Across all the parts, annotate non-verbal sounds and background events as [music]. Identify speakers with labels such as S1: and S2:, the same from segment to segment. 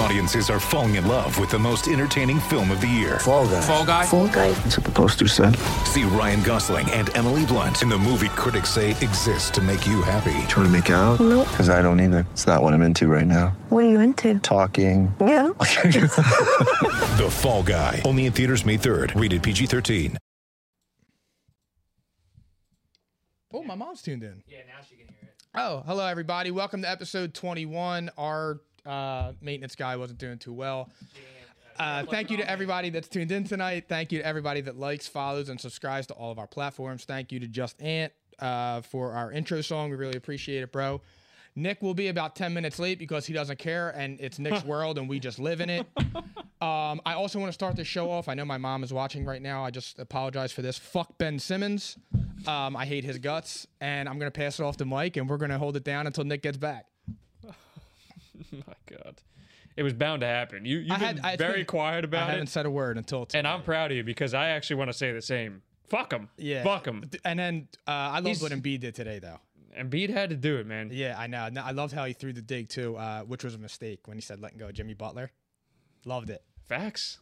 S1: Audiences are falling in love with the most entertaining film of the year.
S2: Fall guy.
S3: Fall guy.
S4: Fall guy.
S2: That's what the poster said.
S1: See Ryan Gosling and Emily Blunt in the movie critics say exists to make you happy.
S2: Trying to make it out?
S5: Nope.
S2: Because I don't either. It's not what I'm into right now.
S5: What are you into?
S2: Talking.
S5: Yeah.
S1: The Fall Guy. Only in theaters May 3rd. Rated PG 13.
S6: Oh, my mom's tuned in. Yeah, now she can hear it. Oh, hello everybody. Welcome to episode 21. Our uh, maintenance guy wasn't doing too well. Uh, thank you to everybody that's tuned in tonight. Thank you to everybody that likes, follows, and subscribes to all of our platforms. Thank you to Just Ant uh, for our intro song. We really appreciate it, bro. Nick will be about 10 minutes late because he doesn't care and it's [laughs] Nick's world and we just live in it. Um, I also want to start this show off. I know my mom is watching right now. I just apologize for this. Fuck Ben Simmons. Um, I hate his guts. And I'm going to pass it off to Mike and we're going to hold it down until Nick gets back.
S7: My God, it was bound to happen. You you've
S6: I had-
S7: been
S6: I- it's
S7: very
S6: been-
S7: quiet
S6: I
S7: about
S6: haven't
S7: it,
S6: said a word until it's.
S7: and I'm proud of you because I actually want to say the same. Fuck him.
S6: yeah.
S7: Fuck him.
S6: And then uh, I love
S7: He's-
S6: what Embiid did today, though.
S7: Embiid had to do it, man.
S6: Yeah, I know. No, I loved how he threw the dig, too, uh, which was a mistake when he said letting go of Jimmy Butler. Loved it.
S7: Facts.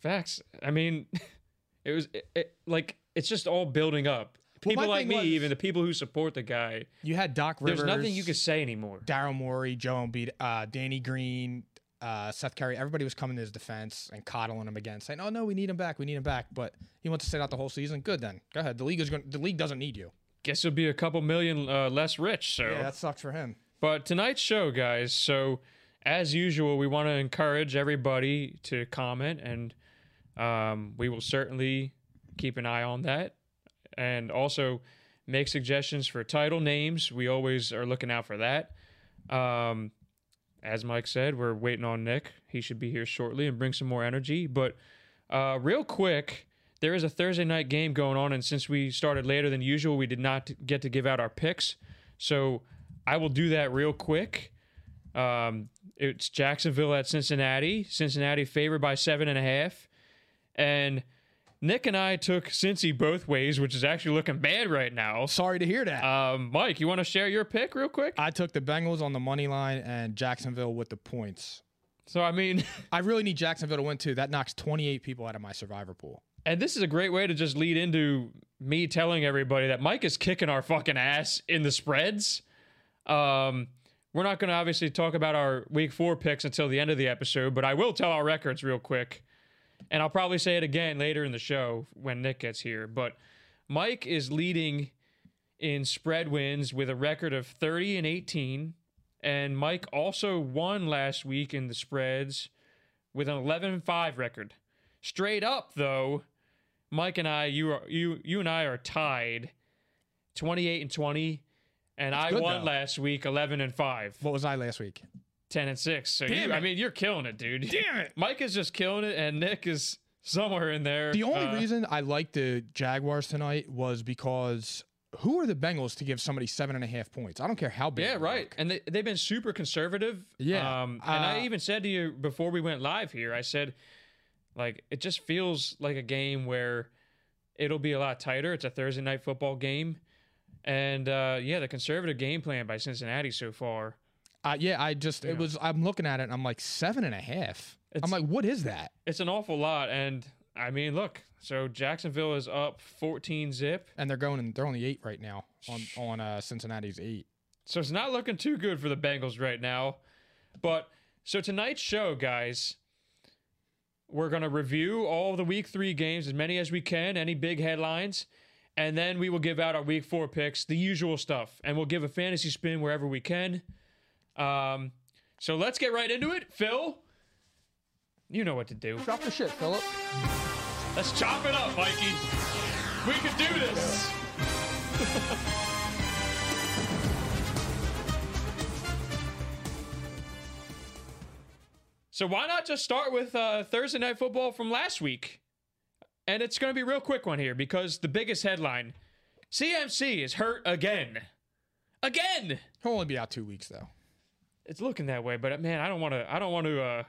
S7: Facts. I mean, [laughs] it was it, it- like it's just all building up.
S6: Well,
S7: People
S6: my
S7: like
S6: thing
S7: me,
S6: was-
S7: even the people who support the guy,
S6: You had Doc Rivers.
S7: there's nothing you can say anymore.
S6: Daryl Morey, Joe Embiid, uh, Danny Green, uh, Seth Curry, everybody was coming to his defense and coddling him again, saying, "Oh no, we need him back, we need him back." But he wants to sit out the whole season. Good then, go ahead. The league is going. The league doesn't need you.
S7: Guess you'll be a couple million uh, less rich. So
S6: Yeah, that sucks for him.
S7: But tonight's show, guys. So, as usual, we want to encourage everybody to comment, and um, we will certainly keep an eye on that. And also make suggestions for title names. We always are looking out for that. Um, as Mike said, we're waiting on Nick. He should be here shortly and bring some more energy. But uh, real quick, there is a Thursday night game going on, and since we started later than usual, we did not get to give out our picks. So I will do that real quick. Um, it's Jacksonville at Cincinnati. Cincinnati favored by seven and a half, and Nick and I took Cincy both ways, which is actually looking bad right now.
S6: Sorry to hear that.
S7: Um, Mike, you want to share your pick real quick?
S6: I took the Bengals on the money line and Jacksonville with the points.
S7: so I mean. [laughs]
S6: I really need Jacksonville to win too. That knocks 28 people out of my survivor pool.
S7: And this is a great way to just lead into me telling everybody that Mike is kicking our fucking ass in the spreads. Um, we're not going to obviously talk about our week four picks until the end of the episode, but I will tell our records real quick. And I'll probably say it again later in the show when Nick gets here. But Mike is leading in spread wins with a record of 30 and 18. And Mike also won last week in the spreads with an 11 5 record. Straight up, though, Mike and I, you are you you and I are tied, twenty eight and twenty, and I
S6: good,
S7: won
S6: though.
S7: last week eleven and five,
S6: What was I last week?
S7: 10 and six. So
S6: Damn
S7: you, I
S6: it.
S7: mean, you're killing it, dude.
S6: Damn it.
S7: [laughs] Mike is just killing it, and Nick is somewhere in there.
S6: The only
S7: Uh,
S6: reason I liked the Jaguars tonight was because who are the Bengals to give somebody seven and a half points? I don't care how big.
S7: [laughs] Yeah,
S6: they
S7: right.
S6: look.
S7: And they, they've been super conservative.
S6: Yeah,
S7: Um, and
S6: uh,
S7: I even said to you before we went live here, I said, like, it just feels like a game where it'll be a lot tighter. It's a Thursday night football game. And uh, yeah, the conservative game plan by Cincinnati so far.
S6: Uh, yeah, I just it was. I'm looking at it. and I'm like seven and a half. I'm
S7: It's-
S6: like, what is that?
S7: It's an awful lot. And I mean, look, so Jacksonville is up 14 zip.
S6: And they're going. and They're only eight right now on on uh, Cincinnati's eight.
S7: So it's not looking too good for the Bengals right now. But so tonight's show, guys, we're going to review all the week three games, as many as we can, any big headlines. And then we will give out our week four picks, the usual stuff. And we'll give a fantasy spin wherever we can. Um, so let's get right into it. Phil, you know what to do.
S6: Drop the shit, Philip.
S7: Let's chop it up, Mikey. We could do this. so why not just start with uh, Thursday night football from last week? And it's going to be a real quick one here because the biggest headline: CMC is hurt again, again.
S6: He'll only be out two weeks though.
S7: It's looking that way, but uh, man, I don't want to. I don't want to. Uh,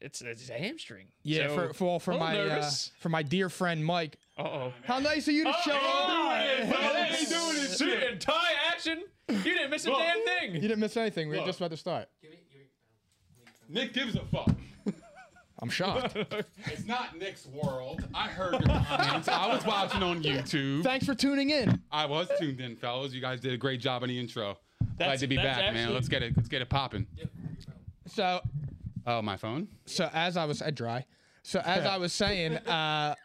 S7: it's it's a hamstring.
S6: Yeah, for, for well, for my uh, for my dear friend Mike.
S7: Uh oh.
S6: How nice of you to show up.
S7: Suit and tie action. You didn't miss a damn
S6: You
S7: thing.
S6: didn't miss anything. We were just about to start.
S3: Nick gives a fuck.
S7: [laughs]
S6: I'm shocked.
S3: It's not Nick's world. I heard your comments. I was watching
S7: [laughs]
S3: on YouTube.
S6: Thanks for tuning in.
S3: I was tuned in, fellas. You guys did a great job in the intro. Glad
S7: That's-
S3: to be
S7: that's
S3: back, man.
S7: actually-
S3: Let's get it. Let's get it popping.
S6: So
S3: Oh, my phone.
S6: so as I was I dry. So as I was saying,
S7: [laughs]
S6: uh,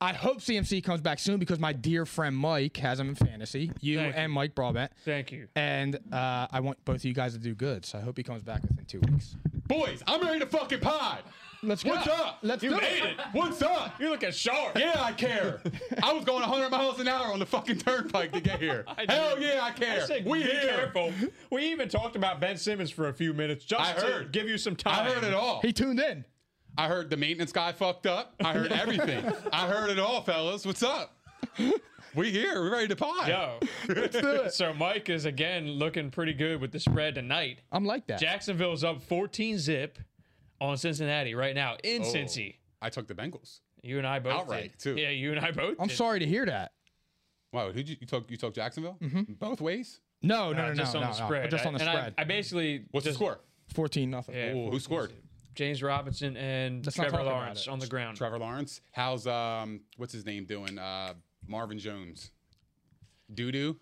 S6: I hope CMC comes back soon because my dear friend Mike has him in fantasy. You
S7: Thank
S6: and Mike Broadbent.
S7: Thank you.
S6: And uh, I want both of you guys to do good. So I hope he comes back within two weeks.
S3: Boys, I'm ready to fucking [laughs] pod.
S6: Let's go.
S3: What's up?
S6: Let's
S3: you
S6: do
S3: made
S6: it.
S3: it. What's up?
S7: You're looking sharp.
S3: Yeah, I care.
S6: [laughs]
S3: I was going 100 miles an hour on the fucking turnpike to get here. Hell yeah, I care. we
S7: be
S3: here.
S7: careful. We even talked about Ben Simmons for a few minutes just
S3: I
S7: to
S3: heard.
S7: give you some time.
S3: I heard it all.
S6: He tuned in.
S3: I heard the maintenance Oh. guy fucked up. I heard everything. I heard it all, fellas. What's up? We here. We're ready to pod. [laughs]
S7: Yo. so Mike is again looking pretty good with the spread tonight.
S6: I'm like that.
S7: Jacksonville's up 14 zip on Cincinnati right now in
S3: Oh,
S7: Cincy.
S3: I took the Bengals.
S7: You and I both
S3: Outright,
S7: did.
S3: too.
S7: Yeah, you and I both.
S6: I'm
S7: did.
S6: sorry to hear that.
S3: Wow, who'd you, you took? You took Jacksonville. Both ways.
S6: Mm-hmm. No,
S7: Uh,
S6: no, no,
S7: just
S6: no,
S7: on
S6: no,
S7: the
S6: no,
S7: spread.
S6: Just
S7: I-
S6: on the
S7: and I-
S6: spread.
S7: I, basically
S3: What's
S7: just
S3: the score?
S6: 14 nothing.
S7: Yeah.
S3: Ooh, who scored?
S7: James Robinson and
S6: Let's not
S7: Trevor
S6: talk about
S7: Lawrence
S6: it.
S7: on the ground.
S3: Trevor Lawrence. How's um what's his name doing? Uh Marvin Jones. Doo doo.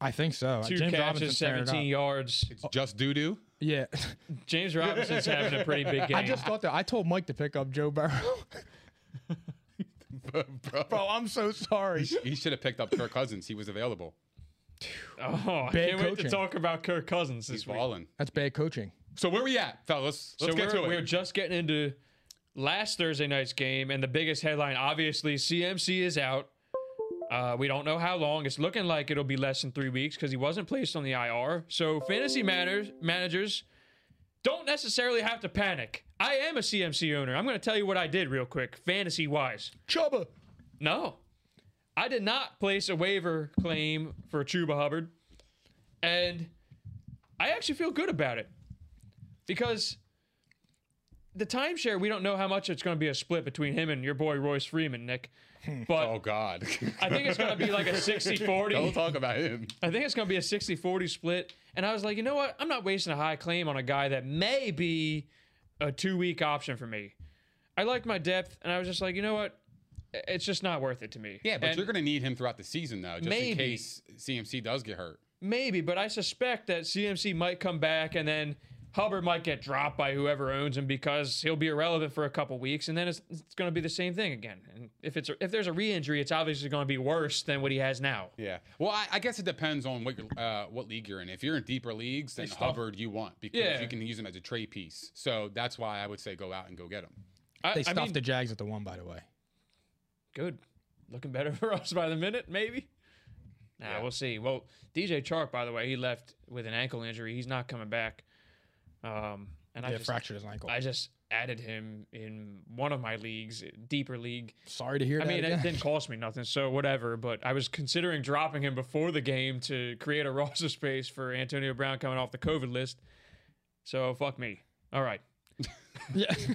S6: I think so.
S7: Two
S6: James Robinson
S7: catches, 17 yards.
S3: It's just doo doo.
S6: Yeah. [laughs]
S7: James Robinson's having a pretty big game.
S6: I just thought that. I told Mike to pick up
S3: [laughs]
S6: Joe Burrow. Bro, I'm so sorry.
S3: He should have picked up Kirk Cousins. He was available.
S7: oh, I
S6: Bad
S7: can't wait to
S6: coaching.
S7: talk about Kirk Cousins this
S3: He's
S7: week.
S3: balling.
S6: That's bad coaching.
S3: So where we at, fellas? Let's
S7: so
S3: get
S7: we're,
S3: to
S7: we're
S3: it.
S7: just getting into last Thursday night's game, and the biggest headline, obviously, CMC is out. Uh, we don't know how long. It's looking like it'll be less than three weeks because he wasn't placed on the IR. So fantasy managers managers don't necessarily have to panic. I am a CMC owner. I'm going to tell you what I did real quick, fantasy wise.
S6: Chuba.
S7: No. I did not place a waiver claim for Chuba Hubbard. And I actually feel good about it. Because the timeshare, we don't know how much it's going to be a split between him and your boy Royce
S3: [laughs]
S7: Freeman, Nick. But
S3: Oh God. [laughs]
S7: I think it's going to be like a 60
S3: Don't
S7: 40.
S3: talk about him.
S7: I think it's going to be a 60 40 split. And I was like, you know what? I'm not wasting a high claim on a guy that may be a two week option for me. I like my depth. And I was just like, you know what? It's just not worth it to me.
S3: Yeah, but
S7: And-
S3: you're gonna need him throughout the season though, just
S7: Maybe.
S3: in case CMC does get hurt.
S7: Maybe, but I suspect that CMC might come back and then Hubbard might get dropped by whoever owns him because he'll be irrelevant for a couple weeks and then it's, it's going to be the same thing again. And if it's if there's a re-injury, it's obviously going to be worse than what he has now.
S3: Yeah. Well, I, I guess it depends on what your, uh, what league you're in. If you're in deeper leagues, then Hubbard you want because
S7: Yeah.
S3: you can use him as a trade piece. So that's why I would say go out and go get him.
S7: I,
S6: They
S7: I
S6: stuffed
S7: mean,
S6: the Jags at the one, by the way.
S7: good. Looking better [laughs] for us by the minute, maybe. Nah, we'll see. Well, DJ Chark, by the way, he left with an ankle injury. He's not coming back. Um, and I
S6: Yeah,
S7: just
S6: fractured his ankle.
S7: I just added him in one of my leagues, deeper league.
S6: sorry to hear
S7: I
S6: that.
S7: mean,
S6: again.
S7: it didn't cost me nothing, so whatever. But I was considering dropping him before the game to create a [laughs] roster space for Antonio Brown coming off the COVID list. So fuck me.
S3: [laughs]
S7: All right.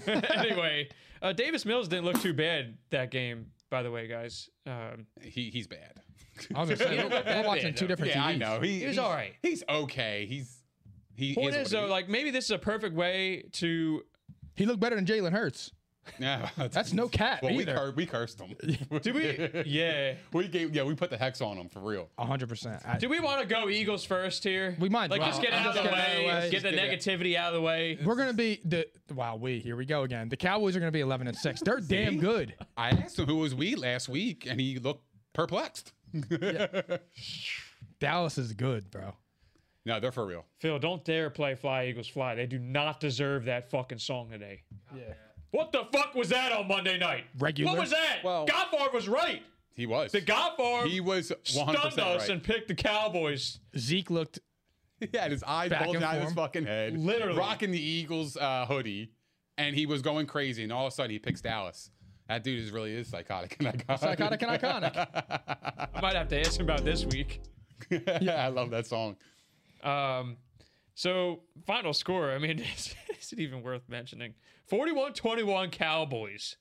S7: anyway, uh, Davis Mills didn't look too bad that game, by the way, guys. Um,
S3: He he's bad.
S6: [laughs] I was going to say,
S3: [laughs]
S7: Yeah,
S6: we're, we're
S7: that
S6: watching
S7: bad,
S6: two
S7: though.
S6: different TVs.
S3: He,
S7: He was
S3: he's-
S7: all right.
S3: He's okay. He's he
S7: point
S3: is,
S7: is though, like maybe this is a perfect way
S3: [laughs]
S7: to
S6: He looked better than Jalen Hurts.
S3: yeah,
S6: That's no cat
S3: well, we,
S6: either.
S3: cur- we cursed him.
S7: do we yeah.
S3: we gave yeah we put the hex on him for real.
S6: 100%. I-
S7: Do we want to go Eagles first here?
S6: We might as
S7: like
S6: well.
S7: just get
S6: I'm
S7: out of
S6: just
S7: the
S6: getting out of
S7: way,
S6: the way.
S7: get the
S3: Just
S7: negativity out of the way.
S6: we're going to be the. Wow, we. Here we go again. The Cowboys are going to be 11 and 6. They're damn good.
S3: I asked him who was we last week, and he looked perplexed.
S6: [laughs] Dallas is good, bro.
S3: No, they're for real.
S7: Phil, don't dare play Fly Eagles Fly. They do not deserve that fucking song today. Yeah. What the fuck was that on Monday night?
S6: Regular?
S7: What was that?
S3: Well-
S7: Godfather was right.
S3: He was.
S7: The God Farm
S3: He was 100%
S7: stunned us
S3: right.
S7: and picked the Cowboys.
S6: Zeke looked
S3: [laughs] He had his eyes
S6: Back
S3: bulging
S6: and
S3: out of his
S6: form.
S3: fucking head.
S7: Literally.
S3: Rocking the Eagles uh, hoodie. And he was going crazy. And all of a sudden, he picks Dallas. That dude is really is psychotic and iconic.
S6: psychotic
S3: [laughs]
S6: and iconic.
S7: I might have to ask him about this week.
S3: yeah, [laughs] I love that song.
S7: Um, so final score. I mean, [laughs] is, is it even worth mentioning? 41-21 Cowboys,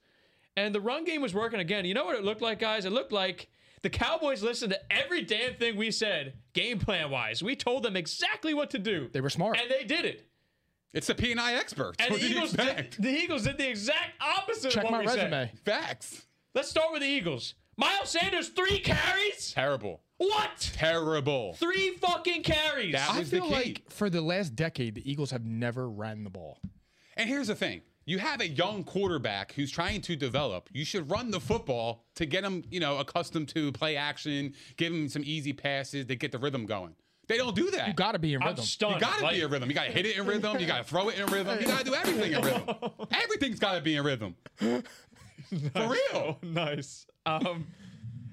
S7: and the run game was working again. You know what it looked like, guys? It looked like the Cowboys listened to every damn thing we said, game plan wise. We told them exactly what to do.
S6: They were smart.
S7: and they did it.
S3: It's the P&I experts.
S7: And
S3: what
S7: the
S3: do you
S7: Eagles, did,
S3: expect?
S7: the Eagles did the exact opposite
S6: Check
S7: of what
S6: my
S7: we said.
S6: resume.
S3: Facts.
S7: Let's start with the Eagles. Miles Sanders, three carries?
S3: Terrible.
S7: What?
S3: Terrible.
S7: Three fucking carries.
S3: That
S6: I
S3: was the
S6: feel
S3: key.
S6: like for the last decade, the Eagles have never ran the ball.
S3: And here's the thing. You have a young quarterback who's trying to develop. You should run the football to get him, you know, accustomed to play action, give him some easy passes to get the rhythm going. They don't do that.
S6: You got to be in
S7: I'm
S6: rhythm.
S7: stunned.
S3: You gotta
S7: Like,
S3: be in rhythm. You gotta hit it in rhythm. You gotta throw it in rhythm. You gotta do everything in
S7: [laughs]
S3: rhythm. Everything's gotta be in rhythm. For real.
S7: [laughs] nice. Um,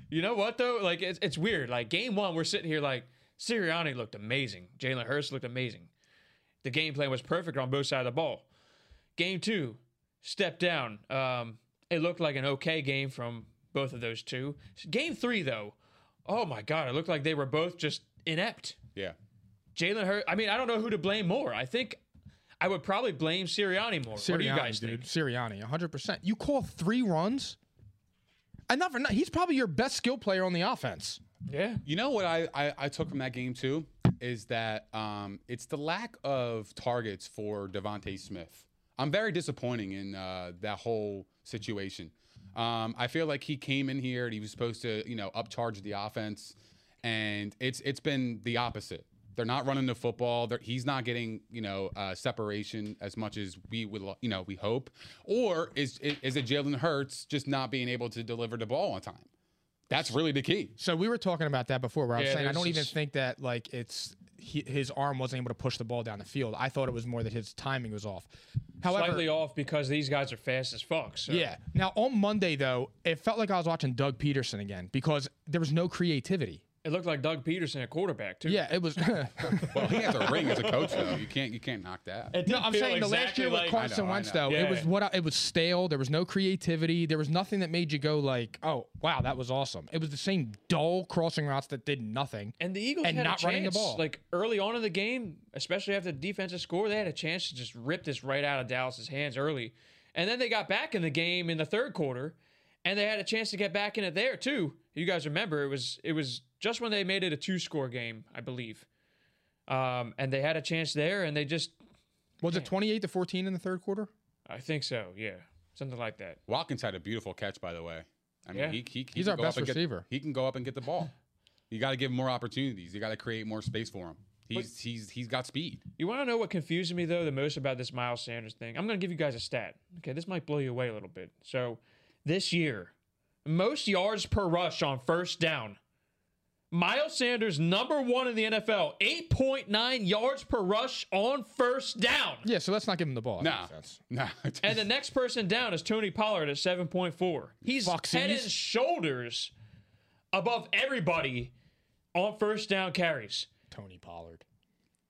S7: you know what though? Like it's it's weird. Like game one, we're sitting here like Sirianni looked amazing. Jalen Hurst looked amazing. The game plan was perfect on both sides of the ball. Game two, step down. Um, it looked like an okay game from both of those two. Game three though, oh my god, it looked like they were both just inept.
S3: Yeah.
S7: Jalen Hurst. I mean, I don't know who to blame more. I think I would probably blame Sirianni more. what do you guys
S6: dude.
S7: think?
S6: Sirianni, 100%. You call three runs? And not for nothing, he's probably your best skill player on the offense.
S7: Yeah.
S3: You know what I, I, I took from that game too is that um, it's the lack of targets for Devonte Smith. I'm very disappointing in uh, that whole situation. Um, I feel like he came in here and he was supposed to you know upcharge the offense, and it's it's been the opposite. They're not running the football. They're, he's not getting you know uh, separation as much as we would lo- you know we hope. Or is is it Jalen Hurts just not being able to deliver the ball on time? That's really the key.
S6: So we were talking about that before, where I was
S7: Yeah,
S6: saying I
S7: there's
S6: don't even
S7: this-
S6: think that like it's he, his arm wasn't able to push the ball down the field. I thought it was more that his timing was off. However,
S7: slightly off because these guys are fast as fuck. So.
S6: yeah. Now on Monday though, it felt like I was watching Doug Peterson again because there was no creativity.
S7: It looked like Doug Peterson at quarterback too.
S6: Yeah, it was. [laughs]
S3: Well, he has a ring as a coach, though. You can't you can't knock that.
S7: didn't
S6: No, I'm
S7: feel
S6: saying the last
S7: exactly
S6: year with
S7: like-
S3: I
S6: Carson
S3: know, I
S6: Wentz,
S3: know.
S6: though, Oh, it was
S7: Yeah.
S6: what I, it was stale. There was no creativity. There was nothing that made you go like, "Oh, wow, that was awesome." It was the same dull crossing routes that did nothing.
S7: And the Eagles
S6: And
S7: had
S6: not
S7: a
S6: running the
S7: chance,
S6: ball.
S7: Like early on in the game, especially after the defensive score, they had a chance to just rip this right out of Dallas's hands early. And then they got back in the game in the third quarter, and they had a chance to get back in it there too. You guys remember it was it was just when they made it a two score game, I believe. Um, and they had a chance there, and they just
S6: was it 28 to 14 in the third quarter?
S7: I think so, yeah, something like that.
S3: Watkins had a beautiful catch, by the way. I mean,
S7: Yeah.
S3: he, he, he
S6: He's
S3: can
S6: our
S3: go
S6: best
S3: up and get-
S6: receiver.
S3: he can go up and get the ball. You got to give him more opportunities. You got to create more space for him. He's he's he's got speed.
S7: You want to know what confuses me though the most about this Miles Sanders thing? I'm going to give you guys a stat. Okay, this might blow you away a little bit. So, this year, most yards per rush on first down. Miles Sanders number 1 in the NFL, 8.9 yards per rush on first down.
S6: Yeah, so let's not give him the ball. That
S3: Nah,
S6: makes sense.
S3: nah. [laughs]
S7: And the next person down is Tony Pollard at 7.4. He's
S6: Foxies.
S7: head and shoulders above everybody on first down carries.
S6: Tony Pollard.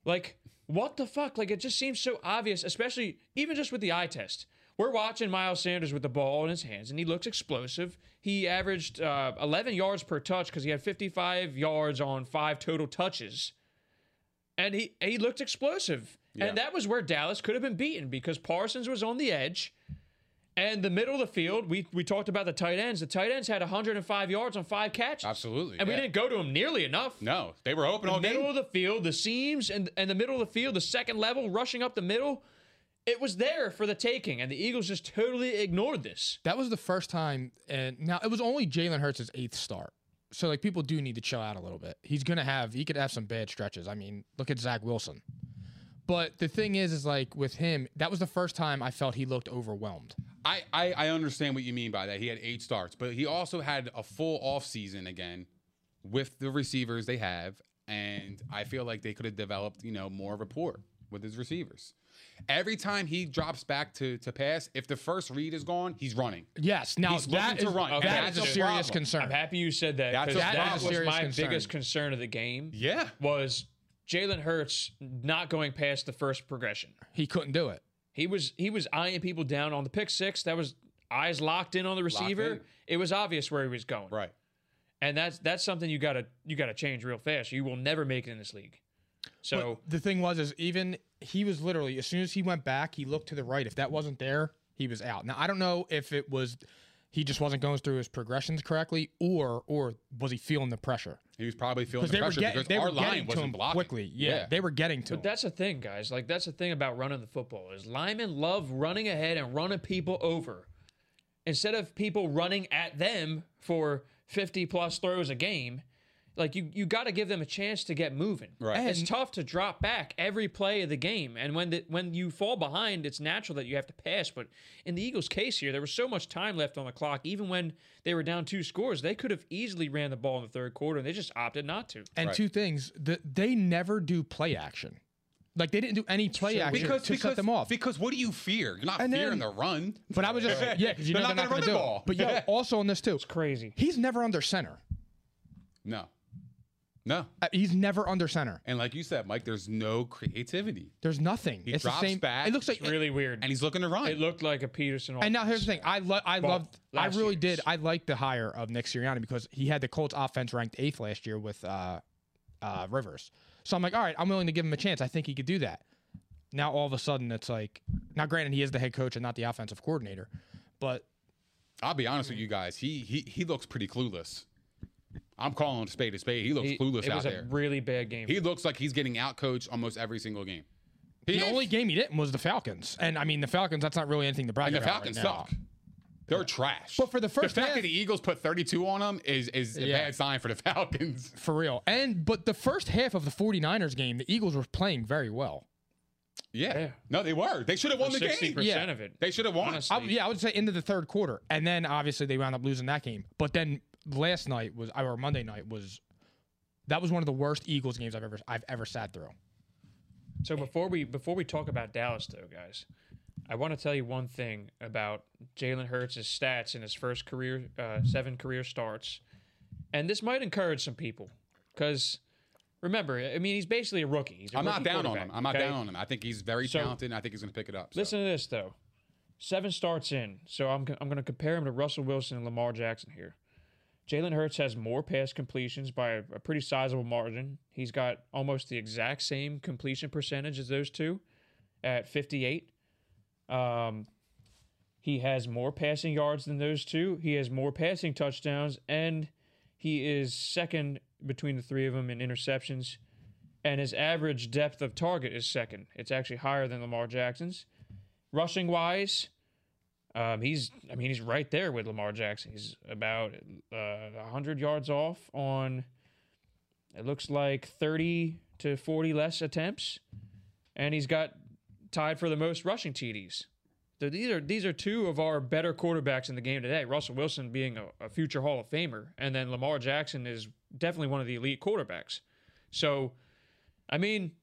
S7: Like, what the fuck? Like, it just seems so obvious, especially even just with the eye test. We're watching Miles Sanders with the ball in his hands, and he looks explosive. He averaged uh, 11 yards per touch because he had 55 yards on five total touches, and he he looked explosive.
S3: Yeah.
S7: And that was where Dallas could have been beaten because Parsons was on the edge, and the middle of the field. We we talked about the tight ends. The tight ends had 105 yards on five catches,
S3: Absolutely,
S7: and
S3: yeah.
S7: we didn't go to him nearly enough
S3: no, they were open all
S7: the middle
S3: game.
S7: of the field, the seams, and and the middle of the field, the second level, rushing up the middle. It was there for the taking, and the Eagles just totally ignored this.
S6: That was the first time, and now it was only Jalen Hurts' eighth start. So like people do need to chill out a little bit. He's gonna have he could have some bad stretches. I mean, look at Zach Wilson. But the thing is, is like with him, that was the first time I felt he looked overwhelmed.
S3: I, I I understand what you mean by that. He had eight starts, but he also had a full off season again with the receivers they have, and I feel like they could have developed you know more rapport. with his receivers. Every time he drops back to to pass, if the first read is gone, he's running.
S6: Yes. Now
S3: He's
S6: that
S3: looking to
S6: is
S3: run.
S7: Okay,
S6: that
S7: that's
S6: is a
S7: a
S6: serious
S3: problem.
S7: I'm
S6: concern.
S7: happy you said that
S3: That's
S7: because
S3: a
S7: that
S3: problem.
S7: was
S6: Serious
S7: my
S6: concern.
S7: biggest concern of the game.
S3: Yeah.
S7: was Jalen Hurts not going past the first progression.
S6: He couldn't do it.
S7: He was he was eyeing people down on the pick six. That was eyes locked in on the
S3: in.
S7: receiver. It was obvious where he was going.
S3: Right.
S7: And that's that's something you gotta you gotta change real fast. You will never make it in this league. So
S6: But the thing was, is even he was literally as soon as he went back, he looked to the right. If that wasn't there, he was out. Now I don't know if it was he just wasn't going through his progressions correctly, or or was he feeling the pressure?
S3: He was probably feeling
S6: Because
S3: the
S6: they were
S3: pressure
S6: getting
S3: because
S6: they
S3: our
S6: were
S3: line
S6: getting to him
S3: wasn't blocking
S6: quickly. Yeah, they were getting to
S7: but
S6: him.
S7: that's the thing, guys. Like that's the thing about running the football is linemen love running ahead and running people over. Instead of people running at them for 50 plus throws a game, like you you got to give them a chance to get moving.
S3: Right.
S7: It's tough to drop back every play of the game, and when the, when you fall behind, it's natural that you have to pass. But in the Eagles' case here, there was so much time left on the clock. Even when they were down two scores, they could have easily ran the ball in the third quarter, and they just opted not to.
S6: and
S3: Right.
S6: two things: the, they never do play action. Like they didn't do any play action
S3: because
S6: to
S3: because
S6: set them off.
S3: Because what do you fear? You're not
S6: And
S3: fearing
S6: then-
S3: the run.
S6: but I was just yeah, because you
S3: They're
S6: know
S3: not
S6: they're
S3: gonna
S6: not going
S3: run
S6: to
S3: the
S6: do
S3: ball.
S6: it. But yo, also on this too,
S7: Crazy.
S6: he's never under center.
S3: No. No.
S6: Uh, He's never under center.
S3: And like you said, Mike, there's no creativity.
S6: There's nothing.
S3: He
S6: it's
S3: drops
S6: the same.
S3: back.
S6: It looks like
S7: It's really weird.
S3: And he's looking to run.
S7: It looked like a Peterson.
S6: And now
S7: offense.
S6: here's the thing. I lo- I
S7: Well,
S6: loved. I
S7: last
S6: really
S7: year's.
S6: did. I liked the hire of Nick Sirianni because he had the Colts offense ranked eighth last year with uh, uh, Rivers. So I'm like, all right, I'm willing to give him a chance. I think he could do that. Now all of a sudden, it's like, now granted, he is the head coach and not the offensive coordinator, but
S3: I'll be honest with you guys. He he he looks pretty clueless. I'm calling him spade a spade. He looks
S7: He-
S3: clueless
S7: it
S3: out
S7: was a
S3: there.
S7: really bad game.
S3: he looks like he's getting out coached almost every single game.
S6: the only game he didn't was the Falcons. And I mean, the Falcons. That's not really anything to brag
S3: And the
S6: about.
S3: Falcons
S6: right now.
S3: suck. They're trash.
S6: But for the first
S3: the fact
S6: half-
S3: that the Eagles put 32 on them is is a
S6: Yeah.
S3: bad sign for the [laughs] Falcons.
S6: for real. And but the first half of the 49ers game, the Eagles were playing very well.
S3: Yeah. No, they were. They should have won the
S7: sixty
S3: game.
S7: percent
S6: Yeah.
S7: of it.
S3: They should have won.
S7: Honestly.
S6: I, yeah, I would say into the third quarter, and then obviously they wound up losing that game. But then last night was or Monday night was that was one of the worst Eagles games I've ever I've ever sat through.
S7: So before we before we talk about Dallas though, guys, I want to tell you one thing about Jalen Hurts' stats in his first career uh, seven career starts, and this might encourage some people because remember, I mean, he's basically a rookie. He's a
S3: I'm not
S7: rookie
S3: down on him.
S7: quarterback,
S3: I'm not
S7: okay?
S3: down on him. I think he's very
S7: So-
S3: talented. and I think he's going to pick it up. so.
S7: Listen to this though. Seven starts in, so I'm I'm going to compare him to Russell Wilson and Lamar Jackson here. Jalen Hurts has more pass completions by a, a pretty sizable margin. He's got almost the exact same completion percentage as those two, at 58. Um, he has more passing yards than those two. He has more passing touchdowns, and he is second between the three of them in interceptions. And his average depth of target is second. It's actually higher than Lamar Jackson's. Rushing wise, um, he's I mean he's right there with Lamar Jackson. He's about uh, 100 yards off on it looks like 30 to 40 less attempts, and he's got tied for the most rushing TDs. So these are these are two of our better quarterbacks in the game today. Russell Wilson being a, a future Hall of Famer, and then Lamar Jackson is definitely one of the elite quarterbacks. So, I mean,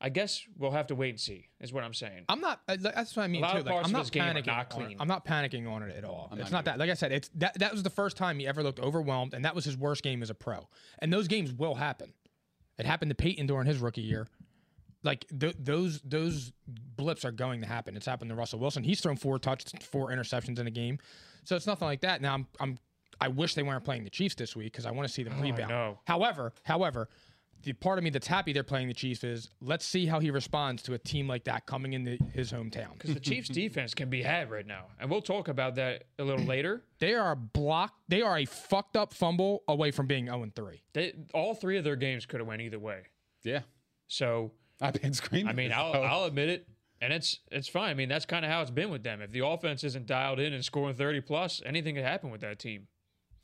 S7: I guess we'll have to wait and see. Is what I'm saying.
S6: I'm not. I- like, That's what I mean
S7: A lot
S6: too.
S7: of
S6: Like,
S7: parts
S6: I'm
S7: of
S6: not
S7: this game are
S6: panicking.
S7: not
S6: on it.
S7: clean.
S6: I'm not panicking on it at all. it's
S3: not
S6: not that. Like I said, it's that. That was the first time he ever looked overwhelmed, and that was his worst game as a pro. And those games will happen. It happened to Peyton during his rookie year. Like th- those those blips are going to happen. It's happened to Russell Wilson. He's thrown four touch, four interceptions in a game, so it's nothing like that. Now I'm I'm I wish they weren't playing the Chiefs this week because I want to see them rebound.
S7: know.
S6: However, however, the part of me that's happy they're playing the Chiefs is let's see how he responds to a team like that coming into his hometown.
S7: because the
S3: [laughs]
S7: Chiefs' defense can be had right now, and we'll talk about that
S3: [clears throat]
S7: a little later.
S6: They are a block. They are a fucked up fumble away from being 0 3.
S7: They, all three of their games could have went either way.
S3: yeah. [laughs]
S7: So
S3: I've been screaming.
S7: I mean,
S3: this, [laughs]
S7: I'll,
S3: though.
S7: I'll admit it, and it's it's fine. I mean, that's kind of how it's been with them. If the offense isn't dialed in and scoring thirty plus, anything could happen with that team.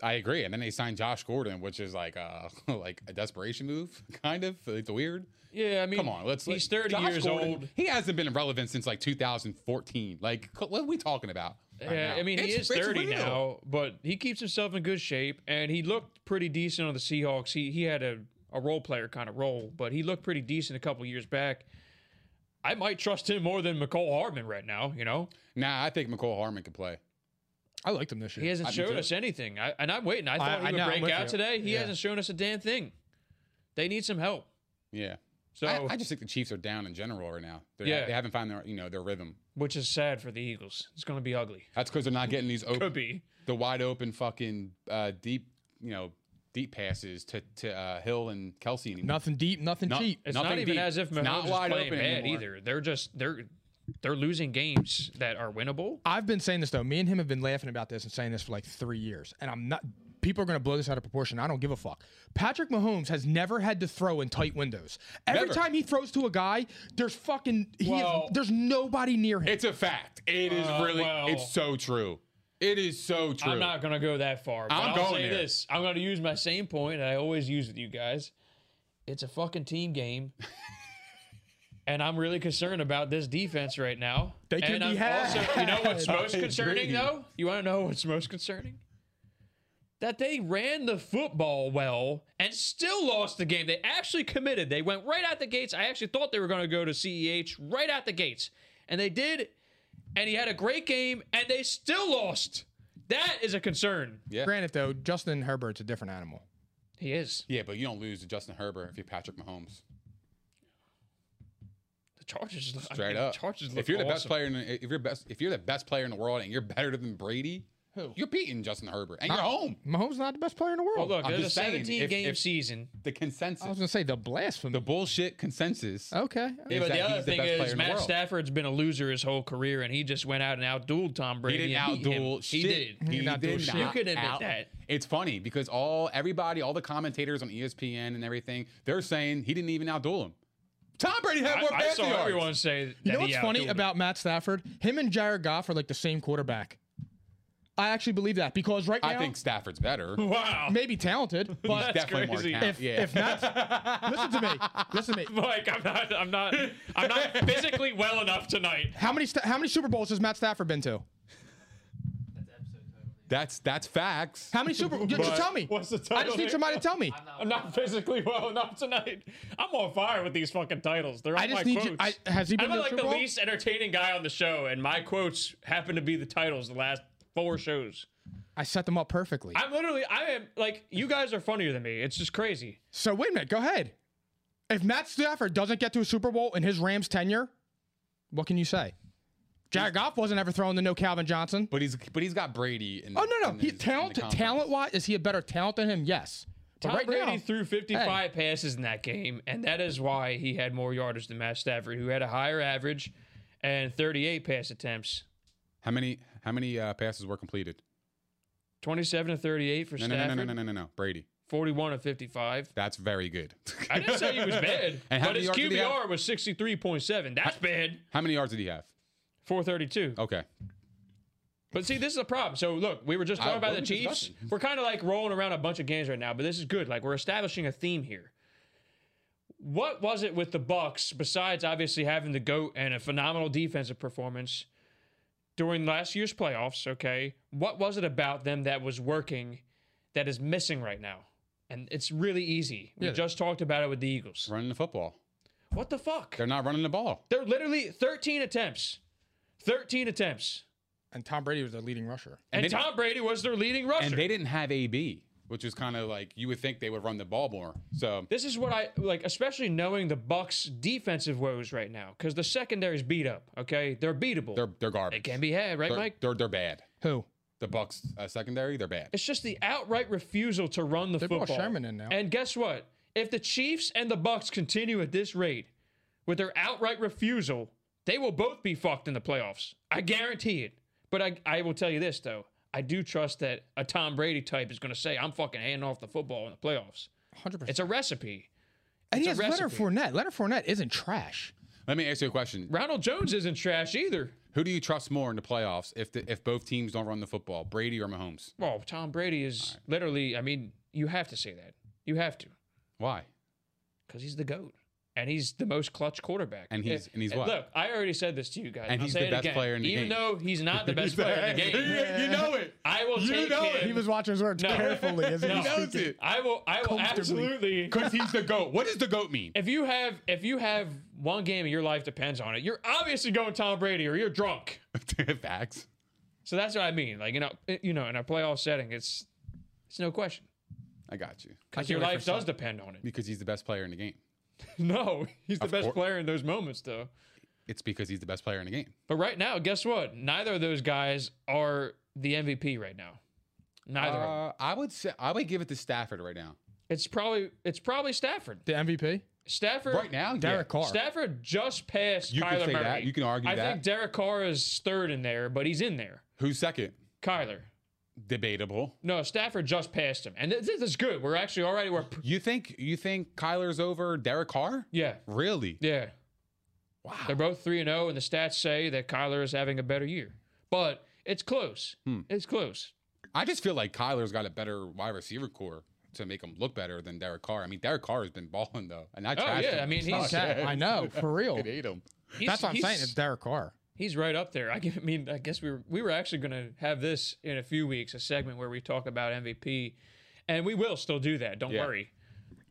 S3: I agree. And then they signed Josh Gordon, which is like a [laughs] like a desperation move, [laughs] kind of. It's weird.
S7: Yeah, I mean,
S3: Come on, let's.
S7: He's
S3: let-
S7: thirty
S3: Josh
S7: years
S3: Gordon,
S7: old.
S3: He hasn't been relevant since like 2014. Like, c- what are we talking about? right
S7: Yeah,
S3: now?
S7: I mean, he
S3: It's-
S7: is
S3: it's
S7: 30
S3: real.
S7: now, but he keeps himself in good shape, and he looked pretty decent on the Seahawks. He he had a, a role player kind of role, but he looked pretty decent a couple years back. I might trust him more than McCole Hardman right now. You know,
S3: Nah, I think McCole Harmon could play.
S6: I liked him this year.
S7: he hasn't
S3: I do
S7: shown
S3: too.
S7: us anything, I, and I'm waiting. I thought
S6: I
S7: he would
S6: know, I'm
S7: break
S6: with
S7: out
S6: you.
S7: today. He
S6: Yeah.
S7: hasn't shown us a damn thing. They need some help.
S3: Yeah.
S7: So,
S3: I, I just think the Chiefs are down in general right now. They're,
S7: Yeah.
S3: They haven't found their, you know, their rhythm.
S7: which is sad for the Eagles. It's going to be ugly.
S3: That's because they're not getting these open,
S7: Could be.
S3: the wide open fucking uh, deep, you know, deep passes to to uh, Hill and Kelsey anymore.
S6: Nothing deep, nothing
S3: No-
S6: cheap.
S7: It's not
S3: Nothing
S7: even
S3: deep.
S7: as if
S3: It's
S7: Mahomes
S3: not
S7: is
S3: wide
S7: playing
S3: open
S7: bad
S3: anymore.
S7: either. They're just they're they're losing games that are winnable.
S6: I've been saying this though. Me and him have been laughing about this and saying this for like three years. And I'm not. People are going to blow this out of proportion. I don't give a fuck. Patrick Mahomes has never had to throw in tight windows. Every
S3: Never.
S6: time he throws to a guy, there's fucking he is,
S3: Well-
S6: there's nobody near him.
S3: It's a fact. It is
S7: Uh,
S3: really.
S7: well.
S3: It's so true. It is so true.
S7: I'm not gonna go that far. But
S3: I'm
S7: I'll
S3: going
S7: say
S3: there.
S7: this. I'm gonna use my same point I always use with you guys. It's a fucking
S3: [laughs]
S7: team game. And I'm really concerned about this defense right now.
S6: They can
S7: and
S6: be
S7: I'm also, you know what's
S6: had.
S7: most
S3: I
S7: concerning
S3: agree.
S7: though? You want to know what's most concerning? That they ran the football well and still lost the game. They actually committed. They went right out the gates. I actually thought they were going to go to CEH right out the gates, and they did. And he had a great game, and they still lost. That is a concern.
S6: Granted though, Justin Herbert's a different animal.
S7: He is.
S3: Yeah, but you don't lose to Justin Herbert if you're Patrick Mahomes.
S7: The Chargers look I
S3: Straight
S7: mean,
S3: up.
S7: The Chargers look
S3: if you're the best
S7: awesome.
S3: player, in the, if you're best, if you're the best player in the world, and you're better than Brady, Who? you're beating Justin Herbert, and you're home.
S6: Mahomes not the best player in the world.
S7: Well, Oh, look,
S3: I'm
S7: there's a
S3: just saying,
S7: 17
S3: if-
S7: game
S3: if-
S7: season.
S3: The
S6: I was Oh.
S3: consensus,
S6: going to say the blasphemy.
S3: the bullshit consensus.
S6: okay.
S3: Yeah,
S7: Yeah,
S3: is
S7: but
S3: that
S7: the other
S3: he's the
S7: thing
S3: best player
S7: is
S3: in the
S7: Matt
S3: world.
S7: Stafford's been a loser his whole career, and he just went out and outdueled Tom Brady.
S3: He didn't
S7: and beat him.
S3: outduel.
S7: He
S3: shit.
S7: did.
S3: He
S6: did not do
S3: did
S6: shit.
S3: not.
S7: You can admit
S3: out-
S7: that.
S3: It's funny because all everybody, all the commentators on E ESPN and everything, they're saying he didn't even outduel him. Tom Brady had
S7: I,
S3: more
S7: I
S3: passing
S7: saw
S3: yards.
S7: everyone say. That
S6: You know
S7: he
S6: what's funny
S7: outdueled him.
S6: about Matt Stafford? Him and Jared Goff are like the same quarterback. I actually believe that because right now
S3: I think Stafford's better. [laughs]
S7: Wow.
S6: maybe talented, but
S3: Definitely
S7: crazy.
S3: more
S6: if
S3: talent. yeah.
S6: if Matt,
S3: [laughs]
S6: listen to me, listen to me.
S7: Like I'm not, I'm not, I'm not physically well enough tonight.
S6: How many sta- how many Super Bowls has Matt Stafford been to?
S3: that's that's facts.
S6: How many Super?
S7: [laughs]
S6: Bowls? Just tell me.
S7: what's the
S6: I just
S7: title
S6: need
S7: here?
S6: somebody to tell me.
S7: I'm not physically well enough tonight. I'm on fire with these fucking titles. They're all
S6: I just
S7: my
S6: need
S7: quotes.
S6: you. I, has he been
S7: I'm
S6: to the
S7: like
S6: Super
S7: the
S6: Bowl?
S7: least entertaining guy on the show, and my quotes happen to be the titles the last four shows.
S6: I set them up perfectly.
S7: I'm literally, I am like, you guys are funnier than me. It's just crazy.
S6: so wait a minute. Go ahead. If Matt Stafford doesn't get to a Super Bowl in his Rams tenure, what can you say? Jared Goff wasn't ever thrown to no Calvin Johnson.
S3: But he's but he's got Brady. In,
S6: Oh no, no.
S3: in
S6: He
S3: his- in the
S6: talent
S3: conference.
S6: talent wise, is he a better talent than him? Yes. But
S7: Tom
S6: right
S7: Brady
S6: now,
S7: threw 55 passes in that game, and that is why he had more yardage than Matt Stafford, who had a higher average and 38 pass attempts.
S3: How many how many uh, passes were completed?
S7: 27 to 38 for
S3: No, no, no,
S7: Stafford,
S3: no, no, no, no, no, no. Brady.
S7: 41 to 55.
S3: That's very good.
S7: I didn't say
S3: [laughs]
S7: he was bad,
S3: And how
S7: but
S3: many
S7: his
S3: yards did he have?
S7: QBR was 63.7. That's bad.
S3: how many yards did he have?
S7: 432.
S3: Okay.
S7: But see, this is a problem. So look, we were just talking
S3: I-
S7: about
S3: what
S7: the
S3: are we
S7: Chiefs.
S3: discussing?
S7: We're kind of like rolling around a bunch of games right now, but this is good. Like we're establishing a theme here. What was it with the Bucks besides obviously having the goat and a phenomenal defensive performance during last year's playoffs? Okay, what was it about them that was working that is missing right now? And it's really easy. We just talked about it with the Eagles.
S3: Running the football.
S7: What the fuck?
S3: They're not running the ball.
S7: They're literally 13 attempts. 13 attempts.
S6: and Tom Brady was their leading rusher.
S7: And,
S3: they-
S7: Tom Brady was their leading rusher.
S3: And they didn't have AB, which was kind of like you would think they would run the ball more. So
S7: This is what I like, especially knowing the Bucks' defensive woes right now, because the secondary's beat up. Okay, they're beatable.
S3: they're they're garbage.
S7: it can be had, right,
S3: They're,
S7: Mike?
S3: they're they're bad.
S6: Who?
S3: The Bucks uh, secondary, they're bad.
S7: It's just the outright refusal to run the
S6: They brought
S7: football.
S6: Sherman in now.
S7: And guess what? If the Chiefs and the Bucks continue at this rate with their outright refusal, they will both be fucked in the playoffs. I guarantee it. But I, I will tell you this though. I do trust that a Tom Brady type is going to say, "I'm fucking handing off the football in the playoffs."
S6: 100%.
S7: It's a recipe.
S6: and he has
S7: it's a
S6: Leonard
S7: recipe.
S6: Fournette. Leonard Fournette isn't trash.
S3: Let me ask you a question.
S7: Ronald Jones isn't trash either.
S3: Who do you trust more in the playoffs if the, if both teams don't run the football, Brady or Mahomes?
S7: Well, Tom Brady is literally. I mean, you have to say that. You have to,
S3: Why?
S7: because he's the goat. and he's the most clutch quarterback.
S3: And he's- and he's what?
S7: Look, I already said this to you guys.
S3: And
S7: I'll
S3: he's
S7: say
S3: the
S7: it
S3: best
S7: again.
S3: player in the
S7: Even
S3: game.
S7: though he's not
S3: [laughs]
S7: the best player in the game,
S3: you know it.
S7: I will
S3: You
S7: take
S3: know it.
S7: him.
S6: He was watching his words
S7: No.
S6: [laughs]
S3: [laughs]
S6: carefully as he
S7: No.
S6: was
S7: He
S3: knows
S6: speaking.
S3: it.
S7: I will. I will
S6: Comfortably. [laughs]
S7: absolutely.
S3: Because he's the goat. What does the goat mean? [laughs]
S7: If you have, if you have one game and your life depends on it, you're obviously going Tom Brady, or you're drunk.
S3: Facts.
S7: So that's what I mean. Like you know, you know, in a playoff setting, it's it's no question.
S3: I got you.
S7: Because your life does depend on it. [laughs]
S3: Because he's the best player in the game.
S7: No, he's the
S3: Of
S7: best
S3: cour-
S7: player in those moments, though.
S3: It's because he's the best player in the game.
S7: But right now, guess what? Neither of those guys are the MVP right now. Neither. of them.
S3: Uh, I would say I would give it to Stafford right now.
S7: It's probably it's probably Stafford.
S6: The MVP?
S7: Stafford
S3: Right now,
S6: Derek Carr.
S7: Stafford just passed
S3: You can
S7: Kyler
S3: say
S7: Murray.
S3: that. You can argue
S7: I
S3: that.
S7: think Derek Carr is third in there, but he's in there.
S3: Who's second?
S7: Kyler.
S3: Debatable.
S7: No, Stafford just passed him, and this, this is good. We're actually already we're
S3: You think you think Kyler's over Derek Carr?
S7: yeah
S3: Really?
S7: yeah.
S3: Wow.
S7: They're both three and zero, and the stats say that Kyler is having a better year. But it's close.
S6: Hmm.
S7: It's close.
S3: I just feel like Kyler's got a better wide receiver core to make him look better than Derek Carr. I mean, Derek Carr has been balling though, and I
S7: Oh,
S3: trashed
S7: yeah,
S3: him.
S7: I mean, he's-
S3: Fuck. [laughs]
S6: I know, for real.
S3: It ate him.
S7: He's-
S6: That's what I'm
S7: he's-
S6: saying. It's Derek Carr.
S7: He's right up there. I, g- I mean, I guess we were, we were actually going to have this in a few weeks, a segment where we talk about MVP, and we will still do that. Don't
S3: Yeah.
S7: worry.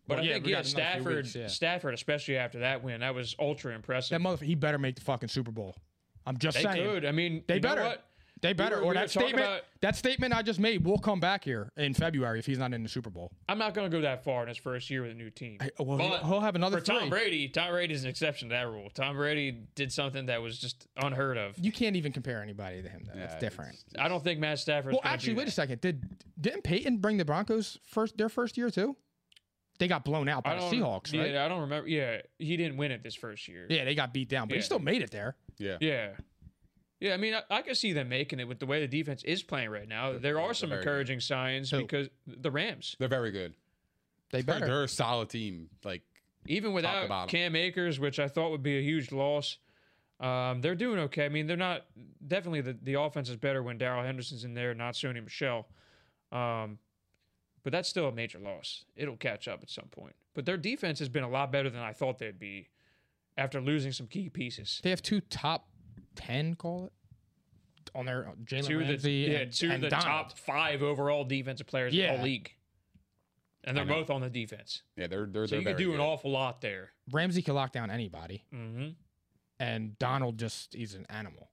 S7: But
S6: Well,
S7: I
S6: yeah,
S7: think
S6: we
S7: yeah,
S6: got another few
S7: Stafford,
S6: weeks, yeah.
S7: Stafford, especially after that win, that was ultra impressive.
S6: That motherfucker, he better make the fucking Super Bowl. I'm just
S7: they
S6: saying.
S7: could. I mean,
S6: They
S7: you know
S6: better.
S7: what?
S6: They
S7: We
S6: better.
S7: were-
S6: or
S7: we were
S6: that
S7: talking
S6: statement
S7: about-
S6: that statement I just made will come back here in February if he's not in the Super Bowl.
S7: I'm not going to go that far in his first year with a new team.
S6: Hey, well,
S7: But
S6: he'll- he'll have another
S7: For Tom
S6: three.
S7: Brady, Tom Brady is an exception to that rule. Tom Brady did something that was just unheard of.
S6: You can't even compare anybody to him though. That's different.
S7: I don't think Matt Stafford.
S6: Well, actually, wait a second. Did didn't Peyton bring the Broncos first their first year too? They got blown out by
S7: I
S6: the
S7: don't,
S6: Seahawks, right? Yeah,
S7: Yeah, I don't remember. Yeah, he didn't win it this first year.
S6: they got beat down, but he
S7: Yeah.
S6: still made it there.
S3: Yeah.
S7: Yeah. Yeah, I mean, I, I could see them making it with the way the defense is playing right now. There are some
S3: very good.
S7: encouraging signs
S6: Who?
S7: because the Rams,
S3: They're very good.
S6: They
S3: They're,
S6: better.
S3: they're a solid team. Like
S7: even without
S3: bottom.
S7: Cam Akers, which I thought would be a huge loss, um, they're doing okay. I mean, they're not definitely the, the offense is better when Daryl Henderson's in there, not Sony Michelle. Um, but that's still a major loss. It'll catch up at some point. But their defense has been a lot better than I thought they'd be after losing some key pieces.
S6: They have two top ten, call it, on their
S7: two
S6: Jalen
S7: of the
S6: Ramsey
S7: yeah,
S6: and,
S7: two of
S6: and
S7: the
S6: Donald.
S7: top five overall defensive players in the
S6: Yeah.
S7: whole league, and they're
S3: know.
S7: both on the defense.
S3: yeah, they're they're
S7: So
S3: they're
S7: you could
S3: very
S7: do
S3: good.
S7: an awful lot there.
S6: Ramsey can lock down anybody,
S7: Mm-hmm.
S6: and Donald just he's an animal.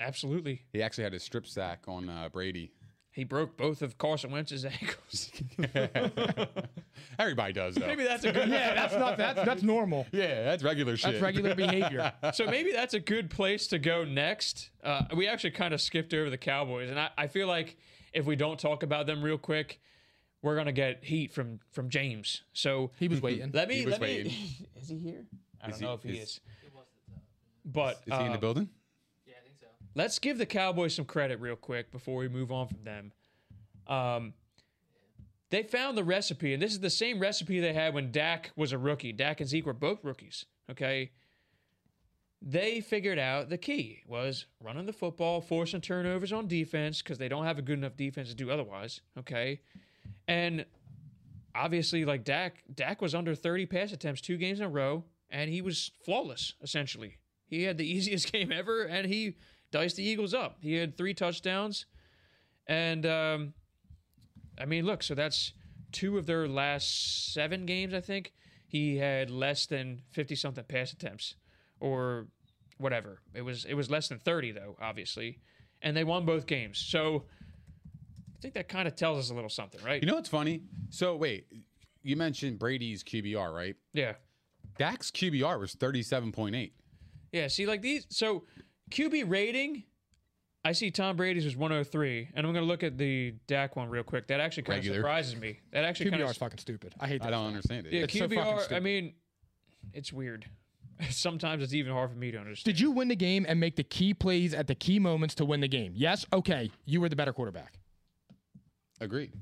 S7: Absolutely,
S3: He actually had a strip sack on uh, Brady.
S7: he broke both of Carson Wentz's [laughs] ankles.
S3: Everybody does though.
S7: maybe that's a good.
S6: Yeah, that's not that's [laughs] that's normal.
S3: [laughs] yeah, that's regular shit. [laughs]
S6: That's regular behavior.
S7: So maybe that's a good place to go next. Uh, we actually kind of skipped over the Cowboys, and I, I feel like if we don't talk about them real quick, we're gonna get heat from from James. So
S6: He was waiting.
S7: let me
S3: was
S7: let
S3: waiting.
S7: me. [laughs] Is he here? I don't
S3: he-
S7: know if he
S3: is-
S7: is. But
S3: Is he in the
S7: uh,
S3: building?
S7: let's give the Cowboys some credit real quick before we move on from them. Um, they found the recipe, and this is the same recipe they had when Dak was a rookie. Dak and Zeke were both rookies. Okay. They figured out the key was running the football, forcing turnovers on defense because they don't have a good enough defense to do otherwise. Okay. And obviously, like Dak, Dak was under 30 pass attempts two games in a row, and he was flawless, essentially. He had the [laughs] easiest game ever, and he diced the Eagles up. He had three touchdowns. And, um, I mean, look, so that's two of their last seven games, I think. He had less than 50 something pass attempts or whatever. It was it was less than 30 though, obviously. And they won both games. So I think that kind of tells us a little something, right?
S3: You know what's funny? So wait, you mentioned Brady's QBR, right?
S7: yeah.
S3: Dak's QBR was thirty-seven point eight.
S7: Yeah, see, like these. So QB rating, I see Tom Brady's was 103, and I'm going to look at the Dak one real quick. That actually kind of
S3: Regular.
S7: surprises me. That actually kind
S6: QBR
S7: of.
S6: is fucking stupid. I hate that.
S3: I don't
S6: stuff.
S3: understand it.
S7: Yeah,
S3: It's-
S6: so fucking
S7: QBR, I
S6: stupid.
S7: mean, it's weird. [laughs] Sometimes it's even hard for me to understand.
S6: Did you win the game and make the key plays at the key moments to win the game? Yes. Okay. You were the better quarterback.
S3: Agreed.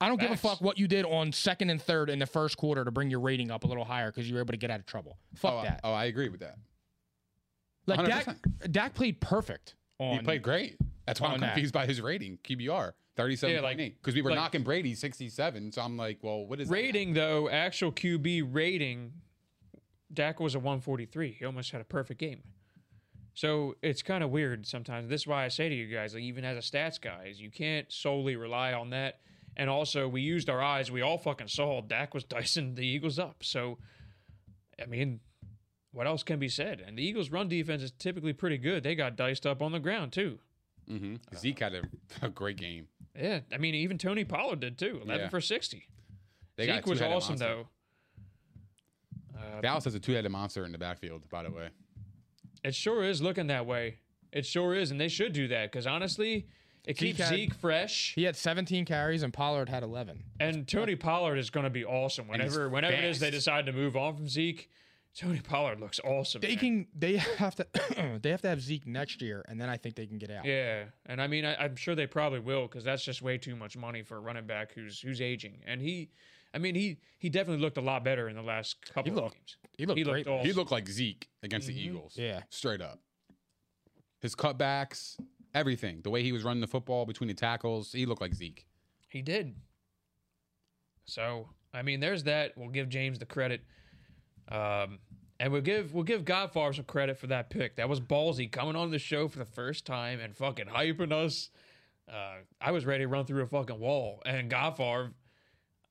S6: I don't
S7: Facts.
S6: give a fuck what you did on second and third in the first quarter to bring your rating up a little higher because you were able to get out of trouble. Fuck
S3: oh, I-
S6: that.
S3: oh, I agree with that.
S6: like Dak,
S3: 100%.
S6: Dak played perfect. On
S3: He played great. That's why I'm
S6: on that.
S3: confused by his rating, QBR, 37.8.
S7: like-
S3: because we were
S7: like-
S3: knocking Brady 67. So I'm like, well, what is that?
S7: Rating, though, actual QB rating Dak was a 143. He almost had a perfect game. So it's kind of weird sometimes. This is why I say to you guys, like even as a stats guy, is you can't solely rely on that. And also, we used our eyes. We all fucking saw Dak was [laughs] dicing the Eagles up. So, I mean, what else can be said? And the Eagles' run defense is typically pretty good. They got diced up on the ground too.
S3: hmm Zeke had a, [laughs] a great game.
S7: Yeah, I mean, even Tony Pollard did too. Eleven
S3: Yeah.
S7: for sixty.
S3: They got
S7: Zeke was
S3: two-headed
S7: awesome
S3: monster.
S7: though.
S3: Dallas has a two-headed monster in the backfield, by the way.
S7: It sure is looking that way. It sure is, and they should do that because honestly, it keeps
S6: had-
S7: Zeke fresh.
S6: He had 17 carries and Pollard had 11.
S7: And Tony Pollard is going to be awesome
S3: he's
S7: whenever whenever it is they
S3: fast.
S7: decide to move on from Zeke. Tony Pollard looks awesome.
S6: They
S7: man.
S6: can. They have to. [coughs] they have to have Zeke next year, and then I think they can get out.
S7: Yeah, and I mean, I, I'm sure they probably will because that's just way too much money for a running back who's who's aging. And he, I mean, he he definitely looked a lot better in the last couple of
S6: looked-
S7: games.
S6: he looked great.
S7: awesome.
S3: He looked like Zeke against the Eagles.
S6: Mm-hmm. Yeah.
S3: Straight up. His cutbacks, everything. The way he was running the football between the tackles, he looked like Zeke.
S7: He did. So I mean, there's that. We'll give James the credit, um, and we'll give we'll give Godfather some credit for that pick. That was ballsy coming on the show for the first time and fucking hyping us. Uh, I was ready to run through a fucking wall. And Godfather,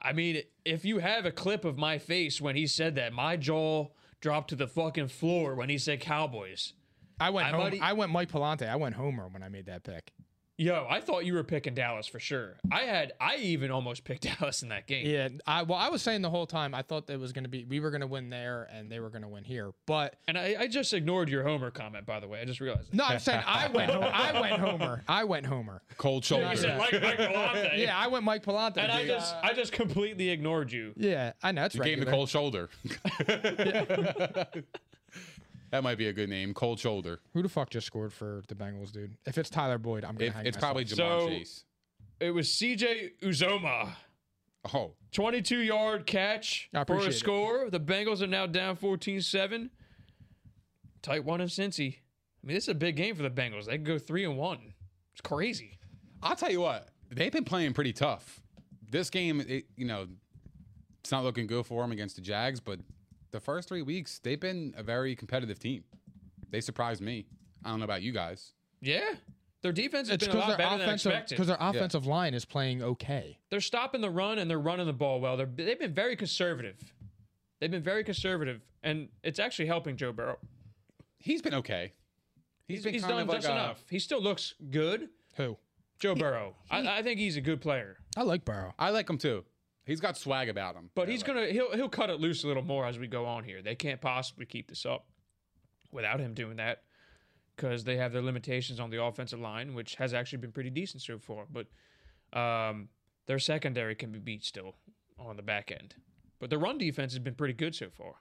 S7: I mean, if you have a clip of my face when he said that, my jaw dropped to the fucking floor when he said Cowboys.
S6: I went.
S7: I
S6: home,
S7: might e-
S6: I went Mike Palante. I went Homer when I made that pick.
S7: Yo, I thought you were picking Dallas for sure. I had I even almost picked [laughs] Dallas in that game.
S6: Yeah. I well, I was saying the whole time I thought that was going to be we were going to win there and they were going to win here, but
S7: And I, I just ignored your Homer comment, by the way. I just realized. that.
S6: no, I'm saying [laughs] I went. Ho- I went Homer. I went Homer.
S3: Cold shoulder.
S7: I said like Mike Galante.
S6: Yeah, I went Mike Palante.
S7: and I
S6: dude.
S7: just I just completely ignored you.
S6: yeah, I know that's
S3: you gave him the
S6: regular.
S3: cold shoulder. [laughs] that might be a good name. Cold shoulder.
S6: Who the fuck just scored for the Bengals, dude? If it's Tyler Boyd, I'm gonna.
S3: It-
S6: hang
S3: it's
S6: myself.
S3: probably Jamar
S7: So-
S3: Chase.
S7: It was C.J. Uzoma,
S3: Oh,
S7: 22 yard catch
S6: I
S7: for a
S6: appreciate it.
S7: score. The Bengals are now down 14-7. Tight one in Cincy. I mean, this is a big game for the Bengals. They can go three and one. It's crazy.
S3: I'll tell you what. They've been playing pretty tough. This game, it, you know, it's not looking good for them against the Jags, but the first three weeks, they've been a very competitive team. They surprised me. I don't know about you guys.
S7: Yeah, their defense has
S6: It's
S7: been a
S6: because their
S7: lot better than
S6: offensive
S7: expected.
S6: because their offensive line is playing okay.
S7: they're stopping the run and they're running the ball well. They're, they've been very conservative. They've been very conservative, and it's actually helping Joe Burrow.
S3: He's been okay.
S7: He's,
S3: been
S7: he's
S3: kind
S7: done
S3: of like
S7: just
S3: a-
S7: enough. He still looks good.
S6: Who?
S7: Joe Burrow. I, I think he's a good player,
S6: I like Burrow.
S3: I like him too. He's got swag about him.
S7: but
S3: Yeah,
S7: he's
S3: like-
S7: gonna he'll he'll cut it loose a little more as we go on here. They can't possibly keep this up without him doing that because they have their limitations on the offensive line, which has actually been pretty decent so far. But um, their secondary can be beat still on the back end. But the run defense has been pretty good so far.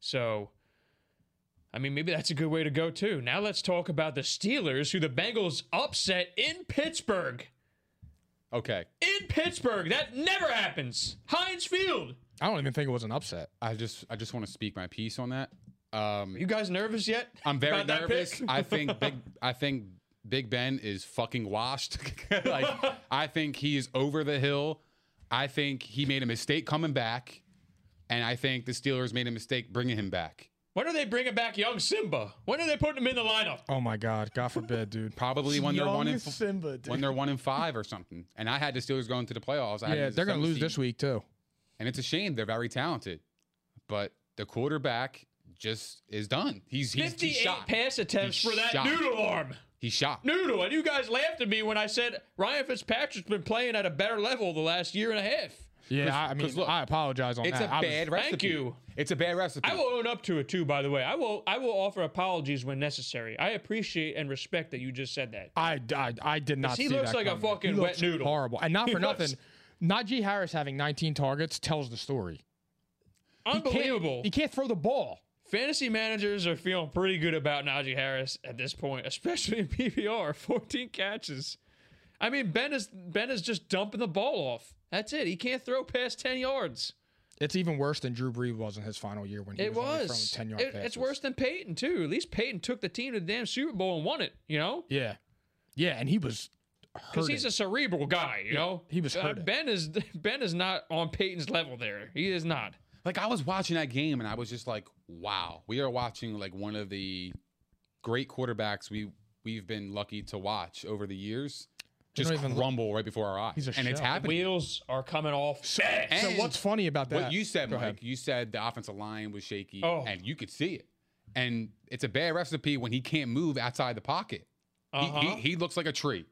S7: So, I mean, maybe that's a good way to go too. Now let's talk about the Steelers, who the Bengals upset in Pittsburgh.
S3: okay.
S7: in Pittsburgh. That never happens. Heinz Field.
S6: I don't even think it was an upset.
S3: I just I just want to speak my piece on that. Um,
S7: Are you guys nervous yet?
S3: I'm very
S7: about that
S3: nervous.
S7: pick?
S3: I think big. I think Big Ben is fucking washed. [laughs] like I think he is over the hill. I think he made a mistake coming back, and I think the Steelers made a mistake bringing him back.
S7: [laughs] When are they bringing back young Simba? When are they putting him in the lineup?
S6: Oh my god, God forbid, dude.
S3: Probably when they're one in
S6: Young Simba, dude.
S3: when they're one in five or something. And I had the Steelers going to the playoffs. I had them
S6: Yeah,
S3: as a
S6: they're gonna
S3: seventh
S6: lose this
S3: seed.
S6: week too.
S3: and it's a shame. They're very talented, but the quarterback just is done. He's he's, he's
S7: 58
S3: shot.
S7: pass attempts
S3: He's
S7: for that
S3: shot.
S7: noodle arm.
S3: He's shot.
S7: Noodle. And you guys laughed at me when I said Ryan Fitzpatrick's been playing at a better level the last year and a half.
S6: Yeah, I I
S3: 'cause
S6: mean,
S3: look,
S6: I apologize on
S3: It's
S6: that.
S3: a
S6: I was-
S3: bad recipe.
S7: you.
S3: It's a bad recipe.
S7: I will own up to it too, by the way. I will I will offer apologies when necessary. I appreciate and respect that you just said that.
S6: I, I, I did not.
S7: he
S6: see
S7: looks
S6: that
S7: like a
S6: coming.
S7: fucking
S6: He
S7: wet
S6: looks
S7: noodle.
S6: Horrible, and not
S7: He
S6: for nothing.
S7: looks-
S6: Najee Harris having 19 targets tells the story. He can't-
S7: Unbelievable.
S6: He can't throw the ball.
S7: Fantasy managers are feeling pretty good about Najee Harris at this point, especially in [laughs] PPR. 14 catches. I mean, Ben is Ben is just dumping the ball off. That's it. He can't throw past 10 yards.
S6: It's even worse than Drew Brees was in his final year when he
S7: it
S6: was, only
S7: was.
S6: throwing 10 yard
S7: It- it's worse than Peyton too. At least Peyton took the team to the damn Super Bowl and won it. You know,
S6: Yeah, yeah, and he was
S7: because
S6: hurting.
S7: he's a cerebral guy. You know,
S6: he was
S7: Uh, [laughs]
S6: hurting.
S7: ben is Ben is not on Peyton's level there. He is not.
S3: Like I was watching that game and I was just like, wow, we are watching like one of the great quarterbacks we we've been lucky to watch over the years
S6: You
S3: just
S6: don't even look-
S3: crumble right before our eyes.
S6: He's a
S3: and it's
S6: shell.
S3: happening.
S7: Wheels are coming off.
S6: So
S3: And
S6: what's funny about that?
S3: What you said,
S6: Go
S3: Mike,
S6: ahead.
S3: you said the offensive line was shaky
S7: Oh.
S3: and you could see it. And it's a bad recipe when he can't move outside the pocket. He-
S7: Uh-huh.
S3: He, he, looks like a tree.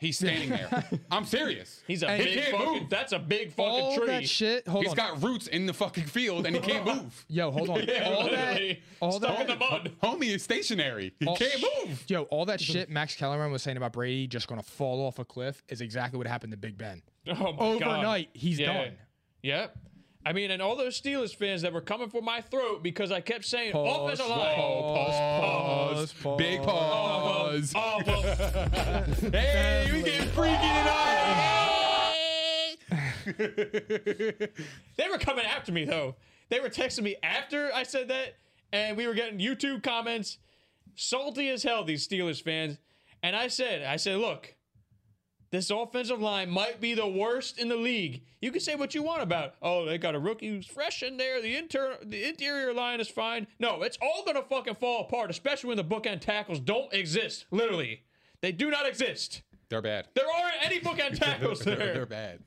S3: He's standing
S6: [laughs]
S3: there. I'm serious.
S7: He's a
S6: Hey,
S7: big
S3: can't
S7: fucking.
S3: move.
S7: That's a big
S6: all
S7: fucking tree.
S6: that shit. Hold
S3: He's
S6: on.
S3: got roots in the fucking field and he
S6: [laughs]
S3: can't move.
S6: Yo,
S7: [laughs]
S6: hold on. all that,
S7: literally.
S6: all
S7: Stuck
S6: that,
S7: in the mud. [laughs]
S3: Homie is stationary. He
S6: all-
S3: can't move.
S6: Yo, all that shit Max Kellerman was saying about Brady just gonna fall off a cliff is exactly what happened to Big Ben.
S7: Oh my God.
S6: Overnight, he's
S7: Yeah.
S6: done.
S7: Yep. I mean, and all those Steelers fans that were coming for my throat because I kept saying
S6: Pause,
S7: offensive line.
S6: pause, pause,
S3: Big pause.
S7: [laughs] Oh,
S6: [laughs]
S7: well,
S3: Hey, we getting freaky tonight.
S6: [laughs]
S7: they were coming after me though. They were texting me after I said that, and we were getting YouTube comments, salty as hell. These Steelers fans, and I said, I said, look, this offensive line might be the worst in the league. You can say what you want about, oh, they got a rookie who's fresh in there. The inter, the interior line is fine. No, it's all gonna fucking fall apart, especially when the bookend tackles don't exist. Literally, they do not exist.
S3: They're bad.
S7: There aren't any bookend
S3: [laughs]
S7: tackles
S3: They're,
S7: there.
S3: they're bad.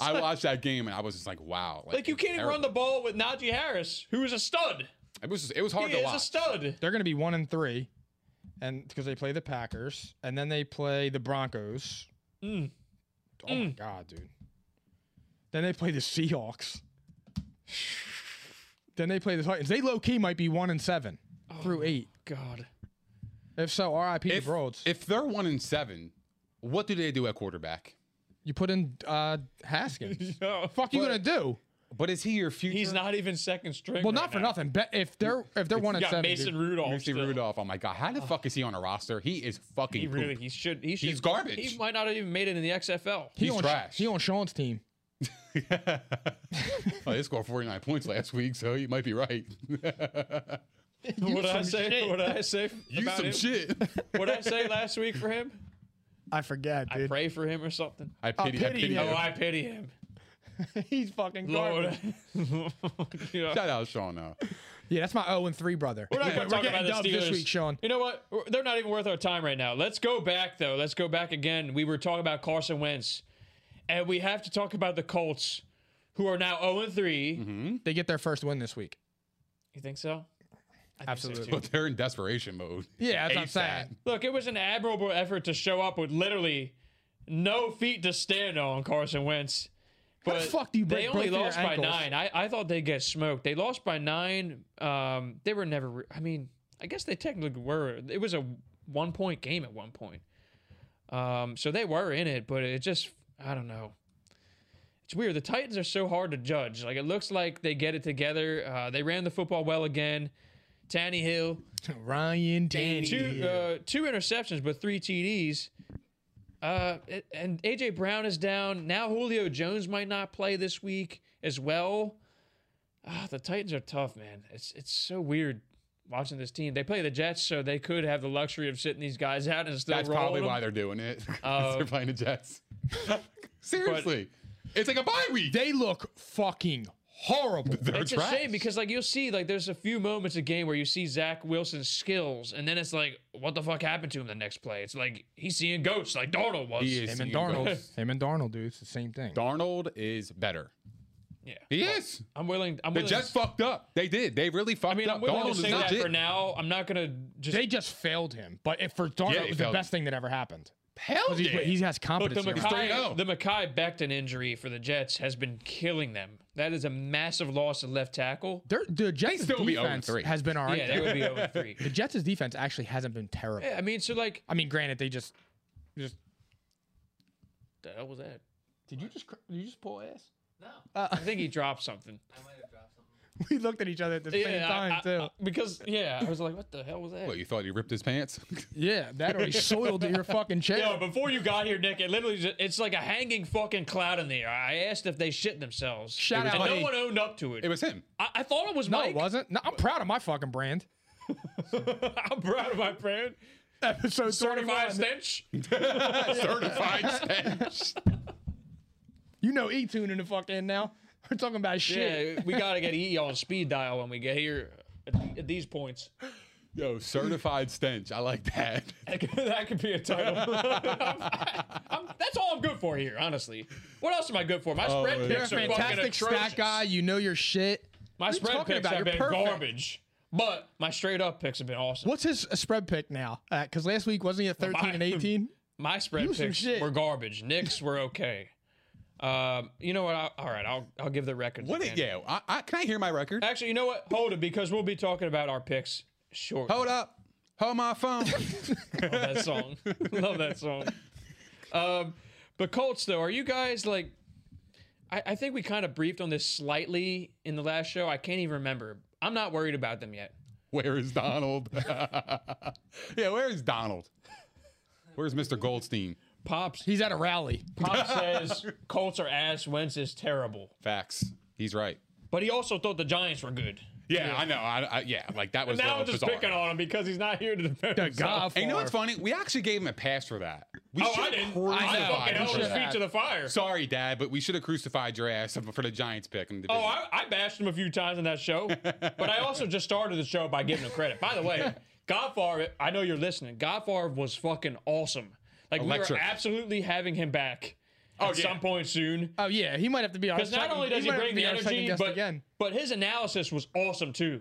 S3: I watched that game and I was just like, wow.
S7: Like you
S3: it's
S7: can't even run the
S3: terrible.
S7: ball with Najee Harris, who is a stud.
S3: It was just, it was hard
S7: He
S3: to
S7: is
S3: watch.
S7: a stud.
S6: They're gonna be one and three, and because they play the Packers and then they play the Broncos.
S3: Mm.
S6: Oh my god, dude. Then they play the Seahawks. then they play the Titans. They low key might be one and seven through eight.
S7: God.
S6: If so, R.I.P. to
S3: Oh. if,
S6: Broads.
S3: if they're one and seven, what do they do at quarterback?
S6: You put in uh,
S3: [laughs]
S6: Haskins.
S7: No.
S6: Fuck you
S3: But-
S6: gonna do?
S3: But is he your future?
S7: He's not even second string.
S6: Well,
S7: right
S6: not for
S7: now.
S6: nothing. Bet if they're if they're one
S7: You
S6: and
S7: got
S6: seven,
S7: Mason
S6: dude.
S7: Rudolph.
S3: Mason
S7: still.
S3: Rudolph. Oh my god, how the fuck is he on a roster? He is fucking.
S7: He really.
S3: poop.
S7: He should. He should.
S3: He's garbage.
S7: He might not have even made it in the XFL.
S6: he
S3: he's
S6: on,
S3: trash.
S6: He on Sean's team.
S3: oh, they scored 49 points last week, so you might be right. [laughs]
S7: what did I say? What did I say?
S3: You
S7: about
S3: some
S7: him? [laughs]
S3: shit.
S7: What did I say last week for him?
S6: I forget,
S7: I pray for him or something.
S3: I pity, I
S6: pity
S3: pity
S6: you.
S3: him.
S7: Oh, I pity him.
S6: [laughs] He's fucking
S7: Lord.
S6: [laughs]
S7: [laughs]
S6: garbage.
S7: Yeah.
S3: Shout out Sean though.
S6: Yeah, that's my zero and three brother.
S7: We're not going to talk
S6: getting
S7: about the
S6: dubbed
S7: Steelers
S6: this week, Sean.
S7: You know what? We're- They're not even worth our time right now. Let's go back though. Let's go back again. We were talking about Carson Wentz, and we have to talk about the Colts, who are now zero and three.
S6: They get their first win this week.
S7: You think so? I think so,
S6: Absolutely.
S7: too.
S3: But they're in desperation mode.
S6: Yeah, that's what I'm
S3: ASAP.
S6: saying.
S7: Look, it was an admirable effort to show up with literally no feet to stand on, Carson Wentz.
S6: How the fuck do you
S7: they
S6: break
S7: only
S6: both your
S7: lost by
S6: ankles?
S7: nine. I, I thought they'd get smoked. They lost by nine. Um, they were never. re- I mean, I guess they technically were. It was a one point game at one point. Um, so they were in it, but it just I don't know. It's weird. The Titans are so hard to judge. Like it looks like they get it together. Uh, they ran the football well again. Tanny Hill
S6: [laughs] Ryan Tannehill.
S7: two uh, two interceptions, but three TDs. Uh, a- and AJ Brown is down now. Julio Jones might not play this week as well. Ah, the Titans are tough, man. It's it's so weird watching this team. They play the Jets, so they could have the luxury of sitting these guys out and still
S3: That's
S7: rolling
S3: probably
S7: them.
S3: why they're doing it. [laughs] 'cause
S7: Oh.
S3: they're playing the Jets. [laughs] Seriously. it's like a bye week.
S6: They
S7: uh,
S6: look fucking horrible.
S3: [laughs] They're
S7: It's
S3: trash.
S7: a shame because like you'll see like there's a few moments a game where you see Zach Wilson's skills, and then it's like what the fuck happened to him the next play? It's like he's seeing ghosts like Darnold was.
S3: He is
S6: Him and
S3: seeing
S6: Darnold.
S3: ghosts.
S6: Him and Darnold, dude. It's the same
S3: [laughs]
S6: thing.
S3: Darnold is better.
S7: [laughs] Yeah,
S3: He is.
S7: I'm willing. I'm
S3: The
S7: willing
S3: Jets fucked up. They did. They really fucked
S7: I mean,
S3: up.
S7: I'm willing
S3: Darnold
S7: to
S3: is
S7: say that
S3: legit.
S7: for now. I'm not gonna just
S6: They just failed him. But if for Darnold,
S3: Yeah, they
S6: it was the
S3: failed
S6: best thing that ever happened.
S3: Hell
S6: He,
S3: yeah.
S6: he has
S7: look. The
S6: competence.
S3: He's three and
S7: Mackay,
S3: oh.
S7: the Mackay Becton injury for the Jets has been killing them. That is a massive loss at left tackle.
S6: They're, the Jets'
S3: still be 0 and
S6: defense
S3: three.
S6: has been all right.
S7: oh Yeah, they would be over three. [laughs]
S6: the Jets' defense actually hasn't been terrible.
S7: Yeah, I mean, so like,
S6: I mean, granted, they just just
S7: the hell was that?
S6: did you just cr- did you just pull ass?
S7: I think he dropped something.
S6: [laughs] We looked at each other at the [laughs] same
S7: Yeah, I-
S6: time
S7: I-
S6: too.
S7: I- because yeah, I was like, what the hell was that?
S3: What, you thought he ripped his
S7: [laughs]
S3: pants?
S6: yeah, that already soiled your [laughs] fucking chair.
S7: Yo, before you got here, Nick, it literally just, it's like a hanging fucking cloud in the air. I asked if they shit themselves.
S6: Shout
S7: and
S6: out,
S7: no
S6: Mike.
S7: one owned up to it.
S3: it was him.
S7: I, I thought it was
S6: no,
S7: Mike.
S6: it wasn't. No, I'm proud of my fucking brand.
S7: [laughs] I'm proud of my friend.
S6: [laughs] Episode 35.
S7: Certified stench.
S3: [laughs] Certified stench.
S6: You know E-Tune in the fucking now. [laughs] We're talking about shit.
S7: Yeah, we got to get EE on speed dial when we get here at, at these points. [laughs]
S3: Yo, certified stench. I like that.
S7: That could, that could be
S6: [laughs]
S7: a title. I'm- that's all I'm good for here, honestly. What else am I good for? My spread
S3: yeah.
S7: picks
S6: Oh, You're
S7: are
S6: a
S7: fucking
S6: fantastic
S7: atrocious.
S6: stat guy. You know your shit.
S7: My
S6: What are you
S7: spread
S6: talking
S7: picks
S6: about?
S7: have
S6: You're
S7: been
S6: perfect.
S7: garbage, but my straight up picks have been awesome.
S6: What's his uh, spread pick now? Because last week wasn't he at 13 and 18?
S7: My spread
S6: You some
S7: picks
S6: shit.
S7: were garbage. Knicks were okay. Um, you know what? I, all right, I'll I'll give the record.
S3: What?
S7: again.
S3: It, yeah. I, I, can I hear my record?
S7: Actually, you know what? Hold it because we'll be talking about our picks shortly.
S3: Hold up. Hold my phone.
S7: Love that
S6: [laughs]
S7: song. Love that song. Um, but Colts, though, are you guys like? I, I think we kind of briefed on this slightly in the last show. I can't even remember. I'm not worried about them yet.
S3: where is Donald? [laughs] yeah, where is Donald? Where's Mr. Goldstein?
S7: Pops,
S6: He's at a rally. [laughs]
S7: Pop says Colts are ass. Wentz is terrible,
S3: Facts. He's right.
S7: but he also thought the Giants were good.
S3: Yeah, I know. I, I, yeah, like that was
S7: now
S3: uh,
S7: I'm just
S3: bizarre.
S7: picking on him because he's not here to defend.
S6: The
S7: himself.
S6: God
S3: And you know what's
S6: far.
S3: funny? We actually gave him a pass for that. We
S7: Oh, I
S3: should've
S7: didn't.
S3: crucified
S7: I fucking
S3: him
S7: held
S3: for
S7: his
S3: that.
S7: feet to the fire.
S3: Sorry, Dad, but we should have crucified your ass [laughs] for the Giants pick. In the
S7: Oh,
S3: division.
S7: I, I bashed him a few times in that show, but I also just started the show by giving him credit. By
S3: [laughs]
S7: the way, Godfar, I know you're listening. Godfar was fucking awesome. Like we
S3: Electric. Oh,
S7: are absolutely having him back at
S3: yeah.
S7: some point soon.
S6: Oh, yeah. He might have to be our
S7: Because not
S6: second-
S7: only does he
S6: might have
S7: bring
S6: to be
S7: the
S6: our second
S7: energy,
S6: guest
S7: but [laughs]
S6: again.
S7: but his analysis was awesome too.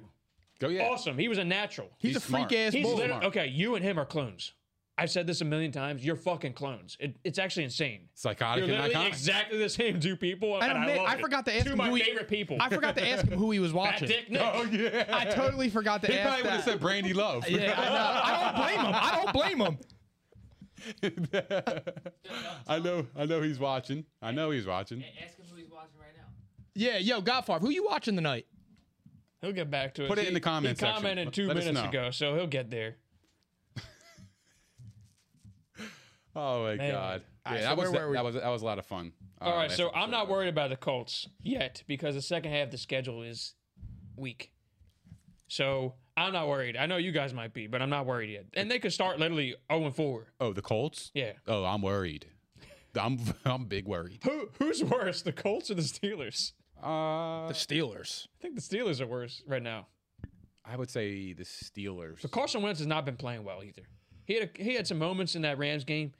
S3: Go yeah.
S7: Awesome. He was a natural.
S6: He's,
S3: He's
S6: a freak
S3: smart.
S6: ass
S7: He's
S6: bull.
S7: literally-
S3: Smart.
S7: okay. You and him are clones. I've said this a million times. You're fucking clones. It, it's actually insane.
S3: Psychotic
S7: You're
S3: and
S7: literally
S3: iconic.
S7: exactly the same two people.
S6: I,
S7: and
S6: admit,
S7: love
S6: I,
S7: it.
S6: forgot to ask him
S7: two of my
S6: who he-
S7: favorite people.
S6: I forgot to ask him who he was
S7: Fat
S6: watching.
S7: Dick Nick.
S3: Oh yeah.
S6: I totally forgot
S3: [laughs]
S6: to
S3: He
S6: ask
S3: probably would have
S6: that.
S3: said Brandy Love.
S6: yeah, [laughs] I know. I don't blame him. I don't blame him.
S3: [laughs] I know. I know he's watching. I know he's watching.
S8: Ask him who he's watching right now.
S6: Yeah, yo, Godfarb, who you watching tonight?
S7: He'll get back to us.
S3: Put it
S7: He-
S3: in the comment
S7: He
S3: section.
S7: commented
S3: Let-
S7: two
S3: let us
S7: minutes
S3: know.
S7: ago, so he'll get there.
S3: Oh my
S7: Man.
S3: god.
S6: All right,
S3: Yeah,
S6: so
S3: that was
S6: where were we?
S3: that was that was a lot of fun. Uh,
S7: All right, so I'm not worried about the Colts yet because the second half of the schedule is weak. So I'm not worried. I know you guys might be, but I'm not worried yet. And they could start literally 0 and 4.
S3: Oh, the Colts.
S7: Yeah.
S3: Oh, I'm worried. [laughs] I'm I'm big worried.
S7: Who [laughs] who's worse, the Colts or the Steelers?
S3: Uh,
S6: The Steelers.
S7: I think the Steelers are worse right now.
S3: I would say the Steelers.
S7: But Carson Wentz has not been playing well either. He had a, he had some moments in that Rams game.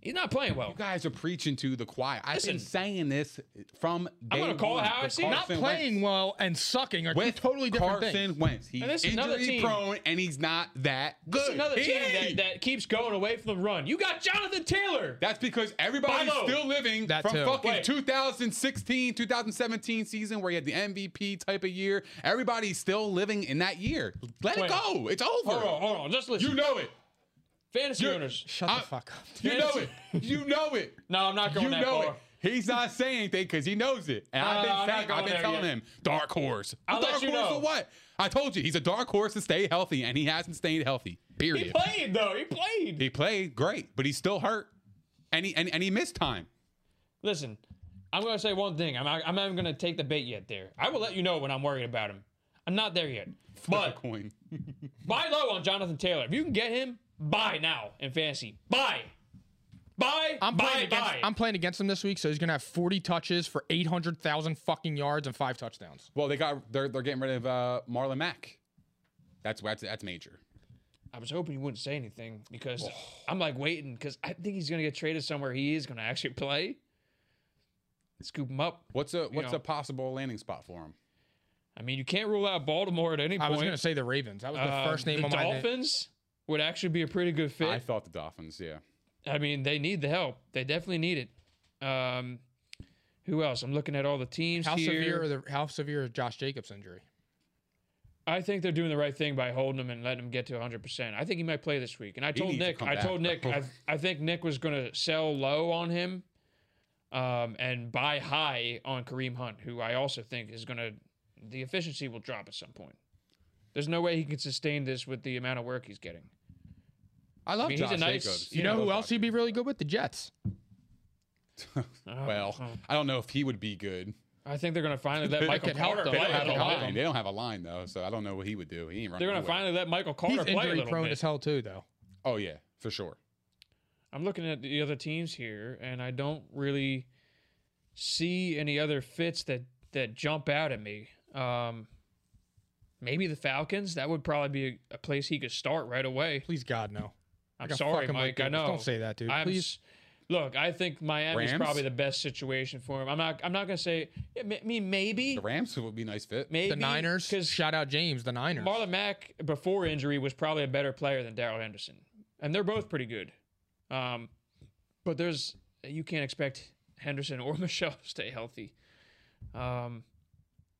S7: He's not playing well.
S3: You guys are preaching to the choir. I've
S7: Listen.
S3: been saying this from day
S7: I'm gonna call
S3: one.
S7: it how I
S3: The
S7: see it. Not
S3: Carson
S6: Playing
S3: Wentz.
S6: well and sucking are two
S3: With
S6: totally different
S3: Carson
S6: things.
S3: Wentz. He's
S7: And this is another
S3: injury
S7: team-
S3: prone and he's not that good.
S7: It's another
S3: He
S7: team
S3: is.
S7: that, that keeps going away from the run. You got Jonathan Taylor.
S3: That's because everybody's
S7: Buy low.
S3: still living
S6: That
S3: from
S6: too.
S3: fucking
S7: Wait.
S3: 2016, 2017 season where he had the MVP type of year. Everybody's still living in that year. Let
S7: Wait.
S3: it go. It's over.
S7: Hold on, hold on. Just listen.
S3: You know it.
S7: Fantasy
S3: You-
S7: owners.
S6: Shut
S3: I-
S6: the fuck up.
S3: You know it.
S7: Fantasy-
S3: You know
S7: [laughs]
S3: it.
S7: No, I'm not going
S3: you
S7: that
S3: know
S7: far.
S3: it. He's not saying anything because he knows it. And I've
S7: No, I'm
S3: been,
S7: not
S3: saying,
S7: going
S3: I've been
S7: there
S3: telling
S7: yet.
S3: him, dark horse.
S7: I'll let
S3: dark
S7: you
S3: horse
S7: know.
S3: for what? I told you, he's a dark horse to stay healthy, and he hasn't stayed healthy. Period.
S7: He played though. He played.
S3: He played great, but he's still hurt. And he, and, and he missed time.
S7: Listen, I'm going to say one thing. I'm not, I'm not even going to take the bait yet. There, I will let you know when I'm worried about him. I'm not there yet. But
S3: Coin.
S7: buy low on Jonathan Taylor. If you can get him, buy now in fantasy. Buy, buy,
S6: I'm
S7: buy,
S6: playing, against,
S7: buy.
S6: I'm playing against him this week, so he's gonna have 40 touches for 800,000 fucking yards and five touchdowns.
S3: Well, they got they're they're getting rid of uh, Marlon Mack. That's that's that's major.
S7: I was hoping you wouldn't say anything because I'm like waiting because I think he's going to get traded somewhere. He is going to actually play. Scoop him up.
S3: What's a what's
S7: know.
S3: a possible landing spot for him?
S7: I mean, you can't rule out Baltimore at any
S6: I
S7: point.
S6: was gonna say the Ravens. That was the
S7: Um,
S6: first name
S7: the
S6: on my list.
S7: Dolphins would actually be a pretty good fit.
S3: I thought the Dolphins. Yeah,
S7: I mean, they need the help. They definitely need it. Um, who else? I'm looking at all the teams
S6: How
S7: here.
S6: severe, are the, how severe is Josh Jacobs' injury?
S7: I think they're doing the right thing by holding him and letting him get to 100. percent I think he might play this week. And I told
S3: needs to
S7: Nick,
S3: come
S7: I
S3: back,
S7: told Nick,
S3: bro.
S7: I, I think Nick was going to sell low on him, um, and buy high on Kareem Hunt, who I also think is going to the efficiency will drop at some point. There's no way he can sustain this with the amount of work he's getting.
S3: I love
S7: mean, he's
S3: Josh
S7: a nice-
S3: Jacobs.
S7: you
S6: You
S7: know
S6: know who
S3: I
S6: else
S3: love
S6: he'd be really good with? The Jets.
S3: Josh- Well, I don't know if he would be good.
S7: I think they're going to finally let
S3: They
S7: Michael
S6: could help
S7: Carter
S6: them. They
S7: play
S6: don't
S7: a
S6: have
S3: They
S6: a
S7: little
S6: help
S7: bit.
S6: line. him.
S3: don't have a line though, so I don't know what he would do. He ain't running.
S7: They're going to
S3: nowhere.
S7: finally let Michael Carter
S6: He's
S7: play a
S6: injury
S7: little
S6: prone
S7: bit.
S6: as hell too, though.
S3: Oh yeah, for sure.
S7: I'm looking at the other teams here, and I don't really see any other fits that that jump out at me. Um, maybe the Falcons. That would probably be a, a place he could start right away.
S6: Please, God, no.
S7: I'm
S6: Like a
S7: sorry,
S6: fucking
S7: Mike. I
S6: ridiculous.
S7: know.
S6: Don't say that, dude.
S7: I'm
S6: Please.
S7: s- Look, I think Miami's
S3: Rams?
S7: probably the best situation for him. I'm not. I'm not gonna say. I mean, maybe,
S3: The Rams would be a nice fit.
S7: maybe
S6: The Niners.
S7: because
S6: Shout out James. The Niners.
S7: Marlon Mack before injury was probably a better player than Daryl Henderson, and they're both pretty good. Um, but there's you can't expect Henderson or [laughs] Michelle to stay healthy. Um,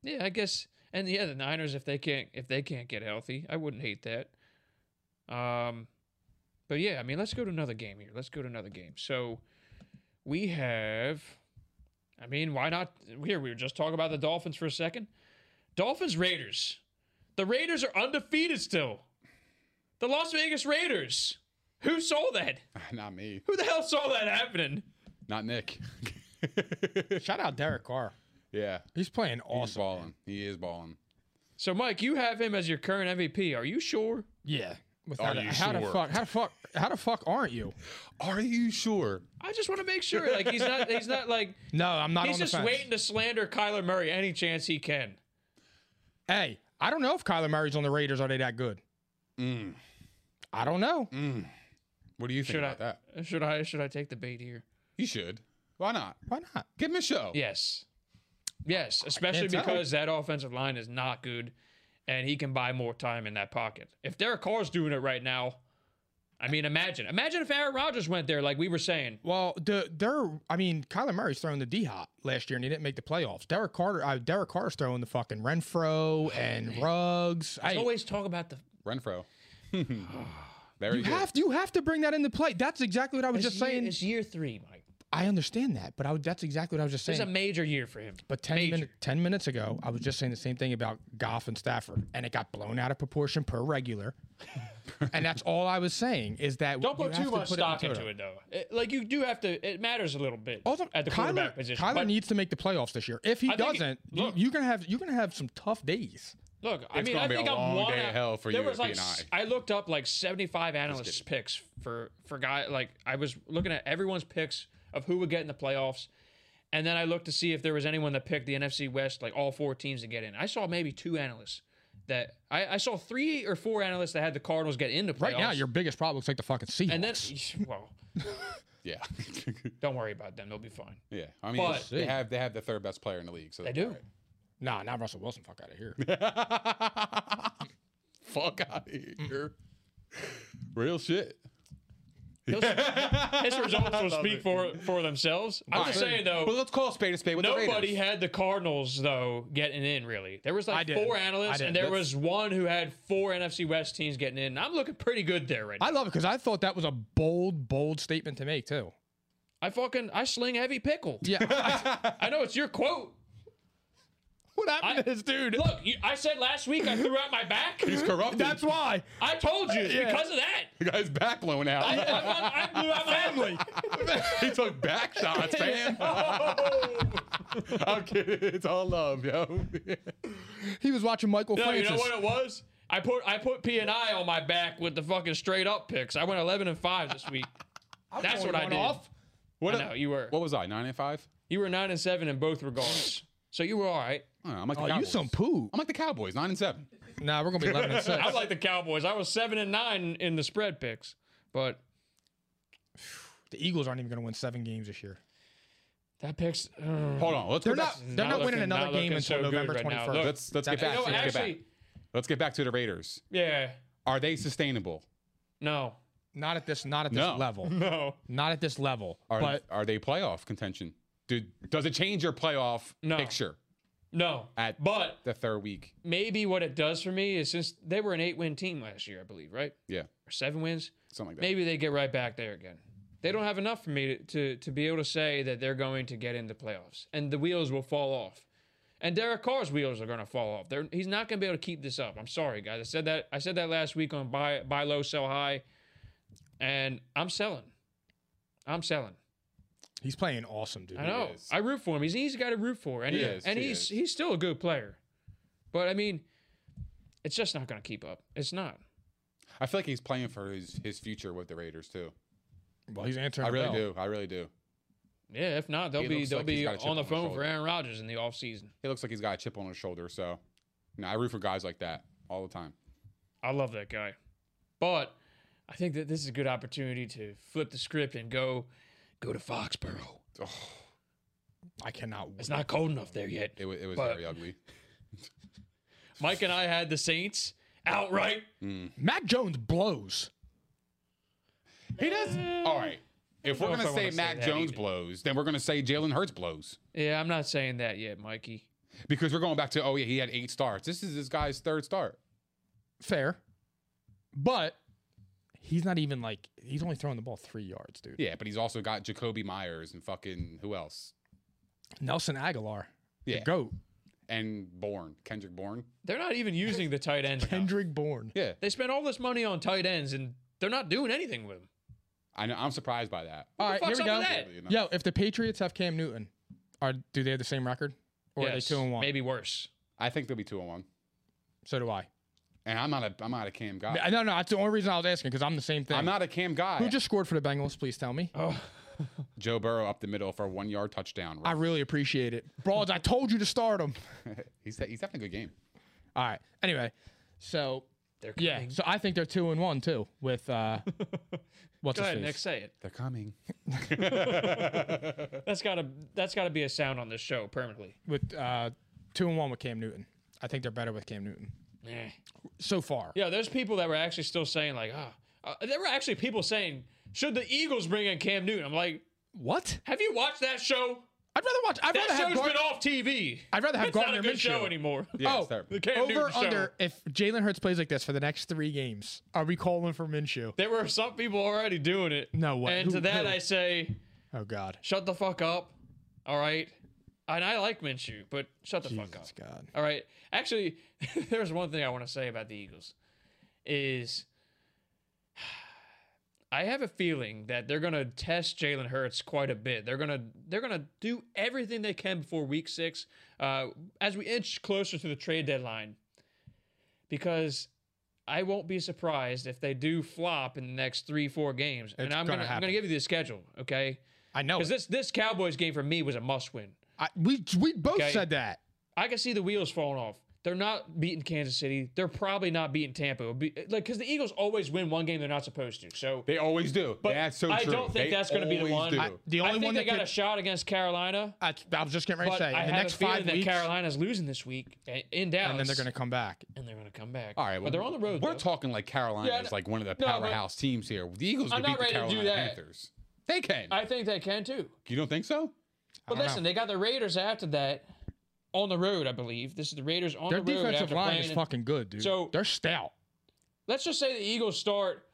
S7: yeah, I guess, and yeah, the Niners if they can't if they can't get healthy, I wouldn't hate that. Um, but yeah, I mean, let's go to another game here. Let's go to another game. So we have, I mean, why not? Here we were just talking about the Dolphins for a second. Dolphins Raiders. The Raiders are undefeated still. The Las Vegas Raiders. Who saw that?
S3: [laughs] Not me.
S7: Who the hell saw that happening?
S3: Not Nick. [laughs]
S6: Shout out Derek Carr.
S3: yeah.
S6: He's playing
S3: He's
S6: awesome.
S3: balling. He is balling.
S7: So, Mike, you have him as your current MVP. Are you sure?
S6: Yeah.
S3: Are
S7: Oh,
S6: Without a,
S3: you
S6: how the
S3: sure?
S6: fuck? How the fuck? How the fuck aren't you?
S3: Are you sure?
S7: I just want to make sure. Like he's not. He's not like.
S6: No, I'm [laughs] not.
S7: he's
S6: on the
S7: just
S6: fence.
S7: waiting to slander Kyler Murray any chance he can.
S6: Hey, I don't know if Kyler Murray's on the Raiders. Are they that good?
S7: Mm.
S6: I don't know.
S3: What do you think
S7: Should I?
S3: about that?
S7: Should I? Should I take the bait here?
S3: You should. Why not?
S6: Why not?
S3: Give him a show.
S7: Yes. Yes, especially
S6: Oh, tell.
S7: because that offensive line is not good, and he can buy more time in that pocket. If Derek Carr's doing it right now, I mean, imagine, imagine if Aaron Rodgers went there, like we were saying.
S6: Well, the they're. I mean, Kyler Murray's throwing the D hop last year, and he didn't make the playoffs. Derek Carter, uh, Derek Carr's throwing the fucking
S7: Oh,
S6: Renfro and Ruggs. Hey,
S7: Always talk about the.
S3: Renfro. Very
S6: you
S3: good.
S6: have to you have to bring that into play. That's exactly what I was
S7: It's
S6: just
S7: year-
S6: saying.
S7: it's year three, Mike.
S6: I understand that, but I would, that's exactly what I was just
S7: It's a
S6: saying.
S7: major year for him.
S6: But 10,
S7: major.
S6: minute, 10 minutes ago, I was just saying the same thing about Goff and Stafford, and it got blown out of proportion per
S7: [laughs]
S6: regular. and that's all I was saying is that
S7: Don't
S6: you
S7: put
S6: have
S7: too
S6: to
S7: much
S6: put in
S7: stock
S6: total.
S7: into it, though. It- like you do have to. It matters a little bit
S6: Also,
S7: at the quarterback
S6: Kyler,
S7: position.
S6: Kyler
S7: but
S6: needs to make the playoffs this year. If he
S7: I think it-
S6: doesn't, you,
S7: look.
S6: you're gonna have you're gonna have some tough days.
S7: Look, I
S3: It's
S7: mean,
S3: gonna
S7: I
S3: be a
S7: think I'm
S3: long
S7: one
S3: day
S7: out-
S3: of hell for
S7: there
S3: you
S7: was
S3: to be
S7: like
S3: an
S7: s- I looked up like 75 analysts' picks for for guy. Like I was looking at everyone's picks of who would get in the playoffs, and then I looked to see if there was anyone that picked the NFC West, like all four teams to get in. I saw maybe two analysts that I, I saw three or four analysts that had the Cardinals get into playoffs.
S6: Right now, your biggest problem looks like the fucking
S3: [laughs]
S6: Seahawks.
S7: and then [laughs] well,
S3: yeah. [laughs]
S7: don't worry about them; they'll be fine.
S3: yeah. I mean,
S7: But-
S3: they have they have the third best player in the league. So
S7: They
S3: they're
S7: do.
S3: all right.
S6: nah, not Russell Wilson. Fuck out of
S7: [laughs]
S6: here.
S3: Fuck out of here. Real shit.
S7: [laughs] His results will speak for for themselves. I'm just saying though.
S3: Well, let's call a spade a spade with the
S7: Nobody
S3: Raiders.
S7: had the Cardinals though getting in really. There was
S6: I
S7: like
S6: didn't.
S7: four
S6: I
S7: analysts,
S6: didn't.
S7: and there
S6: That's-
S7: was one who had four NFC West teams getting in. I'm looking pretty good there right now.
S6: I love it because I thought that was a bold, bold statement to make too.
S7: I, fucking I sling heavy pickle.
S6: Yeah,
S7: [laughs]
S6: [laughs]
S7: I know it's your quote.
S6: what happened to
S7: I-
S6: this dude?
S7: Look, you, I said last week I threw out my back.
S3: He's corrupted.
S6: That's why
S7: I told you it's
S6: Yeah.
S7: because of that.
S3: the guy's back blown
S7: I,
S3: out.
S7: I, I blew out my family.
S3: he took back
S6: [laughs]
S3: shots, man. I'm kidding. It's all love, yo.
S6: he was watching Michael
S7: [laughs] No, you
S6: Francis.
S7: know what it was? I put I put P and I on my back with the fucking straight up picks. I went 11 and five this week. That's what I did.
S3: What,
S7: I know, you were.
S3: what was I? Nine and five?
S7: You were nine and seven in both regards, so you were all right.
S3: I don't know, I'm like the
S6: Oh, you
S3: Cowboys.
S6: some poo.
S3: I'm like the Cowboys, nine and seven.
S6: Nah, we're gonna be eleven and six. [laughs]
S7: I like the Cowboys. I was seven and nine in the spread picks, but
S6: the Eagles aren't even gonna win seven games this year.
S7: that picks. uh, ugh.
S3: Hold on, let's
S6: They're
S3: go
S6: not.
S3: back.
S6: They're
S7: not
S6: not, winning
S7: looking-
S6: another
S7: not
S6: game
S7: looking
S6: until
S7: so good
S6: November
S7: right
S6: twenty
S7: now.
S6: first.
S7: Look,
S3: Let's let's get
S6: That-
S3: back.
S7: You know,
S3: let's, get
S7: actually-
S3: back. let's get back to the Raiders.
S7: Yeah.
S3: Are they sustainable?
S7: No.
S6: not at this. Not at this
S3: No.
S6: level.
S7: [laughs] No.
S6: Not at this level.
S3: Are
S6: but
S3: are they playoff contention? Do, does it change your playoff
S7: No.
S3: picture
S7: No.
S3: at
S7: But
S3: the third week?
S7: maybe what it does for me is since they were an eight-win team last year, I believe, right?
S3: Yeah,
S7: Or seven wins.
S3: something like that.
S7: Maybe they get right back there again. They don't have enough for me to, to, to be able to say that they're going to get into playoffs, and the wheels will fall off. And Derek Carr's wheels are going to fall off. They're, he's not going to be able to keep this up. I'm sorry, guys. I said that. I said that last week on buy buy low, sell high, and I'm selling. I'm selling.
S6: he's playing awesome, dude.
S7: I know.
S3: is.
S7: I root for him. He's an easy guy to root for, and
S3: He
S7: he-
S3: is,
S7: and
S3: he
S7: he's
S3: is.
S7: he's still a good player. But I mean, it's just not going to keep up. It's not.
S3: I feel like he's playing for his his future with the Raiders too.
S6: Well, he's answering.
S3: I
S6: the
S3: really
S6: bell.
S3: do. I really do.
S7: Yeah, if not, they'll
S3: He
S7: be
S3: looks
S7: they'll
S3: like he's
S7: be
S3: got a chip
S7: on the
S3: on his
S7: phone for
S3: shoulder.
S7: Aaron Rodgers in the offseason.
S3: He looks like he's got a chip on his shoulder. So, no, I root for guys like that all the time.
S7: I love that guy. But I think that this is a good opportunity to flip the script and go go to Foxborough.
S6: I cannot. Wait.
S7: It's not cold enough there yet.
S3: It was, it was
S7: But-
S3: very ugly.
S7: Mike and I had the Saints outright.
S6: Mac Jones blows.
S3: He does. All right. If we're
S7: know if
S3: gonna
S7: I
S3: say
S7: wanna say
S3: Mac
S7: that
S3: Jones
S7: either.
S3: blows, then we're gonna say Jalen Hurts blows
S7: Yeah, I'm not saying that yet, Mikey.
S3: because we're going back to oh yeah he had eight starts. This is this guy's third start.
S6: Fair, but he's not even like he's only throwing the ball three yards, dude.
S3: Yeah, but he's also got Jacoby Myers and fucking who else?
S6: Nelson Aguilar,
S3: Yeah,
S6: the goat,
S3: and Bourne, Kendrick Bourne.
S7: They're not even using the tight ends. now.
S6: Kendrick Bourne.
S3: Yeah,
S7: They spent all this money on tight ends and they're not doing anything with them.
S3: I know. I'm surprised by that.
S6: All right, here
S7: fuck's
S6: we
S7: up
S6: go.
S7: with that?
S3: You know?
S6: Yo, if the Patriots have Cam Newton, are do they have the same record, or
S7: Yes,
S6: are they two and one?
S7: Maybe worse.
S3: I think they'll be two and one.
S6: So do I.
S3: And I'm not a I'm not a Cam guy.
S6: I- No, no, that's the only reason I was asking because I'm the same thing.
S3: I'm not a Cam guy.
S6: Who just scored for the Bengals? Please tell me.
S3: Joe Burrow up the middle for a one yard touchdown.
S6: I really appreciate it, Broads. I told you to start him.
S3: He's he's having a good game.
S6: All right. Anyway, so
S7: They're
S6: yeah,
S7: coming.
S6: so I think they're two and one too with
S7: [laughs]
S6: uh, what's
S7: Go
S6: his
S7: ahead,
S6: face?
S7: Nick, say it.
S3: They're
S7: [laughs]
S3: coming.
S7: That's gotta that's gotta be a sound on this show permanently.
S6: with uh, two and one with Cam Newton. I think they're better with Cam Newton
S7: Yeah.
S6: so far.
S7: Yeah, there's people that were actually still saying like, ah, uh, there were actually people saying, should the Eagles bring in Cam Newton? I'm like,
S6: What?
S7: have you watched that show?
S6: I'd rather watch. I'd
S7: That
S6: rather have
S7: show's
S6: Gar-
S7: been off TV.
S6: I'd rather have
S7: It's not
S6: Gardner
S7: a good show
S6: Minshew.
S7: anymore.
S3: Yeah,
S6: Oh,
S3: it's terrible.
S7: The Cam
S6: over
S7: Newton
S6: under.
S7: show.
S6: If Jalen Hurts plays like this for the next three games, are we calling for Minshew?
S7: There were some people already doing it.
S6: No way.
S7: And
S6: Who-
S7: to that
S6: who?
S7: I say,
S6: Oh God.
S7: shut the fuck up. All right. And I like Minshew, but shut the fuck up.
S6: Jesus God.
S7: All right. Actually, [laughs] there's one thing I want to say about the Eagles is [sighs] I have a feeling that they're gonna test Jalen Hurts quite a bit. They're gonna they're gonna do everything they can before Week Six, uh, as we inch closer to the trade deadline, because. I won't be surprised if they do flop in the next three, four games, and
S6: It's
S7: I'm
S6: gonna
S7: gonna, I'm
S6: happen.
S7: gonna give you the schedule, okay?
S6: I know.
S7: Because
S6: It.
S7: this this Cowboys game for me was a must win.
S6: I, we we both
S7: Okay.
S6: said that.
S7: I can see the wheels falling off. They're not beating Kansas City. They're probably not beating Tampa. It would be- like because the Eagles always win one game they're not supposed to. So
S3: They always do.
S7: But
S3: that's so
S7: I
S3: true.
S7: don't
S3: They
S7: think that's gonna be the
S3: always
S7: one.
S3: do.
S6: I- the only
S7: I think
S6: one
S7: they
S6: that
S7: got
S6: could-
S7: a shot against Carolina,
S6: I, I was just getting ready to
S7: but
S6: say
S7: I
S6: in the
S7: have
S6: next
S7: a feeling
S6: five
S7: that
S6: weeks,
S7: Carolina's losing this week a- in Dallas,
S6: and then they're going to come back.
S7: and they're gonna come back.
S3: All right, well,
S7: but they're on the road.
S3: We're
S7: though.
S3: talking like Carolina
S7: Yeah, I
S3: is
S7: know-
S3: like one of the
S7: No, but-
S3: powerhouse teams here. The Eagles
S7: I'm
S3: can beat
S7: not
S3: the
S7: ready to do
S3: Carolina
S7: that.
S3: Panthers. They can.
S7: I think they can too.
S3: you don't think so? [laughs]
S7: But
S6: don't
S7: listen,
S6: know.
S7: they got the Raiders after that on the road. I believe this is the Raiders on
S6: Their
S7: the road.
S6: defensive
S7: after
S6: line
S7: playing
S6: is
S7: in-
S6: fucking good, dude.
S7: So-
S6: they're stout.
S7: Let's just say the Eagles start.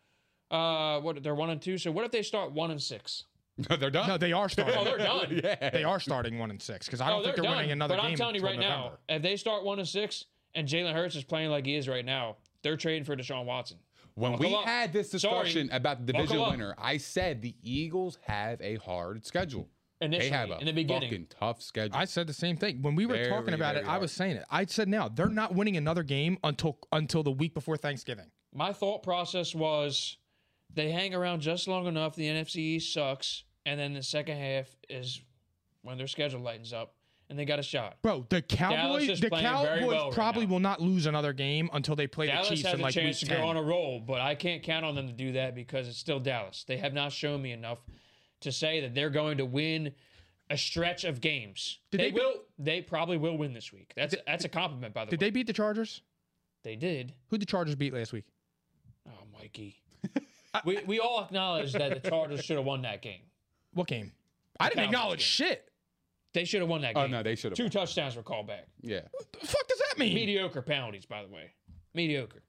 S7: Uh, what they're one and two. So what if they start one and six?
S3: No, they're done.
S6: No, they are
S7: [laughs] Oh,
S6: starting.
S7: they're done.
S3: [laughs] yeah.
S6: they are starting one and six because I don't
S7: oh,
S6: think they're,
S7: done.
S6: winning another
S7: but
S6: game.
S7: I'm telling you
S6: until
S7: right
S6: November.
S7: now, if they start one and six and Jalen Hurts is playing like he is right now, they're trading for Deshaun Watson.
S3: When we
S7: Buckle up.
S3: had this discussion
S7: Sorry.
S3: about the division
S7: Buckle up.
S3: winner, I said the Eagles have a hard schedule.
S7: Initially,
S3: they have a
S7: in the beginning.
S3: fucking tough schedule.
S6: I said the same thing when we were
S3: Very,
S6: talking about it.
S3: very
S6: I was saying it. I said now they're not winning another game until until the week before Thanksgiving.
S7: My thought process was they hang around just long enough. The NFC East sucks, and then the second half is when their schedule lightens up and they got a shot.
S6: Bro, the Cowboys
S7: is
S6: the
S7: playing very
S6: Cowboys
S7: well right
S6: probably
S7: now.
S6: will not lose another game until they play
S7: Dallas
S6: the Chiefs
S7: has
S6: in
S7: a
S6: like week
S7: chance to go on
S6: 10.
S7: a roll, but I can't count on them to do that because it's still Dallas. They have not shown me enough to say that they're going to win a stretch of games.
S6: Did
S7: they,
S6: they be-
S7: will. They probably will win this week. That's that's a compliment, by the
S6: Did
S7: way.
S6: they beat the Chargers?
S7: They, did.
S6: Who the Chargers beat last week?
S7: Oh, Mikey. we we all acknowledge that the Chargers should have won that game.
S6: What game? I didn't
S7: Cowboys
S6: acknowledge
S7: game.
S6: shit.
S7: They should have won that
S3: Oh,
S7: game.
S3: no, they should have
S7: Two
S3: won. Mm.
S7: touchdowns were called back.
S3: yeah.
S6: The fuck does that mean?
S7: Mediocre penalties, by the way. Mediocre.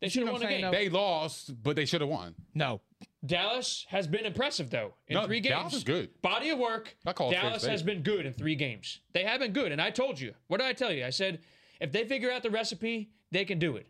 S7: They should
S6: what
S7: have
S6: I'm
S7: won the
S6: saying,
S7: game.
S6: though?
S3: They lost, but they should have won.
S6: No,
S7: Dallas has been impressive though in
S3: No,
S7: three games.
S3: Dallas is good.
S7: Body of work.
S3: I call it
S7: Dallas
S3: fair
S7: has
S3: play.
S7: been good in three games. They have been good, and I told you. What did I tell you? I said if they figure out the recipe, they can do it.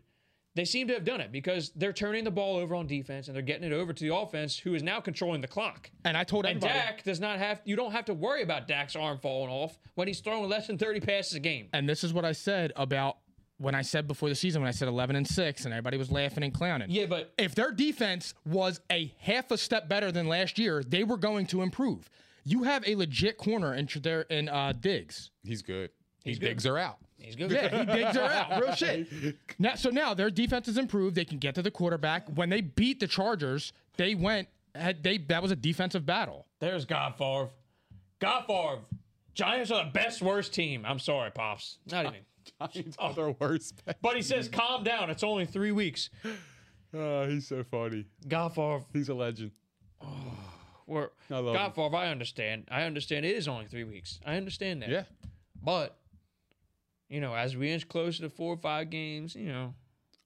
S7: They seem to have done it because they're turning the ball over on defense and they're getting it over to the offense, who is now controlling the clock.
S6: and I told
S7: And
S6: everybody.
S7: Dak does not have. You don't have to worry about Dak's arm falling off when he's throwing less than thirty passes a game.
S6: and this is what I said about when I said before the season when I said 11 and 6 and everybody was laughing and clowning.
S7: Yeah, but
S6: If their defense was a half a step better than last year, they were going to improve. You have a legit corner in Tredair in uh, Diggs.
S3: He's good. He digs her out.
S8: He's good.
S6: Yeah, he digs her out. [laughs] Real shit. Now, so now their defense is improved. They can get to the quarterback. When they beat the Chargers, they went. Had they that was a defensive battle.
S7: There's God Favre. God Favre. Giants are the best worst team. I'm sorry, Pops. Not even.
S3: Giants are their worst.
S7: But he says, calm down. It's only three weeks.
S3: Oh, he's so funny.
S7: God Favre.
S3: He's a legend.
S7: We're,
S3: I love
S7: God
S3: him.
S7: Favre, I understand. I understand it is only three weeks. I understand that.
S3: Yeah.
S7: But, you know, as we inch closer to four or five games, you know,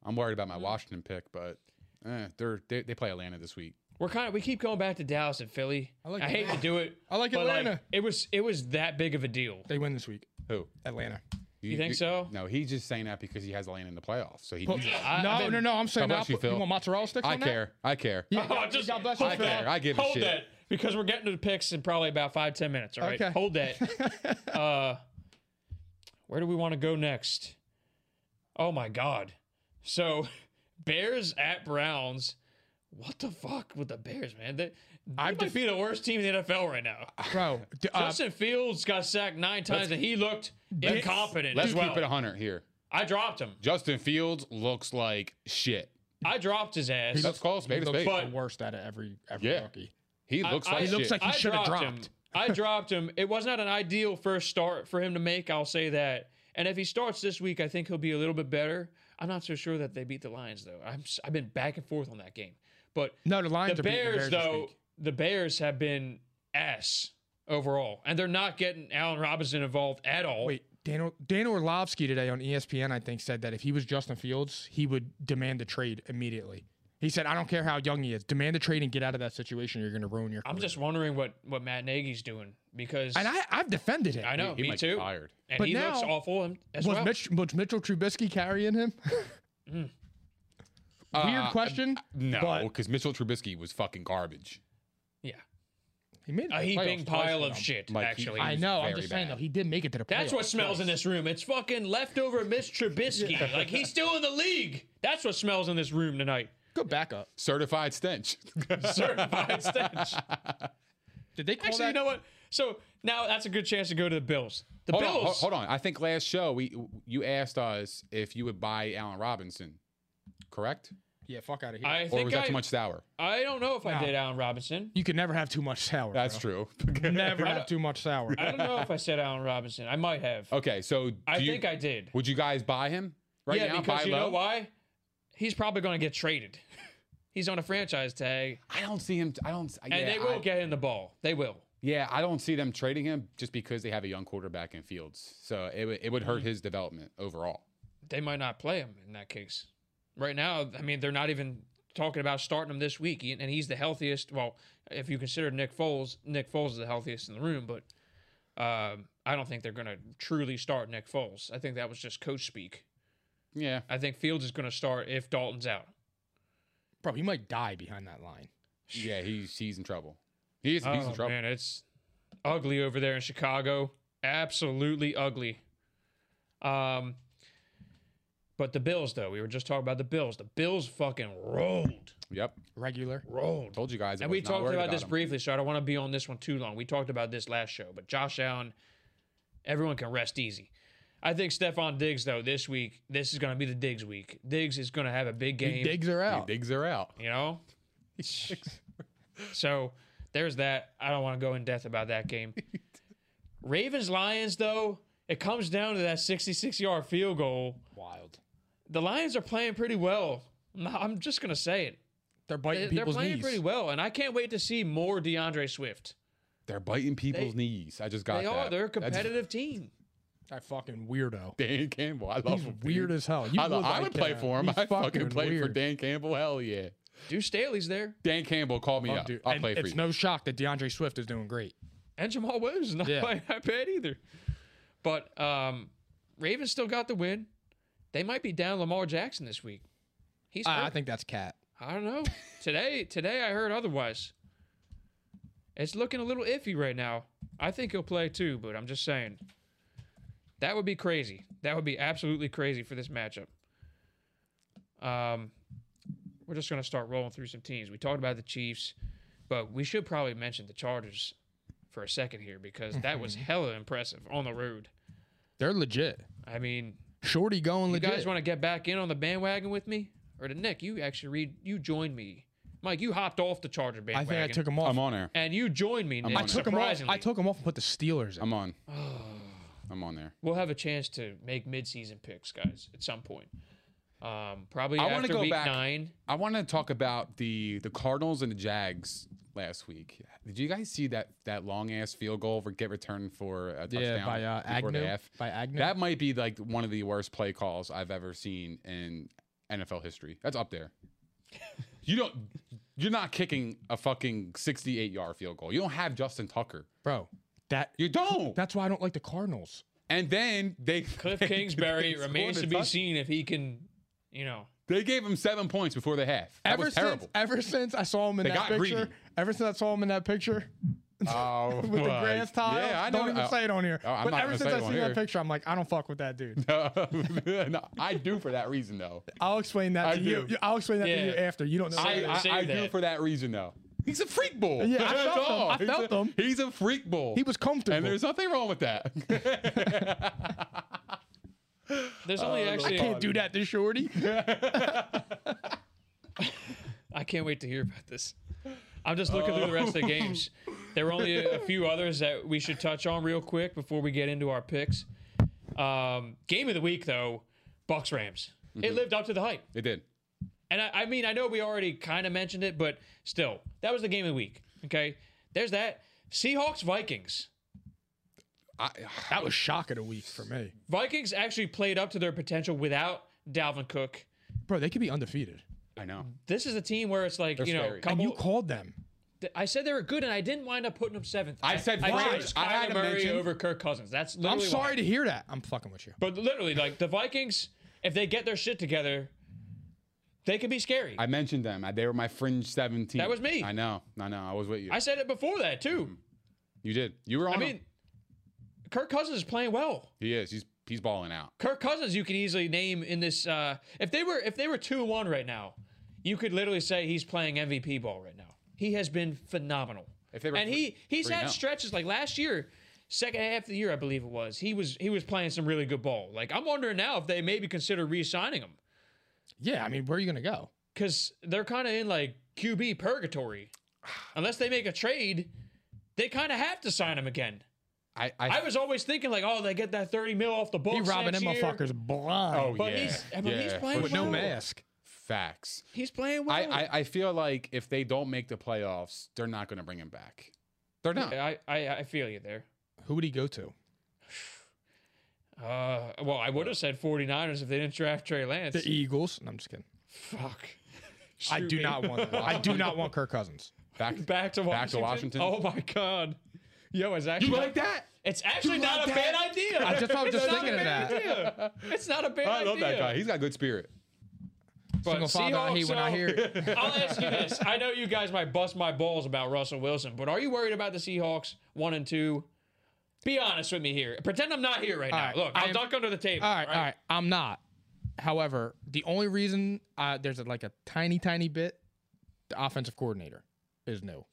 S3: I'm worried about my Washington pick, but eh, they're, they they play Atlanta this week.
S7: We're kind of we keep going back to Dallas and Philly. I,
S6: like
S7: hate
S6: Atlanta.
S7: to do it.
S6: I like
S7: but,
S6: Atlanta.
S7: it was it was that big of a deal.
S6: They win this week.
S3: Who?
S6: Atlanta.
S7: You think so?
S3: No, he's just saying that because he has Atlanta in the playoffs. So he.
S6: But-
S3: needs it.
S7: I-
S6: no,
S7: I've been-
S6: no, no. I'm saying
S3: God
S6: that.
S3: bless you,
S6: You,
S3: Phil.
S6: want mozzarella sticks?
S3: I
S6: on that?
S3: care. [laughs] I care.
S6: Yeah,
S7: Oh,
S6: God-
S7: just-
S6: God bless you,
S3: I
S6: Phil.
S3: care. I give a
S7: Hold
S3: shit.
S7: that because we're getting to the picks in probably about five ten minutes. All right,
S6: Okay.
S7: hold
S3: [laughs]
S7: that. uh, where do we want to go next? Oh my God! So [laughs] Bears at Browns. What the fuck with the Bears, man? They, they
S6: I've
S7: might
S6: def-
S7: be the worst team in the NFL right now.
S6: Bro, d- uh,
S7: Justin Fields got sacked nine times and he looked incompetent.
S3: Let's
S7: as well.
S3: keep it 100 here.
S7: I dropped him.
S3: Justin Fields looks like shit.
S7: I dropped his ass.
S3: Let's call a
S6: he
S3: spade a
S6: looks
S3: spade.
S7: But-
S6: the worst out of every every
S3: Yeah.
S6: rookie.
S3: He looks like
S7: I-
S3: shit.
S6: He looks like he
S7: I
S6: should have
S7: dropped
S6: dropped.
S7: him.
S6: [laughs]
S7: I dropped him. It was not an ideal first start for him to make. I'll say that. And if he starts this week, I think he'll be a little bit better. I'm not so sure that they beat the Lions though. I'm s- I've been back and forth on that game. But
S6: No, the Lions
S7: the
S6: are beating the
S7: Bears
S6: Bears this
S7: though,
S6: week.
S7: the Bears have been ass overall, and they're not getting Allen Robinson involved at all.
S6: Wait, Dan, Or- Dan Orlovsky today on E ESPN, I think, said that if he was Justin Fields, he would demand the trade immediately. He said, I don't care how young he is, demand the trade and get out of that situation. You're going to ruin your
S7: I'm
S6: career."
S7: just wondering what what Matt Nagy's doing because
S6: And I, I've defended him.
S7: I know
S3: he
S7: me
S3: might
S7: too.
S3: be fired.
S7: And
S6: But
S7: he looks
S6: now-
S7: awful him as
S6: was,
S7: well. Mm.
S6: Mitch, was Mitchell Trubisky carrying him? [laughs] Weird
S3: Uh,
S6: question.
S3: No,
S6: but
S3: because Mitchell Trubisky was fucking garbage.
S7: yeah,
S6: he made it to
S7: a
S6: the playoffs
S7: heaping
S6: twice
S7: Uh, pile
S6: with
S7: of
S6: him.
S7: shit.
S3: Mike, he-
S7: actually,
S6: I know. I'm
S3: Very
S6: just saying
S3: bad.
S6: though, he did make it to the playoffs.
S7: That's what smells in
S6: twice.
S7: this room. It's fucking leftover Mitch Trubisky. like he's still in the league. That's what smells in this
S3: [laughs]
S7: room tonight.
S6: Good backup.
S3: Certified stench.
S7: Certified stench.
S6: Did they call
S7: Actually,
S6: that?
S7: you know what? So now that's a good chance to go to the Bills. The
S3: hold
S7: Bills.
S3: on, hold, hold on. I think last show we you asked us if you would buy Allen Robinson, correct?
S6: yeah, fuck out of here.
S7: I
S3: Or
S7: think
S3: was that
S7: I,
S3: too much sour?
S7: I don't know if I did Allen Robinson.
S6: you can never have too much sour.
S3: That's
S6: bro.
S3: true. [laughs]
S6: Never have too much sour.
S7: I don't know if I said Allen Robinson. I might have.
S3: okay, so Oh, do
S7: I
S3: you-
S7: think I did.
S3: would you guys buy him right
S7: yeah,
S3: now?
S7: because
S3: buy
S7: you
S3: low?
S7: know why? He's probably going to get traded. [laughs] he's on a franchise tag,
S3: I don't see him. I don't.
S7: and
S3: yeah,
S7: they will
S3: I,
S7: get him the ball. They will.
S3: Yeah, I don't see them trading him just because they have a young quarterback in Fields. So it, would- it would
S7: Mm-hmm.
S3: hurt his development overall.
S7: they might not play him in that case. Right now, I mean, they're not even talking about starting him this week, and he's the healthiest. Well, if you consider Nick Foles, Nick Foles is the healthiest in the room, but um, I don't think they're going to truly start Nick Foles. I think that was just coach speak.
S3: Yeah.
S7: I think Fields is going to start if Dalton's out.
S6: Bro, he might die behind that line.
S3: Yeah, he's he's in trouble. He is, he's in
S7: Oh,
S3: trouble.
S7: man, it's ugly over there in Chicago. Absolutely ugly. Um, but the Bills, though, we were just talking about the Bills. The Bills fucking rolled,
S3: Yep.
S6: Regular.
S7: rolled.
S3: Told you guys. I
S7: And
S3: was
S7: we
S3: not
S7: talked
S3: worried
S7: about this
S3: him.
S7: briefly, so I don't want to be on this one too long. We talked about this last show, but Josh Allen, everyone can rest easy. I think Stephon Diggs, though, this week, this is going to be the Diggs week. Diggs is going to have a big game,
S6: He digs her out.
S3: Digs are out.
S7: you know? [laughs] so there's that. I don't want to go in depth about
S3: [laughs]
S7: that game. Ravens Lions, though, it comes down to that 66 yard field goal.
S6: Wild.
S7: The Lions are playing pretty well. I'm not- I'm just going to say it.
S6: They're
S7: They-
S6: biting
S7: They're
S6: people's
S7: playing
S6: knees.
S7: pretty well, and I can't wait to see more DeAndre Swift.
S3: They're biting people's knees. I just got
S7: They are.
S3: that.
S7: They're a
S3: That's
S7: competitive team.
S6: That fucking
S3: [laughs]
S6: weirdo.
S3: Dan Campbell. I love
S6: He's
S3: him. dude.
S6: weird as hell. You
S3: I, lo-
S6: look
S3: I
S6: like
S3: would play
S6: that.
S3: for him.
S6: He's
S3: I fucking
S6: fucking
S3: played for
S6: weird.
S3: Dan Campbell. Hell yeah.
S7: Deuce Staley's there,
S3: Dan Campbell, call me
S6: Oh,
S3: up.
S6: dude.
S3: I'll
S6: And
S3: play for
S6: it's
S3: you.
S6: no shock that DeAndre Swift is doing great.
S7: and Jamal Williams is not
S6: Yeah.
S7: playing that bad either. But um, Ravens still got the win. They might be down Lamar Jackson this week. He's hurt.
S6: I think that's cat.
S7: I don't know. Today, today I heard otherwise. It's looking a little iffy right now. I think he'll play too, but I'm just saying. That would be crazy. That would be absolutely crazy for this matchup. Um, we're just gonna start rolling through some teams. We talked about the Chiefs, but we should probably mention the Chargers for a second here because that was hella impressive on the road.
S6: They're legit.
S7: I mean,
S6: Shorty going
S7: you
S6: legit.
S7: guys want to get back in on the bandwagon with me, or to Nick? You actually read. You joined me, Mike. You hopped off the Charger
S6: I
S7: bandwagon.
S6: think I took him off.
S3: I'm on there.
S7: And you joined me. Nick,
S6: I took him off.
S7: surprisingly.
S6: I took him off and put the Steelers in.
S3: I'm
S6: [sighs]
S3: on. I'm on there.
S7: We'll have a chance to make midseason picks, guys, at some point. Um, probably
S3: I want
S7: after
S3: to go
S7: week
S3: back.
S6: [laughs]
S7: nine.
S3: I want to talk about the the Cardinals and the Jags last week. Did you guys see that that long ass field goal for get returned for a touchdown?
S6: Yeah, by uh,
S3: before the
S6: Agnew.
S3: half?
S6: By Agnew.
S3: That might be like one of the worst play calls I've ever seen in NFL history. That's up
S6: [laughs]
S3: there. You don't. You're not kicking a fucking 68 yard field goal. You don't have Justin Tucker.
S6: Bro, that
S3: You don't.
S6: that's why I don't like the Cardinals.
S3: And then they [laughs]
S7: Cliff
S3: they-
S7: Kingsbury
S3: they scored
S7: remains
S3: a
S7: to be
S3: touch-
S7: seen if he can, you know.
S3: They gave him seven points before the half. That
S6: ever
S3: was
S6: since
S3: terrible.
S6: ever since I saw him in
S3: They got
S6: that picture.
S3: greedy.
S6: Ever since I saw him in that picture
S3: Oh,
S6: [laughs] with the grass tile.
S3: Yeah, I know.
S6: don't even
S3: uh,
S6: say it on here.
S3: oh, I'm
S6: but
S3: not gonna
S6: ever since
S3: say
S6: I
S3: it on
S6: seen that
S3: here.
S6: picture, I'm like, I don't fuck with that
S3: [laughs]
S6: dude.
S3: no, [laughs] I do for that reason though.
S6: I'll explain that
S3: I
S6: to
S3: do.
S6: you. I'll explain that to
S7: Yeah.
S6: you after. You don't know.
S7: Say
S3: I,
S7: that.
S3: I,
S7: Say
S3: I do
S7: that.
S3: for that reason though. He's a freak bull.
S6: Yeah,
S3: [laughs]
S6: I
S3: That's
S6: felt him.
S3: all.
S6: I
S3: He's
S6: felt
S3: a,
S6: him.
S3: He's a freak bull.
S6: He was comfortable.
S3: and there's nothing wrong with that. [laughs]
S7: There's only actually.
S6: I can't do that to Shorty.
S7: I can't wait to hear about this. I'm just looking through the rest of
S3: Oh.
S7: the games. There were only
S3: [laughs]
S7: a, a few others that we should touch on real quick before we get into our picks. Um, game of the week, though, Bucks Rams.
S3: Mm-hmm.
S7: It lived up to the hype.
S3: it did.
S7: And I, I mean, I know we already kind of mentioned it, but still, that was the game of the week. Okay. There's that. Seahawks Vikings.
S3: I,
S6: that was shock of the week for me.
S7: Vikings actually played up to their potential without Dalvin Cook.
S6: Bro, they could be undefeated.
S3: I know.
S7: This is a team where it's like,
S3: They're
S7: you know,
S3: scary.
S6: And
S7: couple,
S6: you called them.
S7: th- I said they were good, and I didn't wind up putting them seventh.
S3: I said
S7: I
S3: why?
S7: chose
S3: I had to
S7: Kyler Murray
S3: mention-
S7: over Kirk Cousins. That's literally
S6: I'm
S7: why.
S6: sorry to hear that. I'm fucking with you.
S7: But literally, like the Vikings, if they get their shit together, they could be scary.
S3: I mentioned them. I, they were my fringe 17.
S7: That was me.
S3: I know. I know. I was with you.
S7: I said it before that too.
S3: you did. You were on.
S7: I
S3: him.
S7: mean, Kirk Cousins is playing well.
S3: he is. He's he's balling out.
S7: Kirk Cousins, you could easily name in this. Uh, if they were if they were two one right now, you could literally say he's playing MVP ball right now. He has been phenomenal.
S3: If they were
S7: and he
S3: three-
S7: he's
S3: three
S7: had
S3: now.
S7: stretches like last year, second half of the year I believe it was. He was he was playing some really good ball. Like I'm wondering now if they maybe consider re-signing him
S6: Yeah, I mean, where are you gonna go?
S7: because they're kind of in like QB purgatory. Unless they make a trade, they kind of have to sign him again.
S3: I
S7: I was always thinking like, oh, they get that thirty mil off the books.
S6: He robbing
S7: next
S6: them
S7: year.
S6: motherfuckers blind.
S7: But he's- but he's playing
S3: Oh, for
S6: with no
S7: sure.
S6: mask.
S3: Facts.
S7: He's playing well.
S3: I, I, I feel like if they don't make the playoffs, they're not going to bring him back. They're not.
S7: I, I, I feel you there.
S6: Who would he go to?
S7: Uh, well, I would have said 49ers if they didn't draft Trey Lance.
S6: The Eagles. No, I'm just kidding.
S7: Fuck.
S6: [laughs] I
S7: Shoot
S6: do
S7: me.
S6: not want that. I do not want Kirk Cousins.
S7: [laughs]
S3: Back,
S7: Back to Washington.
S3: Back to Washington.
S7: Oh my god. Yo, it's actually not-
S3: that?
S7: It's actually not a
S6: like
S7: bad
S6: that?
S7: idea.
S6: I just- I was
S7: It's
S6: just
S7: not a
S6: thinking of
S7: bad idea. It's not a bad idea.
S3: I love that guy. He's got good spirit.
S6: Single father I hate when I
S7: so-
S6: hear it.
S7: [laughs] I'll ask you this. I know you guys might bust my balls about Russell Wilson, but are you worried about the Seahawks one and two? Be honest with me here. Pretend I'm not here right now.
S6: right,
S7: Look, I'll
S6: I'm-
S7: duck under the table.
S6: All right, all right. I'm not. However, the only reason uh, there's like a tiny, tiny bit, the offensive coordinator is new.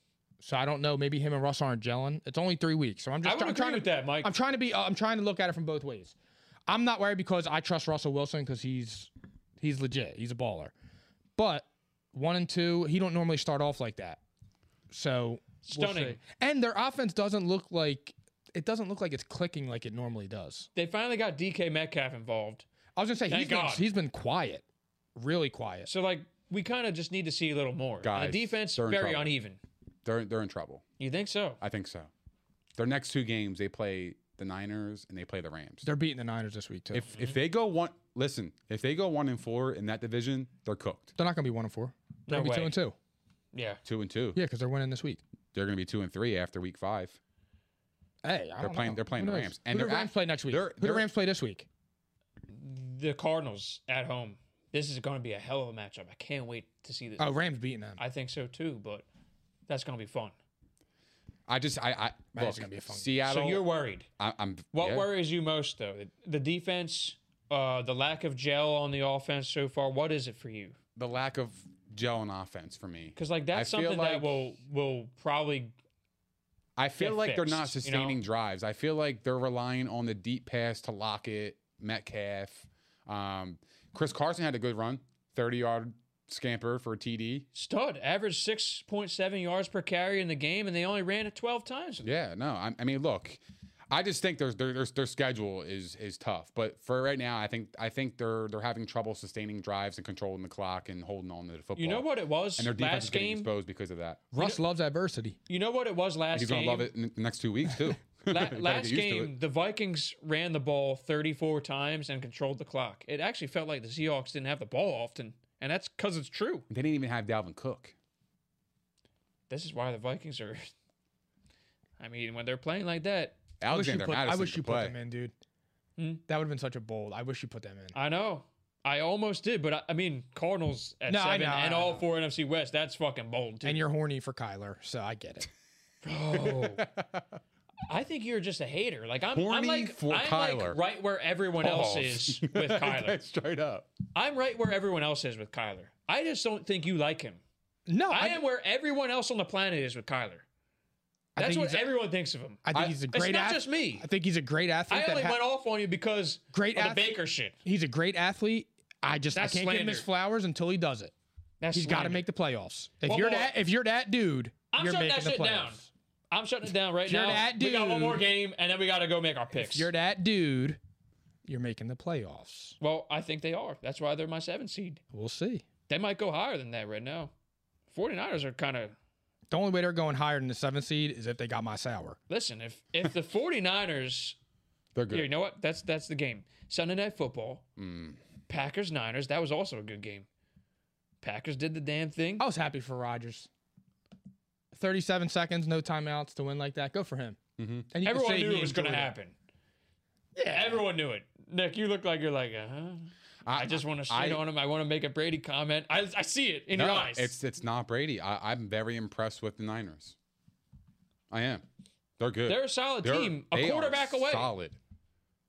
S6: So I don't know. Maybe him and Russ aren't gelling. It's only three weeks, so I'm just
S7: I would
S6: try- I'm
S7: agree
S6: trying
S7: with
S6: to,
S7: that, Mike.
S6: I'm trying to be. Uh, I'm trying to look at it from both ways. I'm not worried because I trust Russell Wilson because he's he's legit. He's a baller. But one and two, he don't normally start off like that. So we'll
S7: Stunning.
S6: see. and their offense doesn't look like it doesn't look like it's clicking like it normally does.
S7: They finally got DK Metcalf involved.
S6: I was gonna say
S7: Thank
S6: he's been,
S7: God.
S6: he's been quiet, really quiet.
S7: So like we kind of just need to see a little more. And
S3: Guys,
S7: the defense
S3: they're in
S7: very
S3: trouble.
S7: uneven.
S3: They're they're in trouble.
S7: You think so?
S3: I think so. Their next two games, they play the Niners and they play the Rams.
S6: They're beating the Niners this week too.
S3: If
S7: Mm-hmm.
S3: if they go one, listen. If they go one and four in that division, they're cooked.
S6: they're not gonna be one and four. They're
S7: No
S6: gonna be two
S7: way.
S6: and two.
S7: Yeah.
S3: Two and two.
S6: Yeah, because they're winning this week.
S3: They're going to be two and three after week five.
S6: Hey, I
S3: They're
S6: don't
S3: playing-
S6: know.
S3: they're playing
S6: Who
S3: the
S6: knows?
S3: Rams. And
S6: Who the
S3: they're
S6: Rams
S3: act-
S6: play next week?
S3: they're-
S6: Who the
S3: they're-
S6: Rams play this week?
S7: The Cardinals at home. This is going to be a hell of a matchup. I can't wait to see this.
S6: Oh, Rams beating them.
S7: I think so too, but that's going to be fun.
S3: I just I I
S6: Man,
S3: look,
S6: it's gonna be a fun game.
S3: Seattle.
S7: So you're worried.
S3: I, I'm
S7: What
S3: yeah.
S7: worries you most though? The defense, uh, the lack of gel on the offense so far. What is it for you?
S3: the lack of gel on offense for me.
S7: Because like that's
S3: I feel
S7: something that
S3: like-
S7: will will probably
S3: I feel
S7: get
S3: like they're not
S7: fixed, you know?
S3: sustaining drives. I feel like they're relying on the deep pass to Lockett, Metcalf. Um, Chris Carson had a good run, 30 yard scamper for a TD.
S7: Stud averaged six point seven yards per carry in the game, and they only ran it twelve times.
S3: Yeah, no, I, I mean, look, I just think their their their- their schedule is is tough. But for right now, I think I think they're they're having trouble sustaining drives and controlling the clock and holding on to the football.
S7: You know what it was
S3: And their defense is
S7: last
S3: getting
S7: game.
S3: exposed because of that.
S6: Russ loves adversity.
S7: You know what it was last
S3: He's
S7: game.
S3: gonna love it in the next two weeks too. [laughs]
S7: La-
S3: Gotta get
S7: last
S3: used to it.
S7: game, the Vikings ran the ball 34 times and controlled the clock. It actually felt like the Seahawks didn't have the ball often, and that's because it's true.
S3: they didn't even have Dalvin Cook.
S7: This is why the Vikings are. [laughs] I mean, when they're playing like that,
S6: I wish you
S3: Alexander
S6: put, I
S3: Madison
S6: wish
S3: could
S6: you put
S3: play.
S6: them in, dude.
S7: Hmm?
S6: That would have been such a bold. I wish you put them in.
S7: I know. I almost did, but I, I mean, Cardinals at
S6: No, I
S7: seven
S6: know, I
S7: and
S6: know, I
S7: all
S6: know.
S7: four NFC West. That's fucking bold, dude.
S6: And you're horny for Kyler, so I get it.
S7: Bro. I think you're just a hater. Like I'm, I'm
S3: Horny
S7: like,
S3: for
S7: I'm
S3: Kyler.
S7: like right where everyone else is
S3: [laughs] Balls.
S7: with Kyler.
S3: Straight up.
S7: I'm right where everyone else is with Kyler. I just don't think you like him.
S6: No,
S7: I am where everyone else on the planet is with Kyler.
S6: I
S7: That's
S6: think
S7: what
S6: he's a-
S7: everyone thinks of him.
S6: I think he's a great.
S7: not
S6: ath-
S7: just me.
S6: I think he's a great athlete.
S7: I
S6: that
S7: only
S6: ha-
S7: went off on you because
S6: Great
S7: of the
S6: ath-
S7: Baker shit.
S6: he's a great athlete. I just I
S7: That's
S6: can't give him his
S7: slander.
S6: flowers until he does it.
S7: That's
S6: He's got to
S7: slander.
S6: make the playoffs. If
S7: Well,
S6: you're
S7: well,
S6: that, if you're that dude,
S7: I'm
S6: you're
S7: shutting
S6: making
S7: that
S6: the
S7: shit
S6: playoffs.
S7: down. I'm shutting it down right
S6: You're
S7: now.
S6: that
S7: We got one
S6: dude.
S7: more game, and then we got to go make our picks.
S6: If you're that dude, you're making the playoffs.
S7: well, I think they are. That's why they're my seven seed.
S6: We'll see.
S7: They might go higher than that right now. 49ers are kind of
S6: The only way they're going higher than the seventh seed is if they got my sour.
S7: listen. If
S6: [laughs]
S7: if the 49ers
S3: They're good.
S7: Here, you know what? That's that's the game. Sunday night football. Packers Niners. That was also a good game. Packers did the damn thing.
S6: I was happy for Rodgers. 37 seconds, no timeouts to win like that. Go for him. Mm-hmm. And you can
S7: Everyone
S6: say
S7: knew
S6: he
S7: it was going to
S6: enjoyed
S7: happen. Yeah, everyone knew it. Nick, you look like you're like, uh huh. I, just want to shit
S3: I-
S7: on him. I want to make a Brady comment. I, I see it in your eyes.
S3: It's it's not Brady. I, I'm very impressed with the Niners. I am. They're good.
S7: They're a solid team, a
S3: they are
S7: quarterback away.
S3: Solid.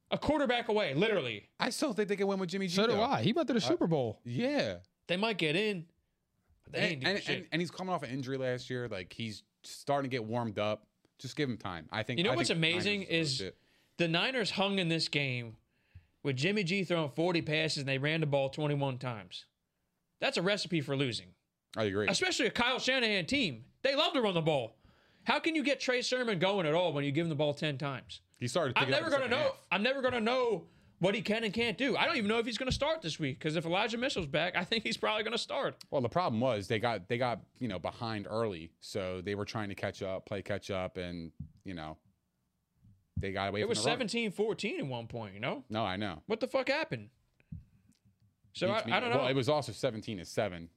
S7: a quarterback away, literally.
S3: I still think they can win with Jimmy G.
S6: So do
S3: though.
S6: I. He went to the Super Bowl.
S3: Yeah.
S7: They might get in, but they ain't
S3: And,
S7: doing
S3: and,
S7: shit.
S3: and- and he's coming off an injury last year. Like he's starting to get warmed up. Just give him time. I think.
S7: You know
S3: I
S7: what's
S3: think the Niners
S7: amazing
S3: really
S7: is-
S3: good.
S7: the Niners hung in this game with Jimmy G throwing 40 passes and they ran the ball 21 times. That's a recipe for losing.
S3: I agree.
S7: especially a Kyle Shanahan team. They love to run the ball. How can you get Trey Sermon going at all when you give him the ball ten times?
S3: He started.
S7: I'm
S3: picking up
S7: never
S3: the
S7: gonna know.
S3: second half.
S7: I'm never gonna know what he can and can't do. I don't even know if he's gonna start this week because if Elijah Mitchell's back, I think he's probably gonna start.
S3: Well, the problem was they got they got you know behind early, so they were trying to catch up, play catch up, and you know they got away.
S7: It
S3: from
S7: was
S3: the run.
S7: 17-14 at one point. You know
S3: No, I know.
S7: what the fuck happened? So I,
S3: Beats me.
S7: I don't know.
S3: Well, it was also 17 to 7.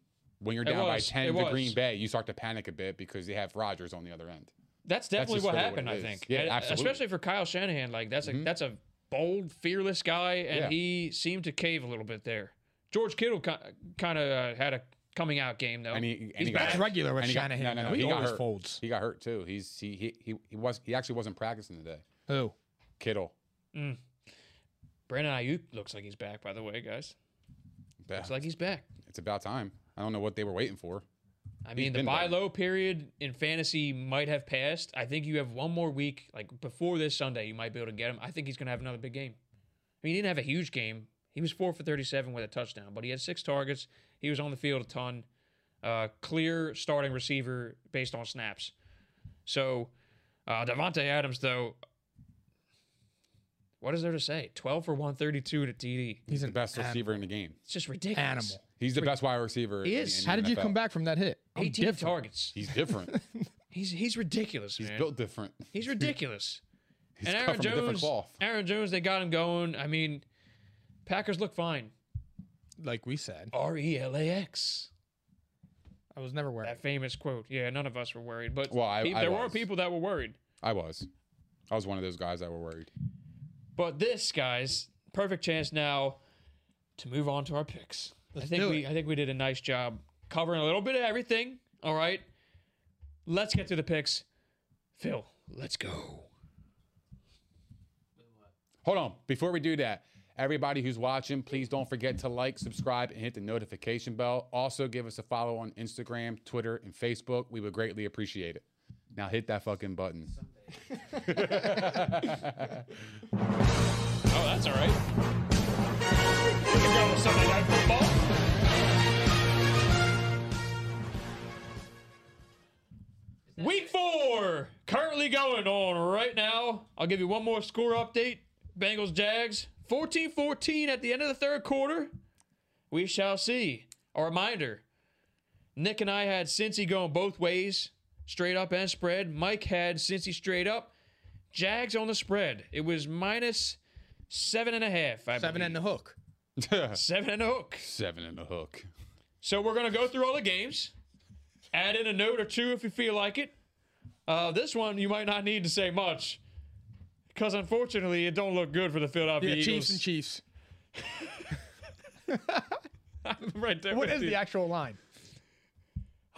S3: When you're
S7: It
S3: down by
S7: was.
S3: 10
S7: It
S3: to
S7: was.
S3: Green Bay, you start to panic a bit because they have Rodgers on the other end.
S7: That's definitely
S3: just
S7: what
S3: really what
S7: happened.
S3: it
S7: I
S3: is.
S7: think,
S3: Yeah,
S7: And uh,
S3: absolutely. Mm-hmm.
S7: especially for Kyle Shanahan. Like that's a that's a bold, fearless guy, and
S3: Yeah.
S7: he seemed to cave a little bit there. George Kittle kind of uh, had a coming out game though.
S3: And he, and
S7: He's
S3: he got
S7: back.
S6: That's
S3: hurt.
S6: regular with
S3: And he got-
S6: Shanahan,
S3: no, no,
S6: though.
S3: no,
S6: He
S3: he got
S6: always
S3: hurt.
S6: folds.
S3: He got hurt too. He's he, he he he was he actually wasn't practicing today.
S6: Who?
S3: Kittle.
S7: Brandon Ayuk looks like he's back. By the way, guys,
S3: Yeah,
S7: looks like he's back.
S3: it's about time. I don't know what they were waiting for.
S7: I mean, the
S3: been
S7: buy
S3: back.
S7: low period in fantasy might have passed. I think you have one more week, like before this Sunday, you might be able to get him. I think he's going to have another big game. I mean, he didn't have a huge game. He was four for 37 with a touchdown, but he had six targets. He was on the field a ton. Uh, clear starting receiver based on snaps. So, uh, Devontae Adams, though, what is there to say? 12 for 132 and a TD.
S3: He's the best receiver in the game.
S7: It's just ridiculous.
S6: Animal.
S3: He's the best wide receiver.
S7: He
S3: in-
S7: is.
S3: in the
S6: How did you
S3: NFL.
S6: come back from that hit? I'm
S7: 18
S6: different.
S7: targets.
S3: He's
S7: [laughs]
S3: different.
S7: He's he's ridiculous,
S3: He's
S7: man.
S3: built different.
S7: He's ridiculous.
S3: He's
S7: and
S3: cut
S7: Aaron
S3: from a different
S7: Jones,
S3: cloth.
S7: Aaron Jones, they got him going. I mean, Packers look fine.
S6: Like we said,
S7: R E L A X.
S6: I was never wearing.
S7: That famous quote. Yeah, none of us were worried, but
S3: Well, I-
S7: pe-
S3: I
S7: there were
S3: was.
S7: people that were worried.
S3: I was. I was one of those guys that were worried.
S7: But this, guys, perfect chance now to move on to our picks. I think
S6: do
S7: we
S6: it.
S7: I think we did a nice job covering a little bit of everything. All right. Let's get to the picks. Phil, let's go.
S3: Hold on. Before we do that, everybody who's watching, please don't forget to like, subscribe, and hit the notification bell. Also, give us a follow on Instagram, Twitter, and Facebook. We would greatly appreciate it. Now hit that fucking button.
S7: Oh, that's all right. We can go with Sunday Night Football. Week four, currently going on right now. I'll give you one more score update. Bengals Jags 14 14 at the end of the third quarter. We shall see. A reminder Nick and I had Cincy going both ways, straight up and spread. Mike had Cincy straight up. Jags on the spread. It was minus seven and a half. I
S6: Seven
S7: believe.
S6: and the hook.
S7: Seven and a hook.
S3: Seven and a hook.
S7: So we're gonna go through all the games, add in a note or two if you feel like it. Uh, this one you might not need to say much, because unfortunately it don't look good for the Philadelphia
S6: Yeah,
S7: Eagles.
S6: Chiefs and Chiefs.
S7: I'm [laughs] right there.
S6: What
S7: with
S6: is
S7: you.
S6: the actual line?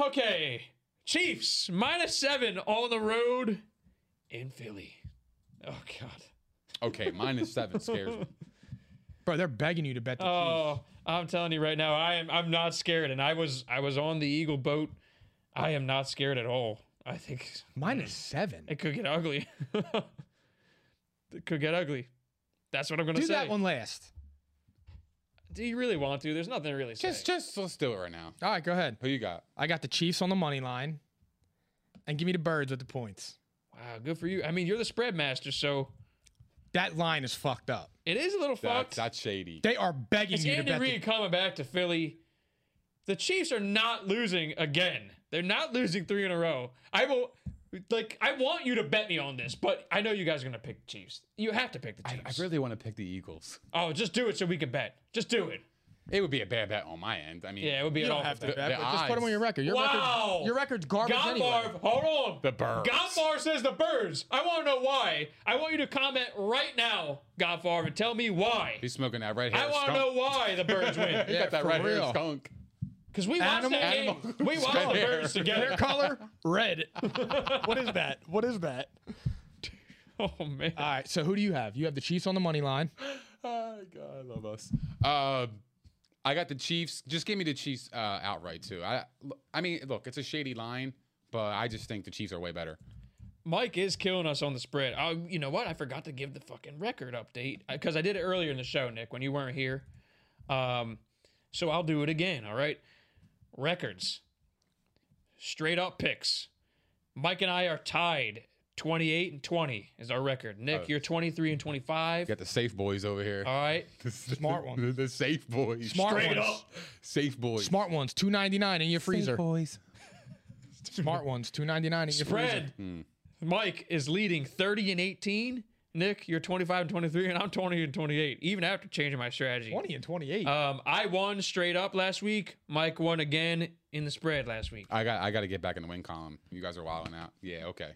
S7: Okay, Chiefs minus seven on the road in Philly. Oh God.
S3: Okay, minus
S7: [laughs]
S3: seven scares me.
S6: Bro, they're begging you to bet the Chiefs.
S7: Oh, I'm telling you right now, I am I'm not scared, and I was I was on the Eagle boat. I am not scared at all. I think
S6: Minus seven.
S7: It could get ugly. [laughs] it could get ugly. That's what I'm gonna
S6: Do
S7: say.
S6: that one last.
S7: Do you really want to? There's nothing to really say.
S3: Just, just let's do it right now.
S6: All right, go ahead.
S3: Who you got?
S6: I got the Chiefs on the money line. And give me the birds with the points.
S7: wow, good for you. I mean, you're the spread master, so
S6: That line is fucked up.
S7: it is a little
S3: That,
S7: fucked.
S3: that's shady.
S6: They are begging
S7: It's
S6: you to
S7: Andy
S6: bet.
S7: Reid coming back to Philly. The Chiefs are not losing again. They're not losing three in a row. I will, like, I want you to bet me on this, but I know you guys are gonna pick the Chiefs. You have to pick the
S3: I, I
S7: Chiefs.
S3: really want to pick the Eagles.
S7: oh, just do it so we can bet. Just do it.
S3: It would be a bad bet on my end. I mean,
S7: Yeah, it would be an
S6: You don't
S7: awful
S6: have to
S7: bet.
S6: bet,
S3: the
S6: but just put them on your
S3: odds.
S6: record. Your,
S7: Wow.
S6: record, your record's garbage
S7: Gotbarb,
S6: anyway.
S7: hold on.
S3: The birds.
S7: Gotbarb says the birds. I want to know why. I want you to comment right now, Gotbarb, and tell me why.
S3: He's smoking that right hair.
S7: I want to
S3: skunk.
S7: know why the
S3: [laughs]
S6: [laughs]
S7: birds
S3: You
S7: win.
S3: got that
S6: for
S3: right hair
S6: real.
S3: skunk.
S7: Because we watched
S6: Animal-
S7: that game.
S3: Animal-
S7: We watched
S3: Red
S7: the
S3: hair.
S7: birds together.
S6: Color red. what is that? What is that?
S7: [laughs] Oh, man.
S6: All right, so who do you have? You have the Chiefs on the money line.
S3: Oh God, I love us. Uh, I got the Chiefs. Just give me the Chiefs uh, outright too. I, I mean, look, it's a shady line, but I just think the Chiefs are way better.
S7: Mike is killing us on the spread. Oh, you know what? I forgot to give the fucking record update because I did it earlier in the show, Nick, when you weren't here. Um, so I'll do it again. All right. Records. Straight up picks. Mike and I are tied. 28 and 20 is our record. Nick,
S3: Uh,
S7: you're 23 and 25.
S3: You got the safe boys over here.
S7: All right.
S6: Uh, Smart one.
S3: the, the safe boys.
S6: Smart
S3: [laughs] Straight
S6: ones.
S3: up. Safe boys.
S6: Smart ones, two ninety nine in your freezer.
S3: boys.
S6: [laughs] Smart ones, two ninety nine in your freezer.
S7: Spread.
S3: Hmm.
S7: Mike is leading 30 and 18. Nick, you're 25 and 23, and I'm 20 and 28, even after changing my strategy.
S6: Twenty and twenty eight.
S7: Um, I won straight up last week. Mike won again in the spread last week.
S3: I got. I got to get back in the win column. You guys are wilding out. Yeah. Okay.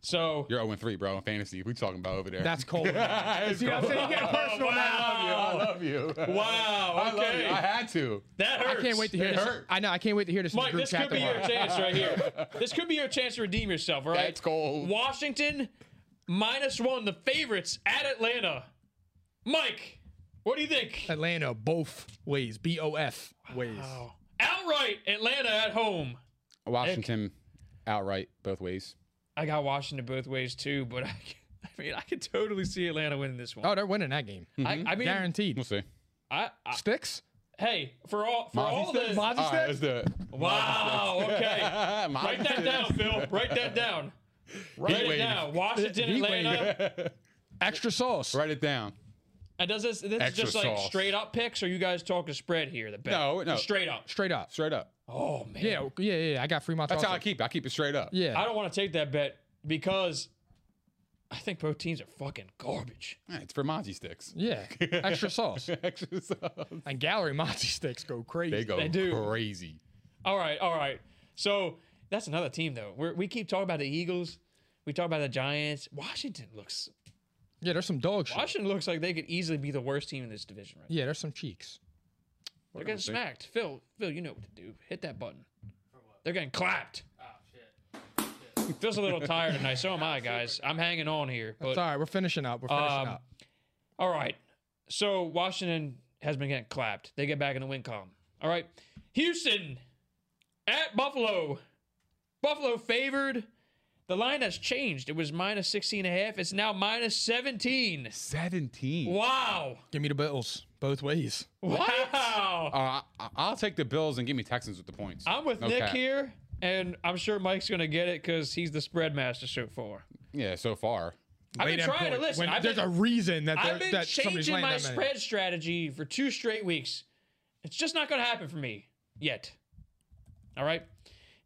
S7: So
S6: [laughs]
S3: You're 0 3, bro. In fantasy, we talking about over there.
S6: That's
S3: [laughs]
S6: cold.
S3: It's
S6: [laughs] See what I'm
S3: cold.
S6: saying? You get personal
S3: [laughs] I
S7: now.
S3: love you. I love
S6: [laughs]
S3: you.
S7: wow,
S3: I love you.
S7: okay,
S3: I had to.
S7: that
S6: I
S7: hurts.
S6: can't wait to hear
S3: It
S6: this.
S3: hurt.
S6: I know. I can't wait to hear this in the
S7: Mike,
S6: group
S7: this
S6: chat
S7: could be your
S6: tomorrow.
S7: chance right here.
S6: [laughs]
S7: This could be your chance to redeem yourself. All right,
S3: That's cold.
S7: Washington minus one, the favorites at Atlanta. Mike, what do you think?
S6: Atlanta, both ways, B O F ways.
S7: Outright Atlanta at home.
S3: Washington outright both ways.
S7: I got Washington both ways too, but I, [laughs] I mean, I could totally see Atlanta winning this one.
S6: Oh, they're winning that game,
S7: I,
S3: mm-hmm.
S7: I mean,
S6: guaranteed.
S3: We'll see.
S7: I, I,
S6: Sticks.
S7: hey, for all for all the
S3: All right, let's do
S7: [laughs]
S3: it. Uh,
S7: Wow. Okay. Write
S3: Mozzie
S7: that
S3: sticks.
S7: down,
S3: [laughs]
S7: Phil. Write that down. Write it
S3: waited.
S7: down. Washington,
S6: He
S7: Atlanta.
S6: Extra sauce.
S3: Write it down.
S7: And does this? This is
S3: Extra
S7: just like
S3: sauce.
S7: straight up picks. Or you guys talking spread here? The bet.
S3: No, no.
S7: Straight up.
S6: Straight up.
S3: Straight up.
S7: Oh man.
S6: Yeah, yeah, yeah. I got Fremont.
S3: That's how
S6: also.
S3: I keep it. I keep it straight up.
S6: Yeah.
S7: I don't want to take that bet because I think both teams are fucking garbage.
S3: Yeah, It's for Mozzie sticks.
S6: Yeah,
S7: [laughs]
S6: extra sauce.
S3: [laughs] Extra sauce.
S6: And gallery Monty sticks go crazy.
S3: They go
S7: They do.
S3: crazy.
S7: All right. All right. So that's another team though. We're, we keep talking about the Eagles. We talk about the Giants. Washington looks.
S6: Yeah, there's some dog shit.
S7: Washington looks like they could easily be the worst team in this division right
S6: Yeah, there's some cheeks.
S7: They're getting smacked. Phil, Phil, you know what to do. Hit that button. They're getting clapped. Oh shit. Phil's a little tired tonight. So am I, guys. I'm hanging on here.
S6: It's
S7: But
S6: all right. We're finishing up. We're finishing
S7: Um,
S6: up.
S7: all right. So Washington has been getting clapped. They get back in the win column. All right. Houston at Buffalo. Buffalo favored. The line has changed. It was minus 16 and a half. It's now minus 17.
S3: 17.
S7: Wow.
S6: Give me the Bills both ways.
S7: Wow.
S3: Uh, I- I'll take the Bills and give me Texans with the points.
S7: I'm with
S3: No
S7: Nick
S3: cap.
S7: here, and I'm sure Mike's going to get it because he's the spread master so far.
S3: Yeah, so far.
S7: I've
S6: Lay
S7: been
S6: them
S7: trying to
S6: points.
S7: listen.
S6: When
S7: I've
S6: there's
S7: been-
S6: a reason that,
S7: I've
S6: they're-
S7: been
S6: that somebody's
S7: changing
S6: laying
S7: my
S6: that many.
S7: spread strategy for two straight weeks. It's just not going to happen for me yet. All right.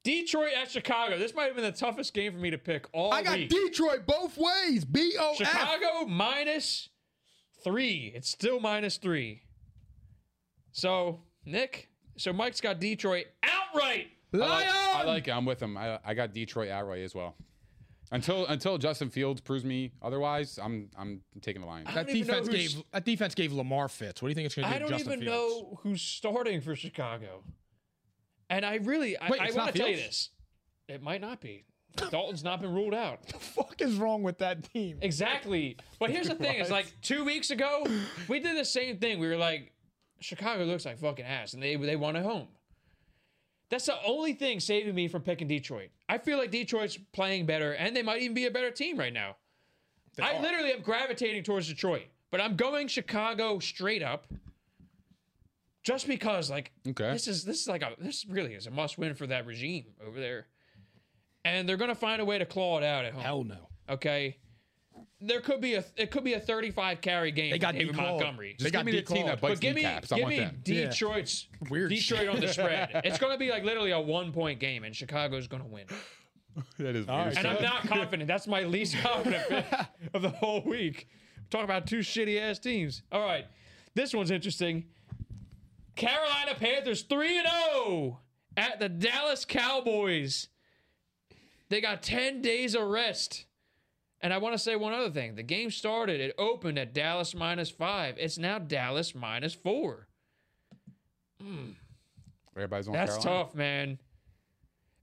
S7: Detroit at Chicago. This might have been the toughest game for me to pick all
S6: I got
S7: week.
S6: Detroit both ways. B O F.
S7: Chicago minus three. It's still minus three. So, Nick, so Mike's got Detroit outright.
S3: I like-
S6: Lion.
S3: I like it. I'm with him. I, I got Detroit outright as well. Until until Justin Fields proves me otherwise, I'm I'm taking the Lions.
S6: That
S7: don't even know
S6: defense
S7: who's-
S6: gave that defense gave Lamar fits. What do you think it's going to
S7: I
S6: do? to
S7: don't
S6: Justin
S7: even
S6: Fields?
S7: know who's starting for Chicago. And I really, I,
S6: Wait,
S7: I
S6: it's
S7: want
S6: not
S7: to tell you
S6: Fields?
S7: this. It might not be. Dalton's not been ruled out.
S6: [laughs] fuck is wrong with that team?
S7: Exactly. But here's the thing: it's like two weeks ago, we did the same thing. We were like, Chicago looks like fucking ass, and they they won at home. That's the only thing saving me from picking Detroit. I feel like Detroit's playing better, and they might even be a better team right now. I
S6: are.
S7: literally am gravitating towards Detroit, but I'm going Chicago straight up, just because like
S3: Okay.
S7: this is this is like a this really is a must win for that regime over there, and they're gonna find a way to claw it out at home
S6: Hell no.
S7: okay? There could be a it could be a 35 carry game.
S6: They got
S7: for David
S6: declawed.
S7: Montgomery.
S6: They
S3: Just
S6: got
S3: give me the team
S6: declawed.
S3: that
S6: But
S3: bites
S7: But give me
S3: kneecaps. I
S7: give
S3: want
S7: me
S3: them.
S6: Yeah.
S7: Detroit's
S6: Weird
S7: Detroit
S6: shit.
S7: on
S6: [laughs]
S7: the spread. It's going to be like literally a one point game, and Chicago's going to win.
S3: That is
S6: All
S3: weird.
S6: right.
S7: And I'm not confident. That's my least [laughs] confident pick of the whole week. Talk about two shitty ass teams. All right, this one's interesting. Carolina Panthers three and zero at the Dallas Cowboys. They got ten days of rest. And I want to say one other thing. The game started. It opened at Dallas minus five. It's now Dallas minus four.
S3: Everybody's on
S7: That's
S3: Carolina.
S7: tough, man.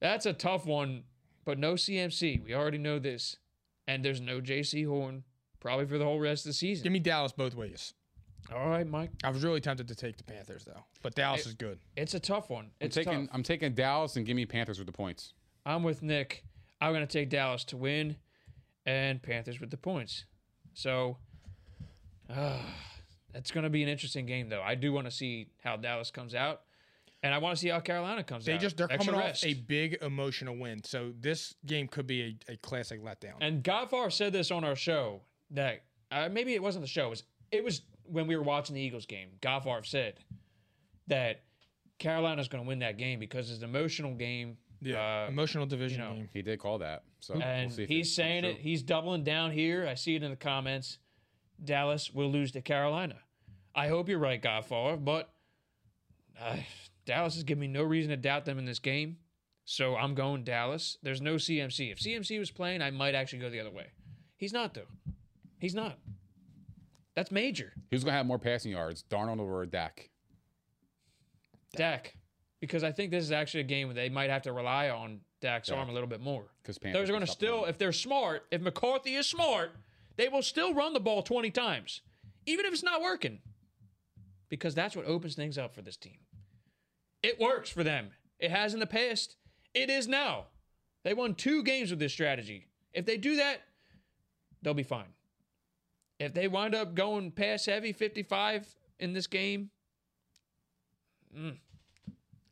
S7: That's a tough one, but no CMC. We already know this. And there's no JC Horn probably for the whole rest of the season.
S6: Give me Dallas both ways.
S7: All right, Mike.
S6: I was really tempted to take the Panthers though, but Dallas is good.
S7: It's a tough one.
S3: I'm
S7: It's
S3: taking
S7: tough.
S3: I'm taking Dallas and give me Panthers with the points.
S7: I'm with Nick. I'm going to take Dallas to win and Panthers with the points. So uh, it's going to be an interesting game, though. I do want to see how Dallas comes out, and I want to see how Carolina comes
S6: They
S7: out.
S6: just they're
S7: Extra
S6: coming
S7: rest.
S6: off a big emotional win, so this game could be a, a classic letdown.
S7: And Godfar said this on our show that uh, maybe it wasn't the show. It was, it was when we were watching the Eagles game. Godfar said that Carolina's going to win that game because it's an emotional game.
S6: yeah,
S7: Uh,
S6: emotional division
S7: you know,
S6: game.
S3: He did call that. So
S7: and
S3: we'll see if
S7: he's
S3: it's
S7: saying it.
S3: true.
S7: He's doubling down here. I see it in the comments. Dallas will lose to Carolina. I hope you're right, Godfar, but uh, Dallas is giving me no reason to doubt them in this game. So I'm going Dallas. There's no CMC. If CMC was playing, I might actually go the other way. He's not though. He's not. That's major.
S3: Who's gonna have more passing yards, Darnold or Dak?
S7: Dak. Because I think this is actually a game where they might have to rely on Dak's arm a little bit more.
S3: 'Cause Panthers
S7: they're
S3: can
S7: going to
S3: stop
S7: still,
S3: running.
S7: if they're smart, if McCarthy is smart, they will still run the ball 20 times, even if it's not working. Because that's what opens things up for this team. It works for them. It has in the past. It is now. They won two games with this strategy. If they do that, they'll be fine. If they wind up going pass heavy 55 in this game, mm,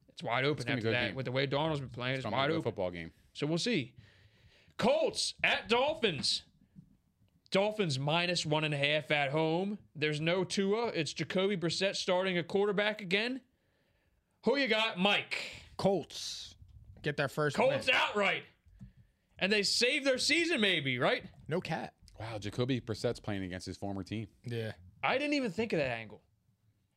S7: it's wide open
S3: gonna be
S7: after
S3: a good
S7: that.
S3: game.
S7: With the way Darnold's been playing, it's,
S3: It's
S7: wide
S3: a
S7: open.
S3: football game.
S7: So we'll see. Colts at Dolphins. Dolphins minus one and a half at home. There's no Tua. It's Jacoby Brissett starting a quarterback again. Who you got, Mike?
S6: Colts get their first
S7: Colts
S6: win.
S7: outright. And they save their season, maybe, right?
S6: No cat.
S3: Wow, Jacoby Brissett's playing against his former team.
S6: Yeah,
S7: I didn't even think of that angle.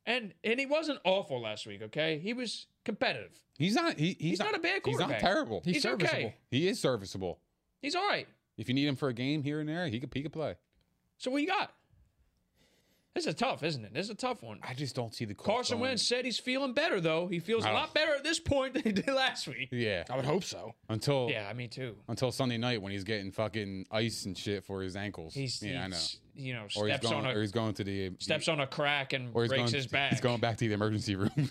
S7: And and he wasn't awful last week, okay? He was competitive.
S3: He's not. He, he's,
S7: He's not a bad
S3: He's not
S7: quarterback.
S3: terrible.
S6: he's,
S7: He's okay.
S6: serviceable.
S3: he is serviceable.
S7: He's all right.
S3: If you need him for a game here and there, he could he could play.
S7: So what you got? This is tough, isn't it? This is a tough one.
S3: I just don't see the Colts
S7: Carson
S3: going-
S7: Wentz said he's feeling better though. He feels a
S3: Oh.
S7: lot better at this point than he did last week.
S3: Yeah,
S6: I would hope so.
S3: until
S7: Yeah, me too.
S3: until Sunday night when he's getting fucking ice and shit for his ankles.
S7: He's,
S3: yeah, I know.
S7: he's you know
S3: Or he's
S7: steps
S3: going,
S7: on
S3: or
S7: a
S3: he's going to the
S7: steps on a crack and
S3: or he's
S7: breaks
S3: going,
S7: his back.
S3: He's going back to the emergency room.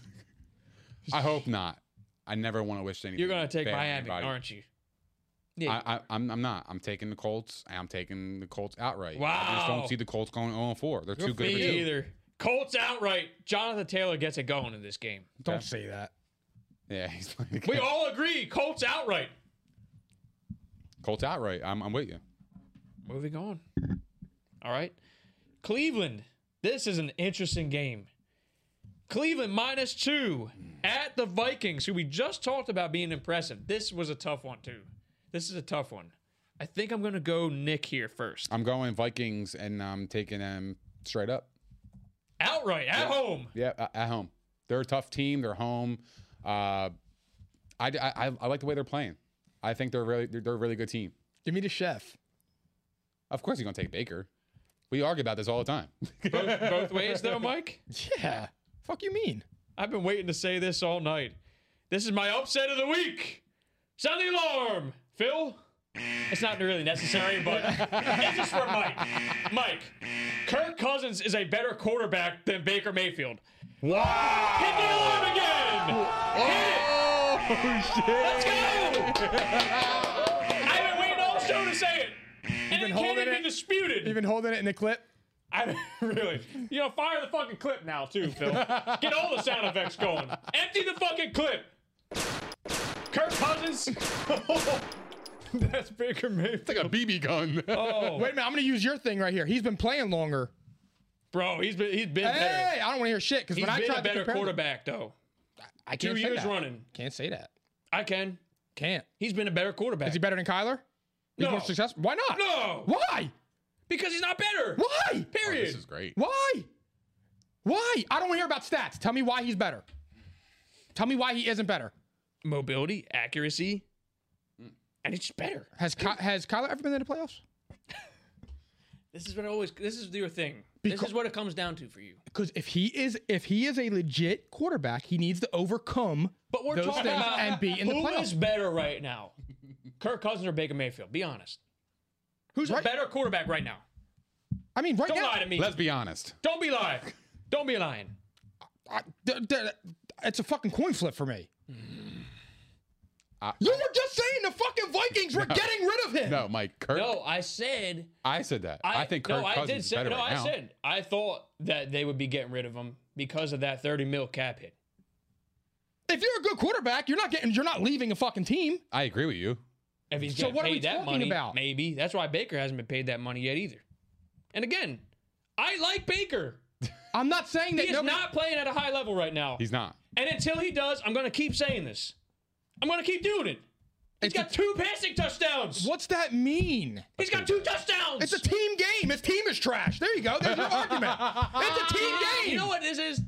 S3: [laughs] I hope not. I never want to wish anything.
S7: You're gonna take
S3: bad on
S7: Miami,
S3: anybody.
S7: aren't you? Yeah.
S3: I, I, I'm, I'm not. I'm taking the Colts. I'm taking the Colts outright. I just
S7: Wow.
S3: don't see the Colts going 0 4. They're too good
S7: Me
S3: for you.
S7: either. Colts outright. Jonathan Taylor gets it going in this game.
S6: Don't say that.
S3: Yeah, [laughs] he's playing the
S7: We all agree. Colts outright.
S3: Colts outright. I'm, I'm with you.
S7: Moving on. All right. Cleveland. This is an interesting game. Cleveland minus two at the Vikings, who we just talked about being impressive. This was a tough one, too. This is a tough one. I think I'm going to go Nick here first.
S3: I'm going Vikings and I'm taking them straight up.
S7: Outright at [laughs] home.
S3: Yeah, a- at home. They're a tough team. They're home. Uh, I, I, I- I like the way they're playing. I think they're really they're, they're a really good team.
S6: Give me the chef.
S3: Of course, you're gonna take Baker. We argue about this all the time. [laughs]
S7: Both, both ways, though, Mike.
S6: Yeah. Fuck you mean?
S7: I've been waiting to say this all night. This is my upset of the week. Sound the alarm, Phil. It's not really necessary, but [laughs] this is for Mike. Mike, Kirk Cousins is a better quarterback than Baker Mayfield. Wow! Hit the alarm again. Hit it. Let's go. [laughs] I've been waiting all show to say it, and it
S6: been
S7: can't
S6: holding
S7: even
S6: it.
S7: be disputed.
S6: You've been holding it in the clip.
S7: I [laughs] really, you know, fire the fucking clip now too, Phil. Get all the sound effects going. Empty the fucking clip. Kirk Cousins. [laughs] That's Baker Mayfield.
S3: like a BB
S7: [laughs]
S3: gun.
S7: Oh,
S6: Wait a minute. I'm gonna use your thing right here. He's been playing longer.
S7: Bro, he's been he's been
S6: Hey,
S7: better.
S6: I don't want to hear shit because
S7: He's
S6: when I
S7: been
S6: tried
S7: a better
S6: to compare them-
S7: quarterback though.
S6: I
S7: Two
S6: can't say
S7: years
S6: that.
S7: running.
S6: Can't say that.
S7: I can.
S6: Can't.
S7: He's been a better quarterback.
S6: Is he better than Kyler? He's
S7: No.
S6: more successful. Why not?
S7: No.
S6: Why?
S7: because he's not better.
S6: Why?
S7: Period.
S3: this is great.
S6: Why? Why? I don't want to hear about stats. Tell me why he's better. Tell me why he isn't better.
S7: Mobility, accuracy,
S6: Mm.
S7: and it's just better.
S6: Has Ky- has Kyler ever been in the playoffs?
S7: This is what I always. This is your thing.
S6: Becau-
S7: this is what it comes down to for you.
S6: Because if he is if he is a legit quarterback, he needs to overcome
S7: But we're
S6: those
S7: talking
S6: things
S7: about
S6: and be in the
S7: who
S6: playoffs.
S7: is better right now, Kirk Cousins or Baker Mayfield? Be honest. Who's a
S6: Right-
S7: better quarterback right now?
S6: I mean, right
S7: Don't
S6: now,
S7: lie to me.
S3: Let's be honest.
S7: Don't be lying. Don't be lying.
S6: I- d- d- it's a fucking coin flip for me.
S7: Mm.
S6: you were just saying the fucking Vikings
S7: [laughs]
S6: were getting rid of him.
S3: No, Mike Kirk.
S7: No, I said.
S3: I said that. I, think Kirk
S7: no,
S3: Cousins
S7: I did
S3: is
S7: say.
S3: better
S7: No,
S3: right
S7: I
S3: now.
S7: said. I thought that they would be getting rid of him because of that thirty mil cap hit.
S6: If you're a good quarterback, you're not getting you're not leaving a fucking team.
S3: I agree with you.
S7: If he's
S6: So
S7: getting
S6: what are we
S7: paid that
S6: talking
S7: money,
S6: about?
S7: maybe that's why Baker hasn't been paid that money yet either. And again, I like Baker.
S6: I'm not saying that
S7: He is
S6: nobody-
S7: not playing at a high level right now.
S3: He's not.
S7: And until he does, I'm going to keep saying this. I'm going to keep doing it. He's got two passing touchdowns.
S6: What's that mean?
S7: He's got two touchdowns.
S6: It's a team game. His team is trash. There you go. There's your argument. It's a team game.
S7: [laughs] Ah, You know what this is?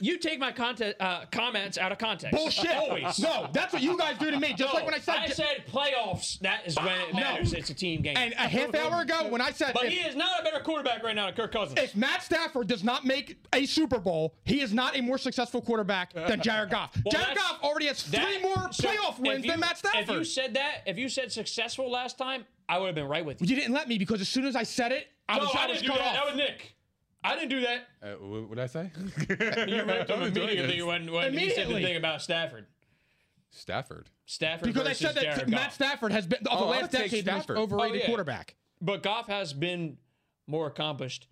S7: You take my content, uh, comments out of context.
S6: Bullshit.
S7: Always.
S6: No, that's what you guys do to me. Just like when I said,
S7: I said playoffs. That is when it
S6: No.
S7: matters. It's a team game.
S6: and a half hour ago when I said,
S7: but
S6: if,
S7: he is not a better quarterback right now than Kirk Cousins.
S6: if Matt Stafford does not make a Super Bowl, he is not a more successful quarterback than Jared Goff.
S7: [laughs]
S6: Jared
S7: that's-
S6: Goff already has three
S7: that-
S6: more
S7: so
S6: playoff
S7: if
S6: wins
S7: you-
S6: than Matt Stafford.
S7: If you said that, if you said successful last time, I would have been right with you.
S6: You didn't let me because as soon as I said it, I was,
S7: no,
S6: I
S7: I
S6: was
S7: didn't
S6: cut
S7: do that.
S6: off.
S7: That was Nick. I didn't do that.
S3: Uh, what did I say?
S7: [laughs] You ripped him
S3: I'm doing
S7: immediately
S3: this.
S7: when, when he said the
S6: Immediately.
S7: thing about Stafford.
S3: Stafford.
S7: Stafford
S6: because I
S7: versus
S6: said that
S7: Jared
S6: Matt
S7: Goff.
S6: Stafford has been, of
S3: Oh,
S6: the
S3: I would
S6: last
S3: take
S6: decade, the most
S3: Stafford.
S6: overrated
S7: Oh, yeah.
S6: quarterback
S7: but Goff has been more accomplished.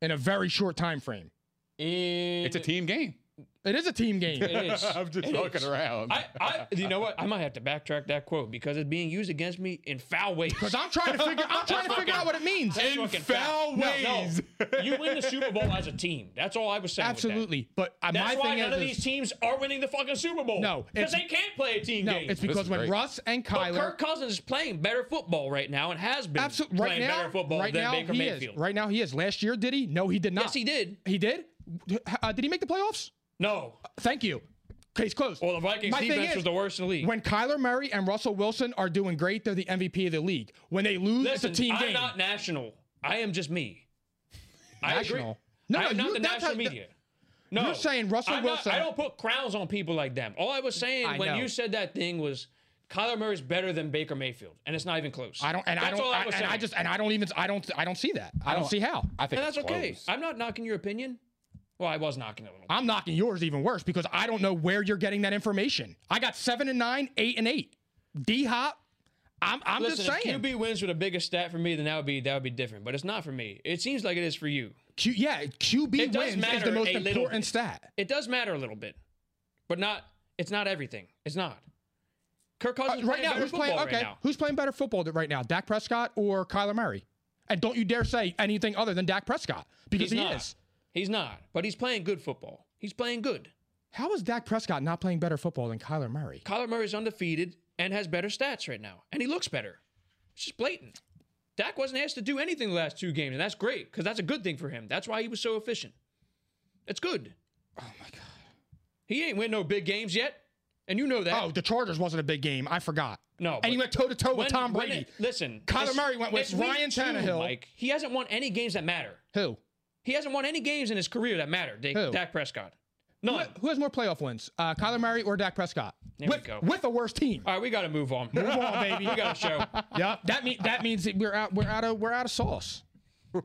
S6: in a very short time frame. [laughs]
S7: In,
S3: It's a team game.
S6: It is a team game.
S7: It is.
S3: I'm just
S7: It
S3: joking
S7: is.
S3: around.
S7: I, I, you know what? I might have to backtrack that quote because it's being used against me in foul ways.
S6: Because I'm trying to figure, I'm trying to figure out what it means.
S7: That's fucking
S3: foul
S7: No,
S3: ways.
S7: no. You win the Super Bowl as a team. That's all I was saying. with
S6: [laughs]
S7: that.
S6: Absolutely, but uh,
S7: That's
S6: my
S7: why
S6: thing
S7: none
S6: is,
S7: of
S6: is-
S7: these teams are winning the fucking Super Bowl.
S6: No,
S7: because
S6: it's-
S7: they can't play a team
S6: no,
S7: game.
S6: it's because
S3: is
S6: when
S3: great.
S6: Russ and
S7: but
S6: Kyler,
S7: Kirk Cousins is playing better football right now and has been
S6: absolutely right
S7: playing
S6: now,
S7: better football
S6: right
S7: than
S6: now
S7: Baker
S6: he
S7: Mayfield.
S6: is. Right now he is. Last year did he? No, he did not.
S7: Yes, he did.
S6: He did. Uh, did he make the playoffs?
S7: No.
S6: Thank you. Case closed.
S7: Well, the Vikings
S6: My thing
S7: defense
S6: is,
S7: was the worst in the league.
S6: When Kyler Murray and Russell Wilson are doing great, they're the MVP of the league. When they lose,
S7: Listen,
S6: it's a team
S7: I'm
S6: game.
S7: not national. I am just me. I agree.
S6: National. No,
S7: I
S6: no,
S7: am not
S6: you-
S7: the
S6: that's
S7: national
S6: how-
S7: media. No,
S6: You're saying Russell
S7: I'm not-
S6: Wilson-
S7: I don't put crowns on people like them. All I was saying
S6: I
S7: when
S6: know.
S7: you said that thing was Kyler Murray's better than Baker Mayfield, and it's not even close.
S6: I don't. And
S7: that's
S6: I don't.
S7: All I, was
S6: and I
S7: saying.
S6: just. And I don't even. I don't. I don't see that. I, don't, see how.
S3: I think
S7: and that's
S3: it's
S7: okay.
S3: close.
S7: I'm not knocking your opinion. Well, I was knocking it a little.
S6: I'm knocking yours even worse because I don't know where you're getting that information. I got seven and nine, eight and eight. D Hop. I'm I'm
S7: Listen,
S6: just
S7: if
S6: saying.
S7: QB wins with a bigger stat for me, then that would be that would be different. But it's not for me. It seems like it is for you.
S6: Q, yeah, QB
S7: It does
S6: wins is
S7: matter
S6: the most
S7: a little
S6: important
S7: bit.
S6: stat.
S7: It does matter a little bit, but not. It's not everything. It's not. Kirk Cousins
S6: Uh,
S7: is
S6: right
S7: playing
S6: now,
S7: better
S6: who's
S7: football
S6: playing?
S7: right
S6: Okay,
S7: now.
S6: who's playing better football th- right now? Dak Prescott or Kyler Murray? And don't you dare say anything other than Dak Prescott because
S7: He's
S6: he
S7: not.
S6: is.
S7: He's not. But he's playing good football. He's playing good.
S6: How is Dak Prescott not playing better football than Kyler Murray?
S7: Kyler Murray's undefeated and has better stats right now, and he looks better. It's just blatant. Dak wasn't asked to do anything the last two games, and that's great because that's a good thing for him. That's why he was so efficient. It's good.
S6: Oh my god.
S7: He ain't win no big games yet, and you know that.
S6: Oh, the Chargers wasn't a big game. I forgot.
S7: No,
S6: and he
S7: but
S6: went toe to toe with
S7: when-
S6: Tom
S7: when
S6: Brady.
S7: it- listen,
S6: Kyler
S7: it's-
S6: Murray went with
S7: it's week
S6: Ryan
S7: two,
S6: Tannehill.
S7: Mike, he hasn't won any games that matter.
S6: who?
S7: He hasn't won any games in his career that matter. Dak,
S6: Who?
S7: Dak Prescott.
S6: Who,
S7: None.
S6: who has more playoff wins? Uh, Kyler Murray or Dak Prescott?
S7: There we
S6: with,
S7: go.
S6: With a worse team.
S7: All right, we got to move on.
S6: Move on, baby.
S7: [laughs] we got to
S6: [laughs]
S7: show.
S6: Yep. That mean that means that we're out. We're out of. We're out of sauce.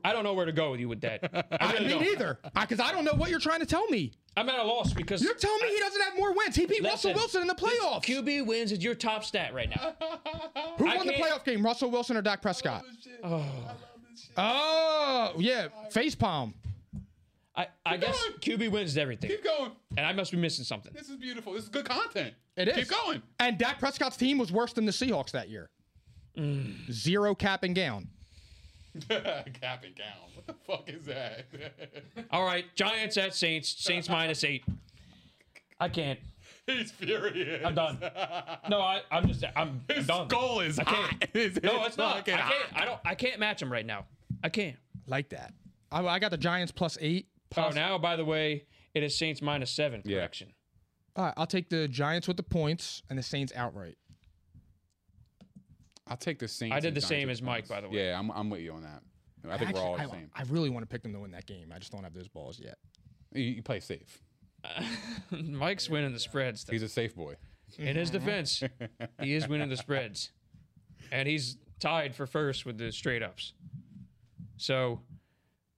S7: I don't know where to go with you
S6: [laughs]
S7: with that. I
S6: I,
S7: really
S6: me
S7: don't.
S6: neither. Because I, don't know what you're trying to tell me.
S7: I'm at a loss because
S6: You're telling me he doesn't have more wins. He beat Russell
S7: Listen,
S6: Wilson in the
S7: this
S6: playoffs.
S7: QB wins is your top stat right now.
S6: [laughs] Who
S7: I
S6: won the
S7: can't-
S6: playoff game? Russell Wilson or Dak Prescott? Oh, yeah. Face palm.
S7: I, I guess
S3: going.
S7: QB wins is everything,
S3: Keep going.
S7: and I must be missing something.
S3: This is beautiful. This is good content.
S6: It is.
S3: Keep going.
S6: And Dak Prescott's team was worse than the Seahawks that year.
S7: Mm.
S6: Zero cap and gown.
S3: [laughs] Cap and gown. What the fuck is [laughs] that?
S7: All right, Giants at Saints. Saints minus eight. I can't.
S3: He's furious.
S7: I'm done. No, I, I'm just.
S6: [laughs]
S7: I'm
S3: His
S7: done.
S3: skull is
S7: I can't.
S3: hot. [laughs] It's-
S7: no,
S3: it's
S7: it's not. I
S3: fucking
S7: can't.
S3: hot.
S7: I don't. I can't match him right now. I can't.
S6: Like that. I, I got the Giants plus eight.
S7: Oh, now by the way, it is Saints minus seven.
S3: Yeah.
S7: Correction.
S6: [laughs] All right, I'll take the Giants with the points and the Saints outright.
S3: I'll take the same.
S7: I did the same as Mike, by the way.
S3: Yeah, I'm, I'm with you on that. I think we're all the same.
S6: I, I really want to pick them to win that game. I just don't have those balls yet.
S3: You, you play safe.
S7: Mike's winning the spreads. though.
S3: He's a safe boy.
S7: In his defense, he is winning the spreads, and he's tied for first with the straight ups. So,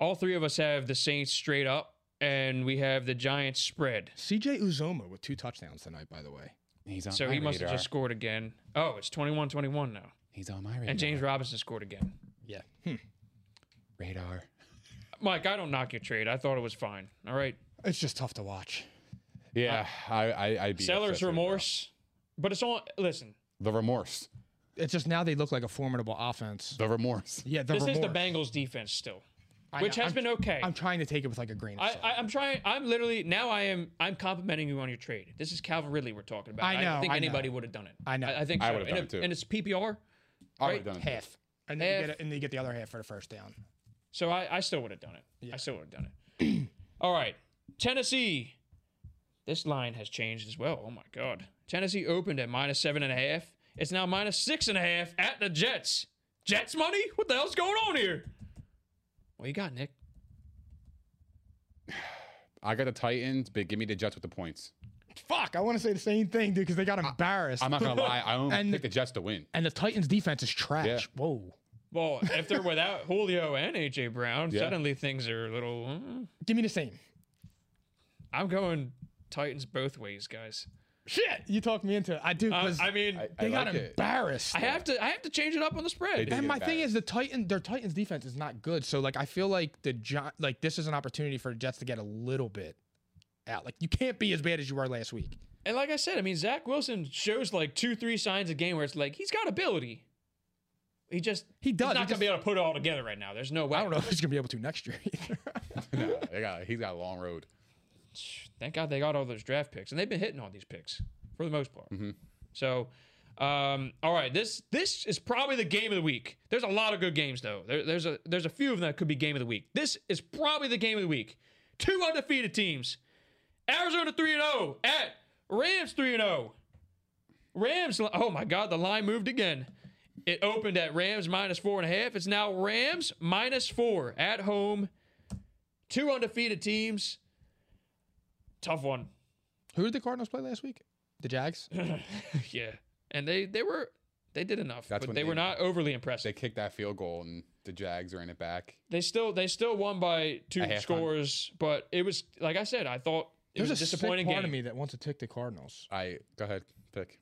S7: all three of us have the Saints straight up, and we have the Giants spread.
S6: CJ Uzoma with two touchdowns tonight, by the way.
S3: He's on
S7: So
S3: my
S7: he must have
S3: radar.
S7: just scored again. Oh, it's 21-21 now,
S3: He's on my radar.
S7: and James Robinson scored again.
S6: Yeah.
S3: radar.
S7: Mike, I don't knock your trade. I thought it was fine. All right,
S6: It's just tough to watch.
S3: Yeah, I, I, I'd be
S7: Uh, seller's
S3: upset too, bro.
S7: remorse, but it's all. Listen,
S3: The remorse.
S6: It's just now they look like a formidable offense.
S3: The remorse.
S6: Yeah, the
S7: this is the
S6: remorse.
S7: Bengals defense still,
S6: I
S7: which
S6: know.
S7: has
S6: I'm-
S7: been okay.
S6: I'm trying to take it with like a grain of
S7: I,
S6: salt.
S7: I, I'm trying. I'm literally now. I am. I'm complimenting you on your trade. This is Calvin Ridley we're talking about.
S6: I know,
S7: don't think
S6: I know.
S7: anybody would have done it.
S6: I know.
S7: I, think
S3: I
S7: so.
S3: would've
S7: and
S3: done
S7: if-
S3: it too.
S7: And it's PPR,
S3: I would've
S7: Right?
S3: done it.
S6: half. And then, you
S7: Half.
S6: get, and then you get the other half for the first down.
S7: so I, I still would have done it. I still would have done it. [clears throat] All right, Tennessee. This line has changed as well. Oh my God. Tennessee opened at minus seven and a half. It's now minus six and a half at the Jets. Jets money? What the hell's going on here? What you got, Nick?
S3: I got the Titans, but give me the Jets with the points.
S6: Fuck, I want to say the same thing, dude, because they got embarrassed.
S3: I'm not gonna lie. I
S7: [laughs]
S3: only
S6: [laughs] And
S3: picked the Jets to win.
S6: and the Titans' defense is trash.
S3: Yeah.
S6: Whoa.
S7: Well, if they're [laughs] without Julio and AJ Brown,
S3: Yeah.
S7: suddenly things are a little. hmm.
S6: Give me the same.
S7: I'm going Titans both ways, guys.
S6: Shit, you talked me into it. I do.
S7: Uh,
S6: 'cause
S7: I mean,
S3: I,
S7: I,
S3: I
S6: they got
S3: like it.
S6: embarrassed.
S7: have to I have to change it up on the
S3: They
S7: spread.
S3: did.
S6: and my
S3: get
S6: thing
S3: embarrassed.
S6: is the Titan, their Titans defense is not good. So like, I feel like the Gi- like this is an opportunity for the Jets to get a little bit out. Like you can't be as bad as you were last week.
S7: And like I said, I mean, Zach Wilson shows like two, three signs a game where it's like he's got ability. He just
S6: He does,
S7: He's
S6: he
S7: not gonna
S6: just-
S7: be able to put it all together right now. There's no way.
S6: I don't know [laughs] if he's gonna be able to next year. Either. [laughs]
S3: no, they got, he's got a long road.
S7: Thank God they got all those draft picks, and they've been hitting on these picks for the most part. So, um, all right, this this is probably the game of the week. There's a lot of good games though. There, there's a there's a few of them that could be game of the week. This is probably the game of the week. Two undefeated teams, Arizona three and zero at Rams three and zero. Rams. Oh my God, the line moved again. It opened at Rams minus four and a half. It's now Rams minus four at home. Two undefeated teams. Tough one.
S6: Who did the Cardinals play last week? The Jags.
S7: Yeah, and they they were they did enough,
S3: That's
S7: but
S3: when
S7: they,
S3: they-
S7: were not overly
S3: They
S7: impressive.
S3: kicked that field goal, and the Jags ran it back.
S7: They, still they still won by two
S3: At halftime.
S7: scores, but it was like I said, I thought it
S6: There's
S7: was
S6: a
S7: a disappointing
S6: sick part of
S7: game.
S6: me that wants to take the Cardinals.
S3: I go ahead pick.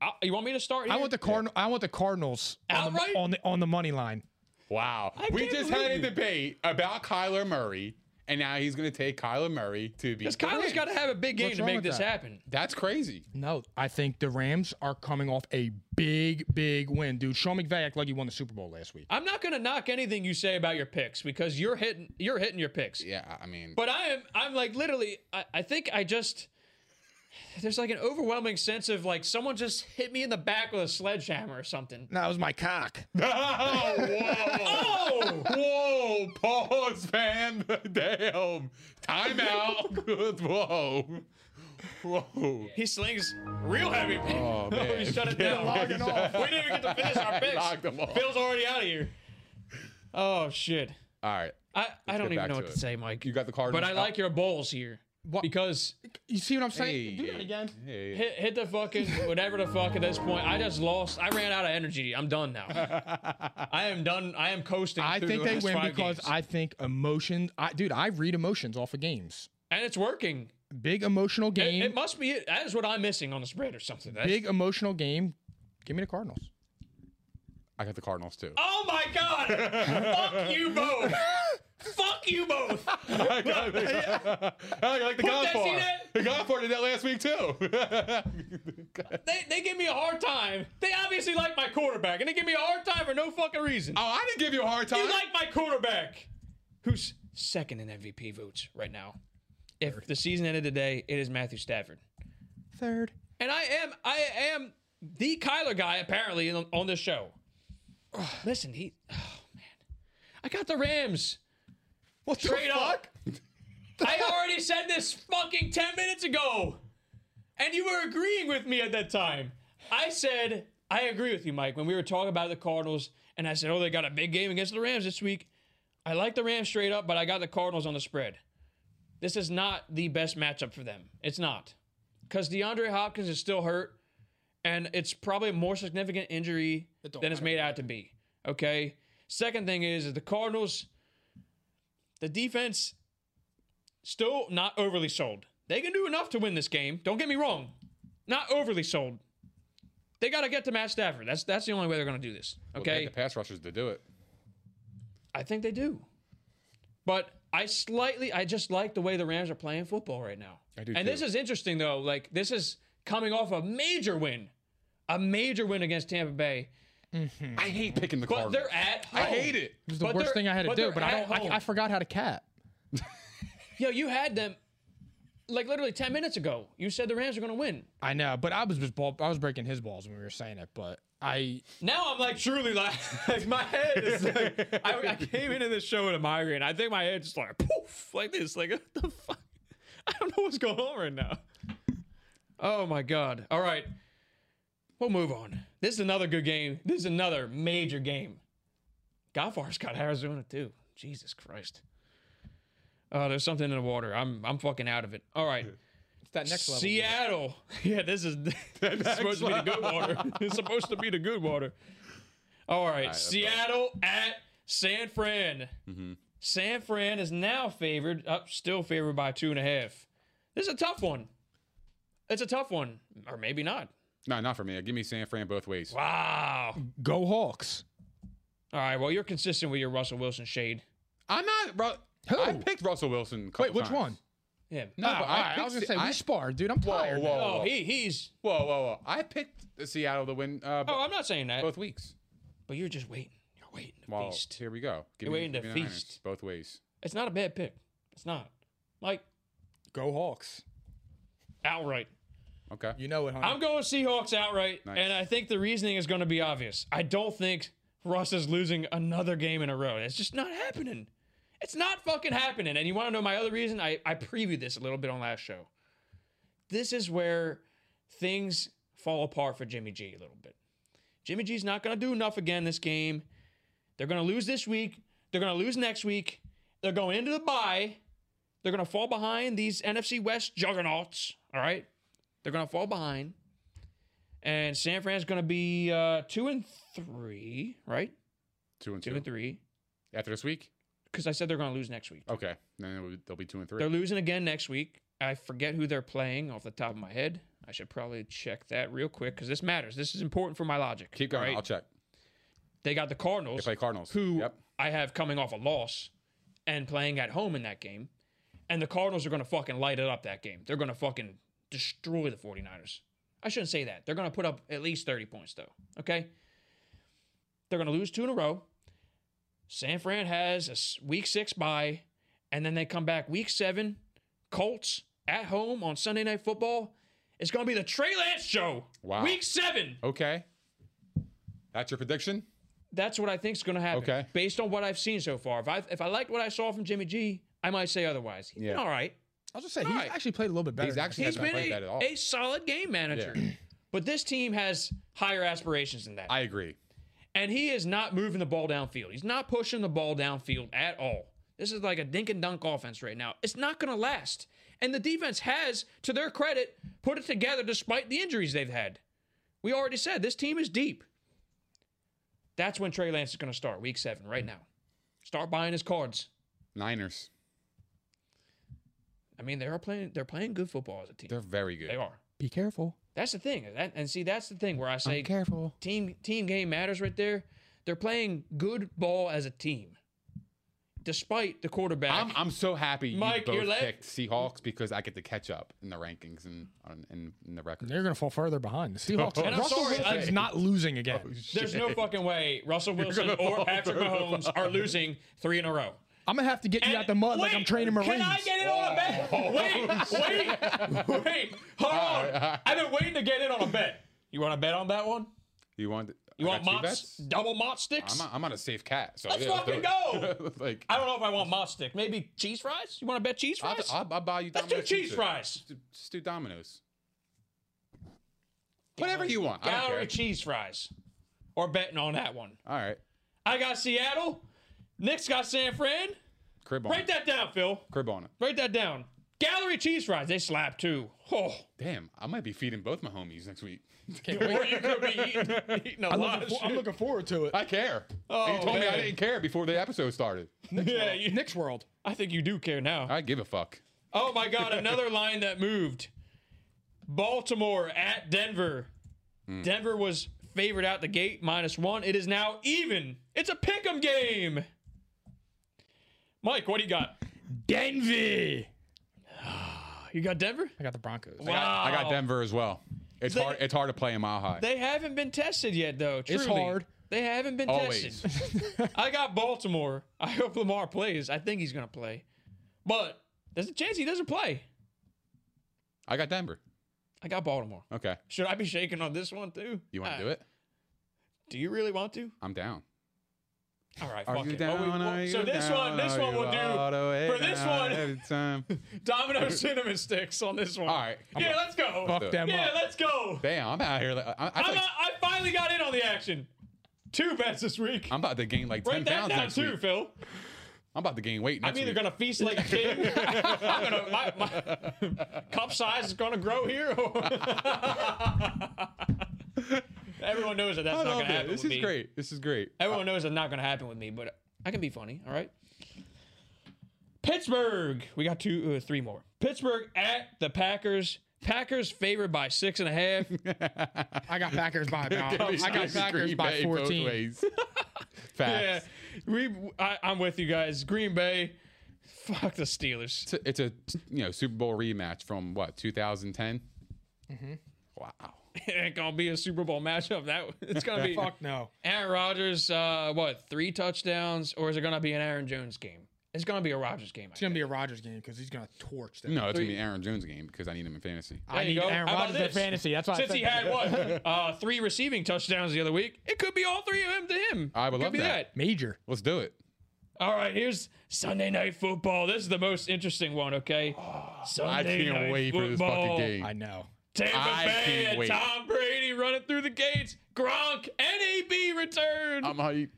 S7: I, you want me to start?
S6: I
S7: here?
S6: want the Cardinal. I want the Cardinals on the,
S7: Outright?
S6: on the on the money line.
S3: Wow. we
S7: can't
S3: just had a
S7: believe you.
S3: debate about Kyler Murray, and now he's going to take Kyler Murray to be.
S7: Because Kyler's got to have a big game
S6: What's
S7: to
S6: wrong
S7: make
S6: with
S7: this
S6: that?
S7: happen.
S3: That's crazy.
S6: No, I think the Rams are coming off a big, big win, dude. Sean McVay act like he won the Super Bowl last week.
S7: I'm not gonna knock anything you say about your picks because you're hitting you're hitting your picks.
S3: Yeah, I- I mean,
S7: But I am I'm like literally I, I think I just there's like an overwhelming sense of like someone just hit me in the back with a sledgehammer or something.
S6: That was my
S7: [laughs]
S6: cock.
S3: Oh, [laughs]
S7: Oh,
S3: whoa. whoa. Pause, man. [laughs] Damn. Timeout. whoa. Whoa.
S7: He slings real heavy. [laughs] Oh,
S3: man.
S7: we shut it down.
S3: Logging off.
S7: We didn't even get to
S3: [laughs]
S7: finish our
S3: Logged them off.
S7: picks. Phil's already out of here. Oh shit.
S3: All right.
S7: I, I don't
S3: get
S7: even
S3: back
S7: know
S3: to
S7: what
S3: it.
S7: to say, Mike.
S3: You got the Cardinals
S7: But I
S3: out.
S7: like your bowls here. Because
S6: You see what I'm
S3: Hey,
S6: saying? Do that again.
S3: Hey.
S7: hit, hit the fucking whatever the fuck at this point. I just lost. I ran out of energy. I'm
S6: [laughs]
S7: done now. I am done. I am coasting.
S6: I
S7: through
S6: think
S7: the
S6: they
S7: last
S6: win
S7: five
S6: because
S7: games.
S6: I think emotion. I, dude, I read emotions off of games.
S7: and it's working.
S6: Big emotional
S7: It,
S6: game.
S7: it must be. That is what I'm missing on the spread or something. That's,
S6: big emotional game. Give me the Cardinals.
S3: [laughs] I got the Cardinals too.
S7: Oh my god! Fuck you both. Fuck you both.
S3: [laughs] I, got the, [laughs] I like the
S7: Put that- see
S3: Godfather.
S7: that?
S3: The Godfather did that last week too. [laughs]
S7: They, they give me a hard time. They obviously like my quarterback, and they give me a hard time for no fucking reason.
S3: Oh, I didn't give you a hard time.
S7: You like my quarterback, who's second in MVP votes right now. If the season ended today, it is Matthew Stafford.
S6: Third.
S7: And I am, I am the Kyler guy apparently on, on this show. [sighs] Listen, he, oh man, I got the Rams.
S6: What
S7: Trade
S6: the
S7: up.
S6: fuck?
S7: I already said this fucking ten minutes ago, and you were agreeing with me at that time. I said I agree with you, Mike, when we were talking about the Cardinals, and I said, oh, they got a big game against the Rams this week. I like the Rams straight up, but I got the Cardinals on the spread. This is not the best matchup for them. It's not. Because DeAndre Hopkins is still hurt, and it's probably a more significant injury than it's made out to be. Okay. Second thing is, is the Cardinals, the defense, still not overly sold. They can do enough to win this game. Don't get me wrong. Not overly sold. They got to get to Matt Stafford. That's that's the only way they're going to do this.
S3: Well, they had
S7: Okay.
S3: the pass rushers to do it.
S7: I think they do. But I slightly, I just like the way the Rams are playing football right now. I
S3: do
S7: And this
S3: too.
S7: is interesting though. Like this is coming off a major win, a major win against Tampa Bay.
S3: I hate picking the
S7: But
S3: Cardinals.
S7: they're at. Home.
S3: I hate it.
S6: It was the worst thing I had to do, but I don't. I, I forgot how to cap.
S7: Yo, you had them like literally ten minutes ago. You said the Rams are going to win.
S6: I know, but I was just ball, I was breaking his balls when we were saying it. But I
S7: Now I'm like truly like, like, [laughs] my head is like I, I came into this show with a migraine. I think my head just like poof like this. Like what the fuck? [laughs] I don't know what's going on right now. Oh my god. All right. We'll move on. This is another good game. This is another major game. Godfar's got Arizona too. Jesus Christ. Oh, there's something in the water. I'm I'm fucking out of it. All right.
S6: it's that next level.
S7: Seattle. [laughs] Yeah, this is, this is supposed to be the
S3: [laughs]
S7: good water. it's supposed to be the good water. All right, Seattle at San Fran.
S3: Mm-hmm.
S7: San Fran is now favored, up still favored by two and a half. This is a tough one. It's a tough one, or maybe not.
S3: No, not for me. Give me San Fran both ways.
S7: Wow.
S6: Go Hawks.
S7: All right. Well, you're consistent with your Russell Wilson shade.
S3: I'm not. Bro,
S6: Who?
S3: I picked Russell Wilson. a couple
S6: Wait, which
S3: times.
S6: one?
S7: Him.
S3: No,
S6: Ah,
S3: but
S6: all
S3: I,
S6: right, I was gonna
S3: picked
S6: say
S3: Se-
S6: we
S3: I-
S6: sparred, dude. I'm
S3: Whoa,
S6: tired.
S3: whoa.
S6: now.
S7: Oh, he he's.
S3: whoa, whoa, whoa. I picked the Seattle to win uh, bo-
S7: Oh, I'm not saying that.
S3: both weeks.
S7: But you're just waiting. You're waiting to
S3: Well,
S7: feast.
S3: here we go. Give
S7: You're
S3: me,
S7: waiting to
S3: give me the Niners
S7: feast.
S3: both ways.
S7: It's not a bad pick. It's not. Like
S6: Go Hawks.
S7: outright.
S3: Okay.
S6: You know it, honey.
S7: I'm going Seahawks outright,
S3: Nice.
S7: and I think the reasoning is going to be obvious. I don't think Russ is losing another game in a row. It's just not happening. It's not fucking happening. And you want to know my other reason? I, I previewed this a little bit on last show. This is where things fall apart for Jimmy G a little bit. Jimmy G's not going to do enough again this game. They're going to lose this week. They're going to lose next week. They're going into the bye. They're going to fall behind these NFC West juggernauts. All right. They're going to fall behind. And San Fran's going to be uh, two and three, right?
S3: two and
S7: Two
S3: two.
S7: and three.
S3: After this week?
S7: Because I said they're going to lose next week.
S3: Okay. Then it'll be- they'll be two and 3
S7: They're losing again next week. I forget who they're playing off the top of my head. I should probably check that real quick because this matters. This is important for my logic.
S3: Keep going.
S7: right?
S3: I'll check.
S7: They got the Cardinals.
S3: They play Cardinals.
S7: who
S3: Yep.
S7: I have coming off a loss and playing at home in that game. And the Cardinals are going to fucking light it up that game. They're going to fucking destroy the 49ers. I shouldn't say that. They're going to put up at least 30 points, though. Okay? They're going to lose two in a row. San Fran has a s- week six bye, and then they come back week seven, Colts at home on Sunday Night Football. It's going to be the Trey Lance show.
S3: Wow.
S7: Week seven.
S3: Okay. That's your prediction?
S7: That's what I think is going to happen.
S3: Okay.
S7: Based on what I've seen so far, if I if I liked what I saw from Jimmy G, I might say otherwise. He's been
S3: Yeah.
S7: all right.
S6: I'll just say he's
S7: Alright.
S6: actually played a little bit better.
S3: He's
S6: than I
S3: actually
S7: He's
S3: hasn't
S7: been
S3: played bad at all.
S7: a, a solid game manager. But this team has higher aspirations than that.
S3: I agree.
S7: and he is not moving the ball downfield. He's not pushing the ball downfield at all. This is like a dink and dunk offense right now. It's not going to last. And the defense has, to their credit, put it together despite the injuries they've had. We already said this team is deep. That's when Trey Lance is going to start, week seven, right now. Start buying his cards.
S3: Niners.
S7: I mean, they are playing. They're playing good football as a team.
S3: They're very good.
S7: They are.
S6: Be careful.
S7: That's the thing. That- and see, that's the thing where I say
S6: careful.
S7: team team game matters right there. They're playing good ball as a team, despite the quarterback.
S3: I'm, I'm so happy you
S7: Mike, you're
S3: both
S7: left.
S3: picked Seahawks because I get to catch up in the rankings and on, in, in the record.
S6: They're gonna fall further behind. The [laughs] Seahawks.
S7: [laughs] And I'm
S6: Russell
S7: sorry, I- Oh,
S6: Wilson's not losing again.
S7: There's no fucking way Russell Wilson
S3: [laughs]
S7: or Patrick Mahomes are losing three in a row.
S6: I'm gonna have to get you out the mud like
S7: Wait,
S6: I'm training Marines.
S7: Can I get in on a bet?
S3: [laughs]
S7: Wait, wait, wait. Hold on. I've been waiting to get in on a bet. You want to bet on that one?
S3: You want
S7: You
S3: I
S7: want
S3: got two
S7: Mott's
S3: bets?
S7: double Mott sticks?
S3: I'm on, I'm on a safe cat. So
S7: Let's
S3: yeah, do
S7: fucking
S3: it.
S7: go.
S3: [laughs] like
S7: I don't know if I want Mott stick. Maybe cheese fries? You want to bet cheese
S3: I'll,
S7: fries?
S3: I'll, I'll buy you.
S7: Let's do
S3: Domino's
S7: cheese
S3: pizza.
S7: fries.
S3: Just, do- just do Domino's. Whatever you want. I don't
S7: Gallery
S3: care.
S7: cheese fries. Or betting on that one.
S3: All right.
S7: I got Seattle. Nick's got San Fran.
S3: Crib on.
S7: Write
S3: it.
S7: that down, Phil.
S3: Crib on it.
S7: Write that down. Gallery cheese fries. They slap too. Oh,
S3: Damn, I might be feeding both my homies next week.
S7: or you could be eating,
S3: [laughs]
S7: eating a
S6: I'm
S7: lot
S6: looking,
S7: of
S6: for- I'm
S7: shit.
S6: looking forward to it.
S3: I care. Oh, you told me I
S7: man.
S3: didn't care before the episode started.
S7: Yeah, you-
S6: Nick's world.
S7: I think you do care now.
S3: I give a fuck.
S7: Oh
S3: [laughs]
S7: my God, another line that moved. Baltimore at Denver.
S3: Hmm.
S7: Denver was favored out the gate, minus one. It is now even. It's a pick 'em game. Mike, what do you got?
S6: Denver.
S7: You got Denver?
S6: I got the Broncos.
S7: Wow.
S3: I got Denver as well. It's
S7: Oh. They-
S3: hard. It's hard to play in mile high.
S7: They haven't been tested yet, though. Truly.
S6: hard.
S7: They haven't been
S3: Always.
S7: tested.
S3: [laughs]
S7: I got Baltimore. I hope Lamar plays. I think he's going to play. But there's a chance he doesn't play.
S3: I got Denver.
S7: I got Baltimore.
S3: Okay.
S7: Should I be shaking on this one, too?
S3: You want
S7: Uh,
S3: to do it?
S7: Do you really want to?
S3: I'm down.
S7: All right,
S3: Are
S7: fuck
S3: you
S7: it.
S3: down?
S7: Oh, we- well,
S3: Are
S7: so
S3: you
S7: this one,
S3: down?
S7: this
S3: Are
S7: one
S3: you
S7: will
S3: all the way
S7: do for this
S3: down
S7: one.
S3: every time?
S7: [laughs] Domino cinnamon sticks on this one.
S3: All right.
S7: yeah, let's go.
S6: Fuck them
S7: yeah,
S6: up.
S7: let's go.
S3: Damn, I'm out here. Like, I, I, I
S7: I'm
S3: like,
S7: not, I finally got in on the action. Two bets this week.
S3: I'm about to gain like ten
S7: Write that
S3: pounds
S7: down
S3: next
S7: too,
S3: week.
S7: Phil.
S3: I'm about to gain weight next
S7: I'm either
S3: week.
S7: gonna feast like
S3: [laughs]
S7: a king. I'm gonna my, my cup size is gonna grow here. Or [laughs] Everyone knows that that's
S3: I
S7: not gonna
S3: love
S7: happen.
S3: it. This
S7: with
S3: is
S7: me.
S3: great. This is
S7: [laughs]
S3: great.
S7: Everyone knows it's not gonna happen with me, but I can be funny. All right. Pittsburgh. We got two, uh, three more. Pittsburgh at the Packers. Packers favored by six and a half.
S6: I got Packers by
S7: [laughs]
S6: about. I got
S3: This is
S6: Packers
S3: Green
S6: by
S3: Bay both
S6: 14.
S3: ways. [laughs] Facts.
S7: Yeah, we. I, I'm with you guys. Green Bay. Fuck the Steelers. [laughs]
S3: It's a, it's a you know Super Bowl rematch from what 2010. Wow.
S7: it ain't gonna be a Super Bowl matchup. That it's gonna be
S6: Fuck no.
S7: Aaron Rodgers, uh, what three touchdowns, or is it gonna be an Aaron Jones game? It's gonna be a Rodgers game.
S6: It's gonna be a Rodgers game because he's gonna torch them.
S3: No, it's gonna be Aaron Jones game because I need him in fantasy.
S6: I need Aaron Rodgers in fantasy. That's why I
S7: Since
S6: said
S7: he
S6: that.
S7: had what
S6: [laughs]
S7: uh, three receiving touchdowns the other week, it could be all three of them to him.
S3: I would
S7: Could
S3: love
S7: be
S3: that.
S6: Major.
S3: Let's do it.
S7: All right, here's Sunday Night Football. This is the most interesting one. Okay,
S3: [sighs] I
S7: Sunday
S3: can't
S7: Night
S3: wait for this fucking
S7: Football.
S3: game.
S6: I know.
S7: Tampa
S3: I
S7: Bay
S3: can't
S7: and
S3: wait.
S7: Tom Brady running through the gates. Gronk, NAB return.
S3: I'm hype.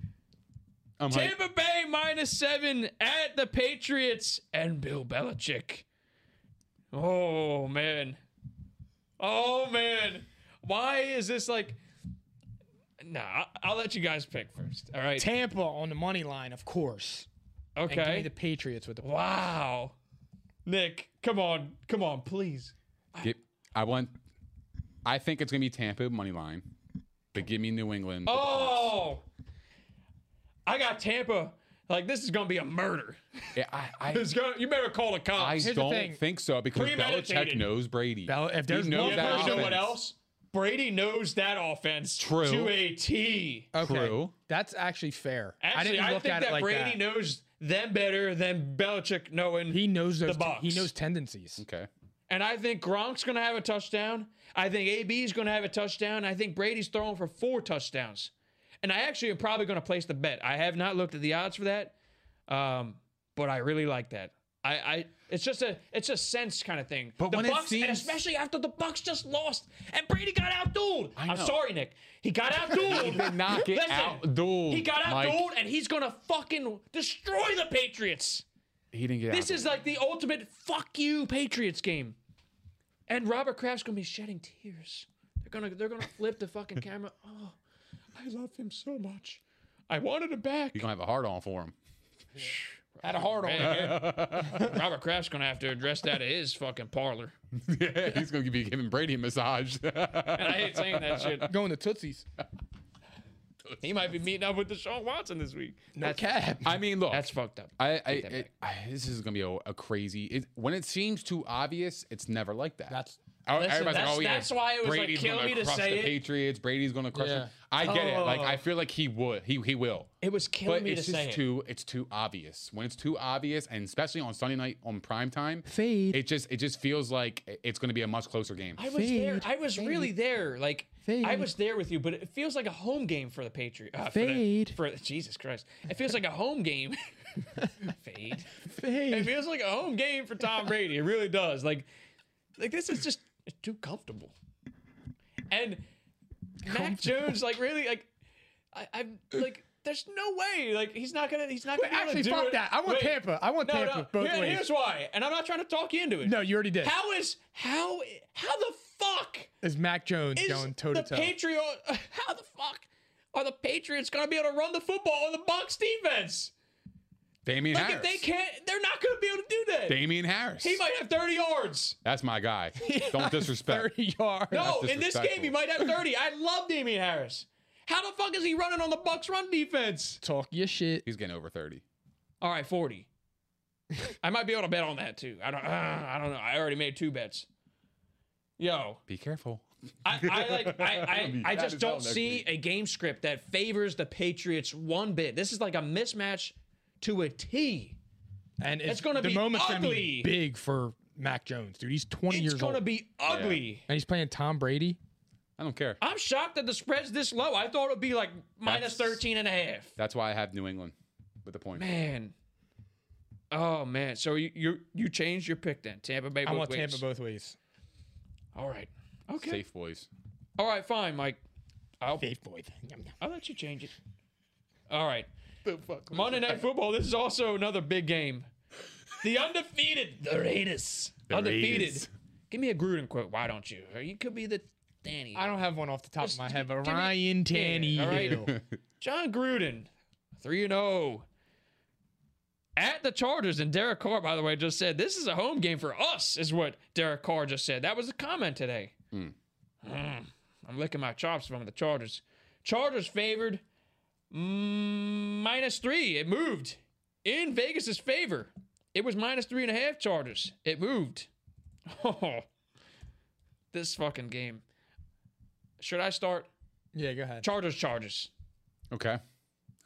S3: I'm hype.
S7: Tampa Bay minus seven at the Patriots and Bill Belichick. Oh man. Oh man. Why is this like Nah, I- I'll let you guys pick first. All right.
S6: Tampa on the money line, of course. And give me
S7: Okay.
S6: the Patriots with the.
S7: wow. Nick, come on. Come on, please.
S3: Get- I want I think it's gonna be Tampa money line, but give me New England. with the points.
S7: Oh, I got Tampa. Like this is gonna be a murder. [laughs]
S3: Yeah, I, I,
S7: It's gonna, you better call the
S3: I
S7: cops.
S6: the thing.
S3: don't think so because Belichick
S7: Premeditated.
S3: knows Brady.
S6: Bel- if there's
S3: he knows
S6: one
S3: that
S7: but you know what
S3: offense.
S7: else? Brady knows that offense
S3: True.
S7: to a T.
S6: Okay.
S3: True.
S6: That's actually fair.
S7: Actually, I,
S6: I didn't look
S7: think
S6: at
S7: that
S6: it like
S7: Brady
S6: that.
S7: knows them better than Belichick knowing.
S6: he knows those.
S7: the box.
S6: he knows tendencies.
S3: Okay.
S7: and I think Gronk's gonna have a touchdown. I think AB's gonna have a touchdown. I think Brady's throwing for four touchdowns. And I actually am probably gonna place the bet. I have not looked at the odds for that, um, but I really like that. I, I it's just a it's a sense kind of thing.
S3: But
S7: the
S3: when it
S7: Bucks, and
S3: seems-
S7: especially after the Bucks just lost and Brady got outdueled.
S3: I
S7: I'm
S3: know.
S7: sorry, Nick. He got
S3: [laughs]
S7: outdueled.
S3: He did not get
S7: Listen,
S3: outdueled,
S7: He got
S3: Mike.
S7: outdueled, and he's gonna fucking destroy the Patriots.
S3: He didn't get.
S7: This
S3: out.
S7: is like the ultimate fuck you Patriots game. And Robert Kraft's gonna be shedding tears. They're gonna they're gonna flip the fucking camera. Oh, I love him so much. I wanted him back.
S3: You're gonna have a hard on for him. [laughs]
S7: Had a hard on. [laughs] Robert Kraft's gonna have to address that at his fucking parlor.
S3: yeah, he's gonna be giving Brady a massage.
S7: And I hate saying that shit.
S6: Going to Tootsie's.
S7: He might be meeting up with Deshaun Watson this week.
S6: No cap.
S3: I mean, look,
S7: That's fucked up.
S3: I, I,
S7: that
S3: it, I this is gonna be a, a crazy. It, when it seems too obvious, it's never like that.
S6: That's-
S3: Oh,
S7: Listen,
S3: everybody's
S7: that's- that's why it was, like,
S3: Brady's
S7: killing
S3: gonna
S7: me to
S3: crush
S7: say
S3: the
S7: it.
S3: Patriots. Brady's gonna crush
S6: Yeah.
S3: them. I get it. Like
S7: Oh.
S3: I feel like he would. He he will.
S7: It was killing
S3: but
S7: me
S3: it's
S7: to
S3: just
S7: say it.
S3: too. It's too obvious. When it's too obvious, and especially on Sunday night on prime time,
S6: Fade.
S3: It just it just feels like i- it's gonna be a much closer game.
S7: I was there.
S6: Fade,
S7: I was really there. Like I
S6: Fade.
S7: was there with you, but it feels like a home game for the Patriots. Uh,
S6: Fade.
S7: For, the, for Jesus Christ, it feels like a home game. [laughs] Fade. It
S6: Fade.
S7: feels like a home game for Tom Brady. It really does. Like, like this is just it's too comfortable. And Mac Jones, like, really, like, I, I'm like. There's no way, like he's not gonna, he's not gonna. be able to
S6: actually,
S7: do
S6: fuck
S7: it.
S6: that. I want
S7: Wait.
S6: Tampa. I want
S7: No,
S6: Tampa
S7: no.
S6: both
S7: Here-
S6: ways.
S7: Here's why, and I'm not trying to talk you into it.
S6: No, you already did.
S7: How is how how the fuck
S6: Is Mac Jones
S7: is
S6: going toe to
S7: the
S6: toe? [laughs]
S7: Patriot? [laughs] How the fuck are the Patriots gonna be able to run the football on the Bucks defense?
S3: Damian
S7: Like
S3: Harris.
S7: if they can't, they're not gonna be able to do that.
S3: Damian Harris.
S7: He might have 30 yards.
S3: That's my
S7: [laughs]
S3: guy. Don't disrespect.
S6: 30 yards.
S7: No,
S3: That's
S7: in this game he
S3: disrespectful.
S7: might have 30. I love Damian Harris. How the fuck is he running on the Bucks run defense?
S6: Talk your shit.
S3: He's getting over thirty.
S7: All right, 40. I might be able to bet on that too. I don't. Uh, I don't know. I already made two bets. Yo,
S3: Be careful.
S7: I,
S3: [laughs]
S7: I like I,
S3: That'll
S7: I, I
S3: be
S7: just
S3: bad as hell
S7: don't
S3: next
S7: see
S3: week.
S7: a game script that favors the Patriots one bit. This is like a mismatch to a T.
S6: And it's,
S7: It's gonna
S6: the
S7: be
S6: moment's Gonna
S7: ugly.
S6: be big for Mac Jones, dude. He's 20
S7: It's
S6: years
S7: gonna
S6: old.
S7: be ugly.
S6: and he's playing Tom Brady.
S3: I don't care.
S7: I'm shocked that the spread's this low. I thought it would be like minus
S3: That's-
S7: 13 and a half.
S3: That's why I have New England with the point.
S7: Man. Oh man. So you you, you changed your pick then. Tampa Bay
S6: I
S7: both
S6: want
S7: ways.
S6: Tampa both ways.
S7: All right. Okay.
S3: Safe boys.
S7: All right, fine, Mike. I'll
S6: Faith boy.
S7: I'll let you change it. All right. Monday Night Football. This is also another big game. The undefeated, the Raiders, undefeated.
S3: Raiders.
S7: Give me a Gruden quote. Why don't you? Or you could be the Danny.
S6: I don't have one off the top of my head, but
S7: give me-
S6: Ryan
S7: all right.
S6: Tannehill. [laughs]
S7: John Gruden, three and zero. At the Chargers, and Derek Carr, by the way, just said this is a home game for us, is what Derek Carr just said. That was the comment today. Mm, I'm licking my chops from the Chargers. Chargers favored mm, minus three. It moved in Vegas's favor. It was minus three and a half Chargers. It moved. Oh, this fucking game. Should I start?
S6: yeah, go ahead.
S7: Chargers, Chargers.
S3: Okay.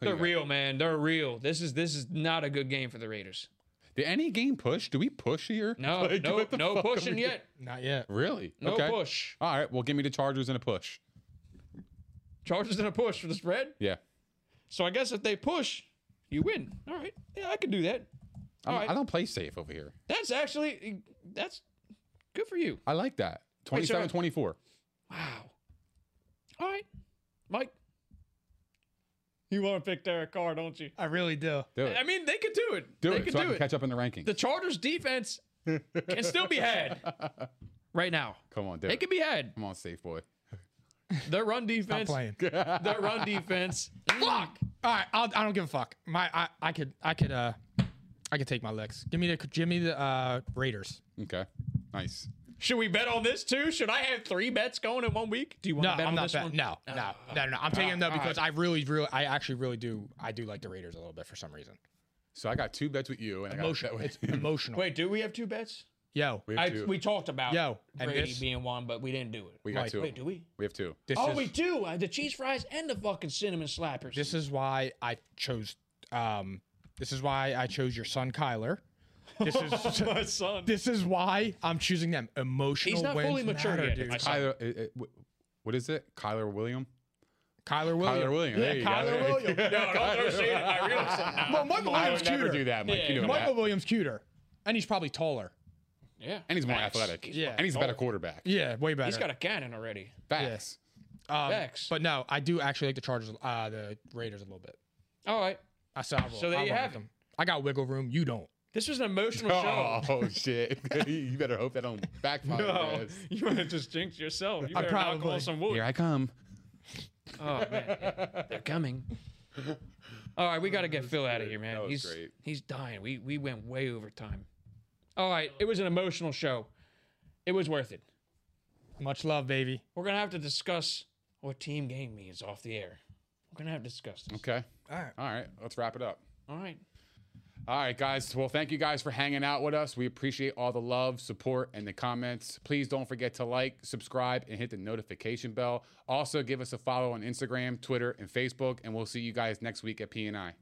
S3: Who
S7: They're
S3: you got?
S7: real, man. They're real. This is this is not a good game for the Raiders.
S3: Did any game push? Do we push here?
S7: No,
S3: Like, [laughs]
S7: no,
S3: what the
S7: no
S3: fuck are [laughs]
S7: pushing
S3: we-
S7: yet.
S6: Not yet.
S3: Really?
S7: No
S3: Okay.
S7: push.
S3: All right. Well, give me the Chargers and a push.
S7: Chargers in a push for the spread.
S3: Yeah.
S7: So I guess if they push, you win. All right. Yeah, I could do that.
S3: I'm-
S7: All right.
S3: I don't play safe over here.
S7: That's actually that's good for you.
S3: I like that.
S7: Wait, so-
S3: 27 24.
S7: Wow. All right, Mike. You want to pick Derek Carr, don't you?
S6: I really do.
S3: Do it.
S7: I mean, they could do it.
S3: do
S7: they
S3: it
S7: could
S3: so I
S7: do
S3: can
S7: it.
S3: catch up in the rankings.
S7: The Chargers defense can still be had
S3: [laughs]
S7: right now.
S3: Come on, do
S7: They
S3: it.
S7: can be had.
S3: Come on, safe boy.
S7: Their run
S6: Stop
S7: defense.
S6: playing.
S7: Their run defense. Fuck.
S6: All right, I'll, I don't give a fuck. My, I, I could, I could, uh, I could take my licks. Give me the, give me the uh, Raiders.
S3: Okay. Nice.
S7: Should we bet on this too? Should I have three bets going in one week? Do you want
S6: No,
S7: to bet
S6: I'm
S7: on
S6: not
S7: this
S6: bet-
S7: one?
S6: No, no, no, no, no. I'm taking them though because I really, really, I actually really do. I do like the Raiders a little bit for some reason.
S3: So I got two bets with you, and [laughs]
S6: Emotional.
S3: I got a bet
S6: It's
S3: with
S6: emotional.
S7: [laughs] Wait, do we have two bets?
S6: yo,
S3: We have
S7: I,
S3: two.
S7: we talked about
S6: Yo, and
S7: Brady
S6: this-
S7: being one, but we didn't do it.
S3: We got two.
S7: Wait, do we?
S3: We have two.
S6: this
S7: oh,
S6: is
S7: we do. Uh, the cheese fries and the fucking cinnamon slappers.
S6: this is why I chose. Um, this is why I chose your son Kyler. This
S7: [laughs]
S6: is
S7: my son.
S6: this is why I'm choosing them. Emotional.
S7: He's not
S6: wins
S7: fully mature
S6: matter,
S7: yet.
S6: dude.
S7: My son.
S3: Kyler, it, it, wh- what is it? Kyler William.
S6: Kyler Williams.
S3: Kyler William. there you go. [laughs]
S6: Kyler Williams.
S7: no, don't throw shade at my real son. now.
S6: Well, Michael
S3: I
S6: Williams
S3: would never
S6: cuter.
S3: do that, Mike.
S7: Yeah,
S3: you know
S6: Michael
S3: that.
S6: Williams cuter, and he's probably taller.
S7: Yeah.
S3: And he's more
S7: Facts.
S3: athletic.
S7: He's,
S6: Yeah.
S3: And he's a
S7: Oh.
S3: better quarterback.
S6: Yeah, way better.
S7: he's got a cannon already.
S3: Facts.
S6: Um,
S7: Facts.
S6: But no, I do actually like the Chargers, uh, the Raiders a little bit.
S7: All right.
S6: I saw. I will-
S7: So there
S6: Oh, I
S7: you
S6: will like
S7: have it.
S6: them. I got wiggle room. You don't.
S7: This was an emotional
S3: [laughs] Oh,
S7: show.
S3: shit! [laughs] you better hope that don't backfire.
S7: No,
S3: guys.
S7: Oh, you want to just jinx yourself. You
S6: I
S7: better knock
S6: probably-
S7: on some wood.
S3: Here I come.
S7: Oh man, they're coming. [laughs] All right, we got to get Phil out of here, man.
S3: That was
S7: he's
S3: great.
S7: he's dying. We we went way over time. All right, it was an emotional show. It was worth it.
S6: Much love, baby.
S7: We're gonna have to discuss what team game means off the air. We're gonna have to discuss this.
S3: Okay. All
S6: right.
S3: All right. Let's wrap it up.
S7: All right.
S3: All right, guys. Well, thank you guys for hanging out with us. We appreciate all the love, support, and the comments. Please don't forget to like, subscribe, and hit the notification bell. Also, give us a follow on Instagram, Twitter, and Facebook. And we'll see you guys next week at P and I.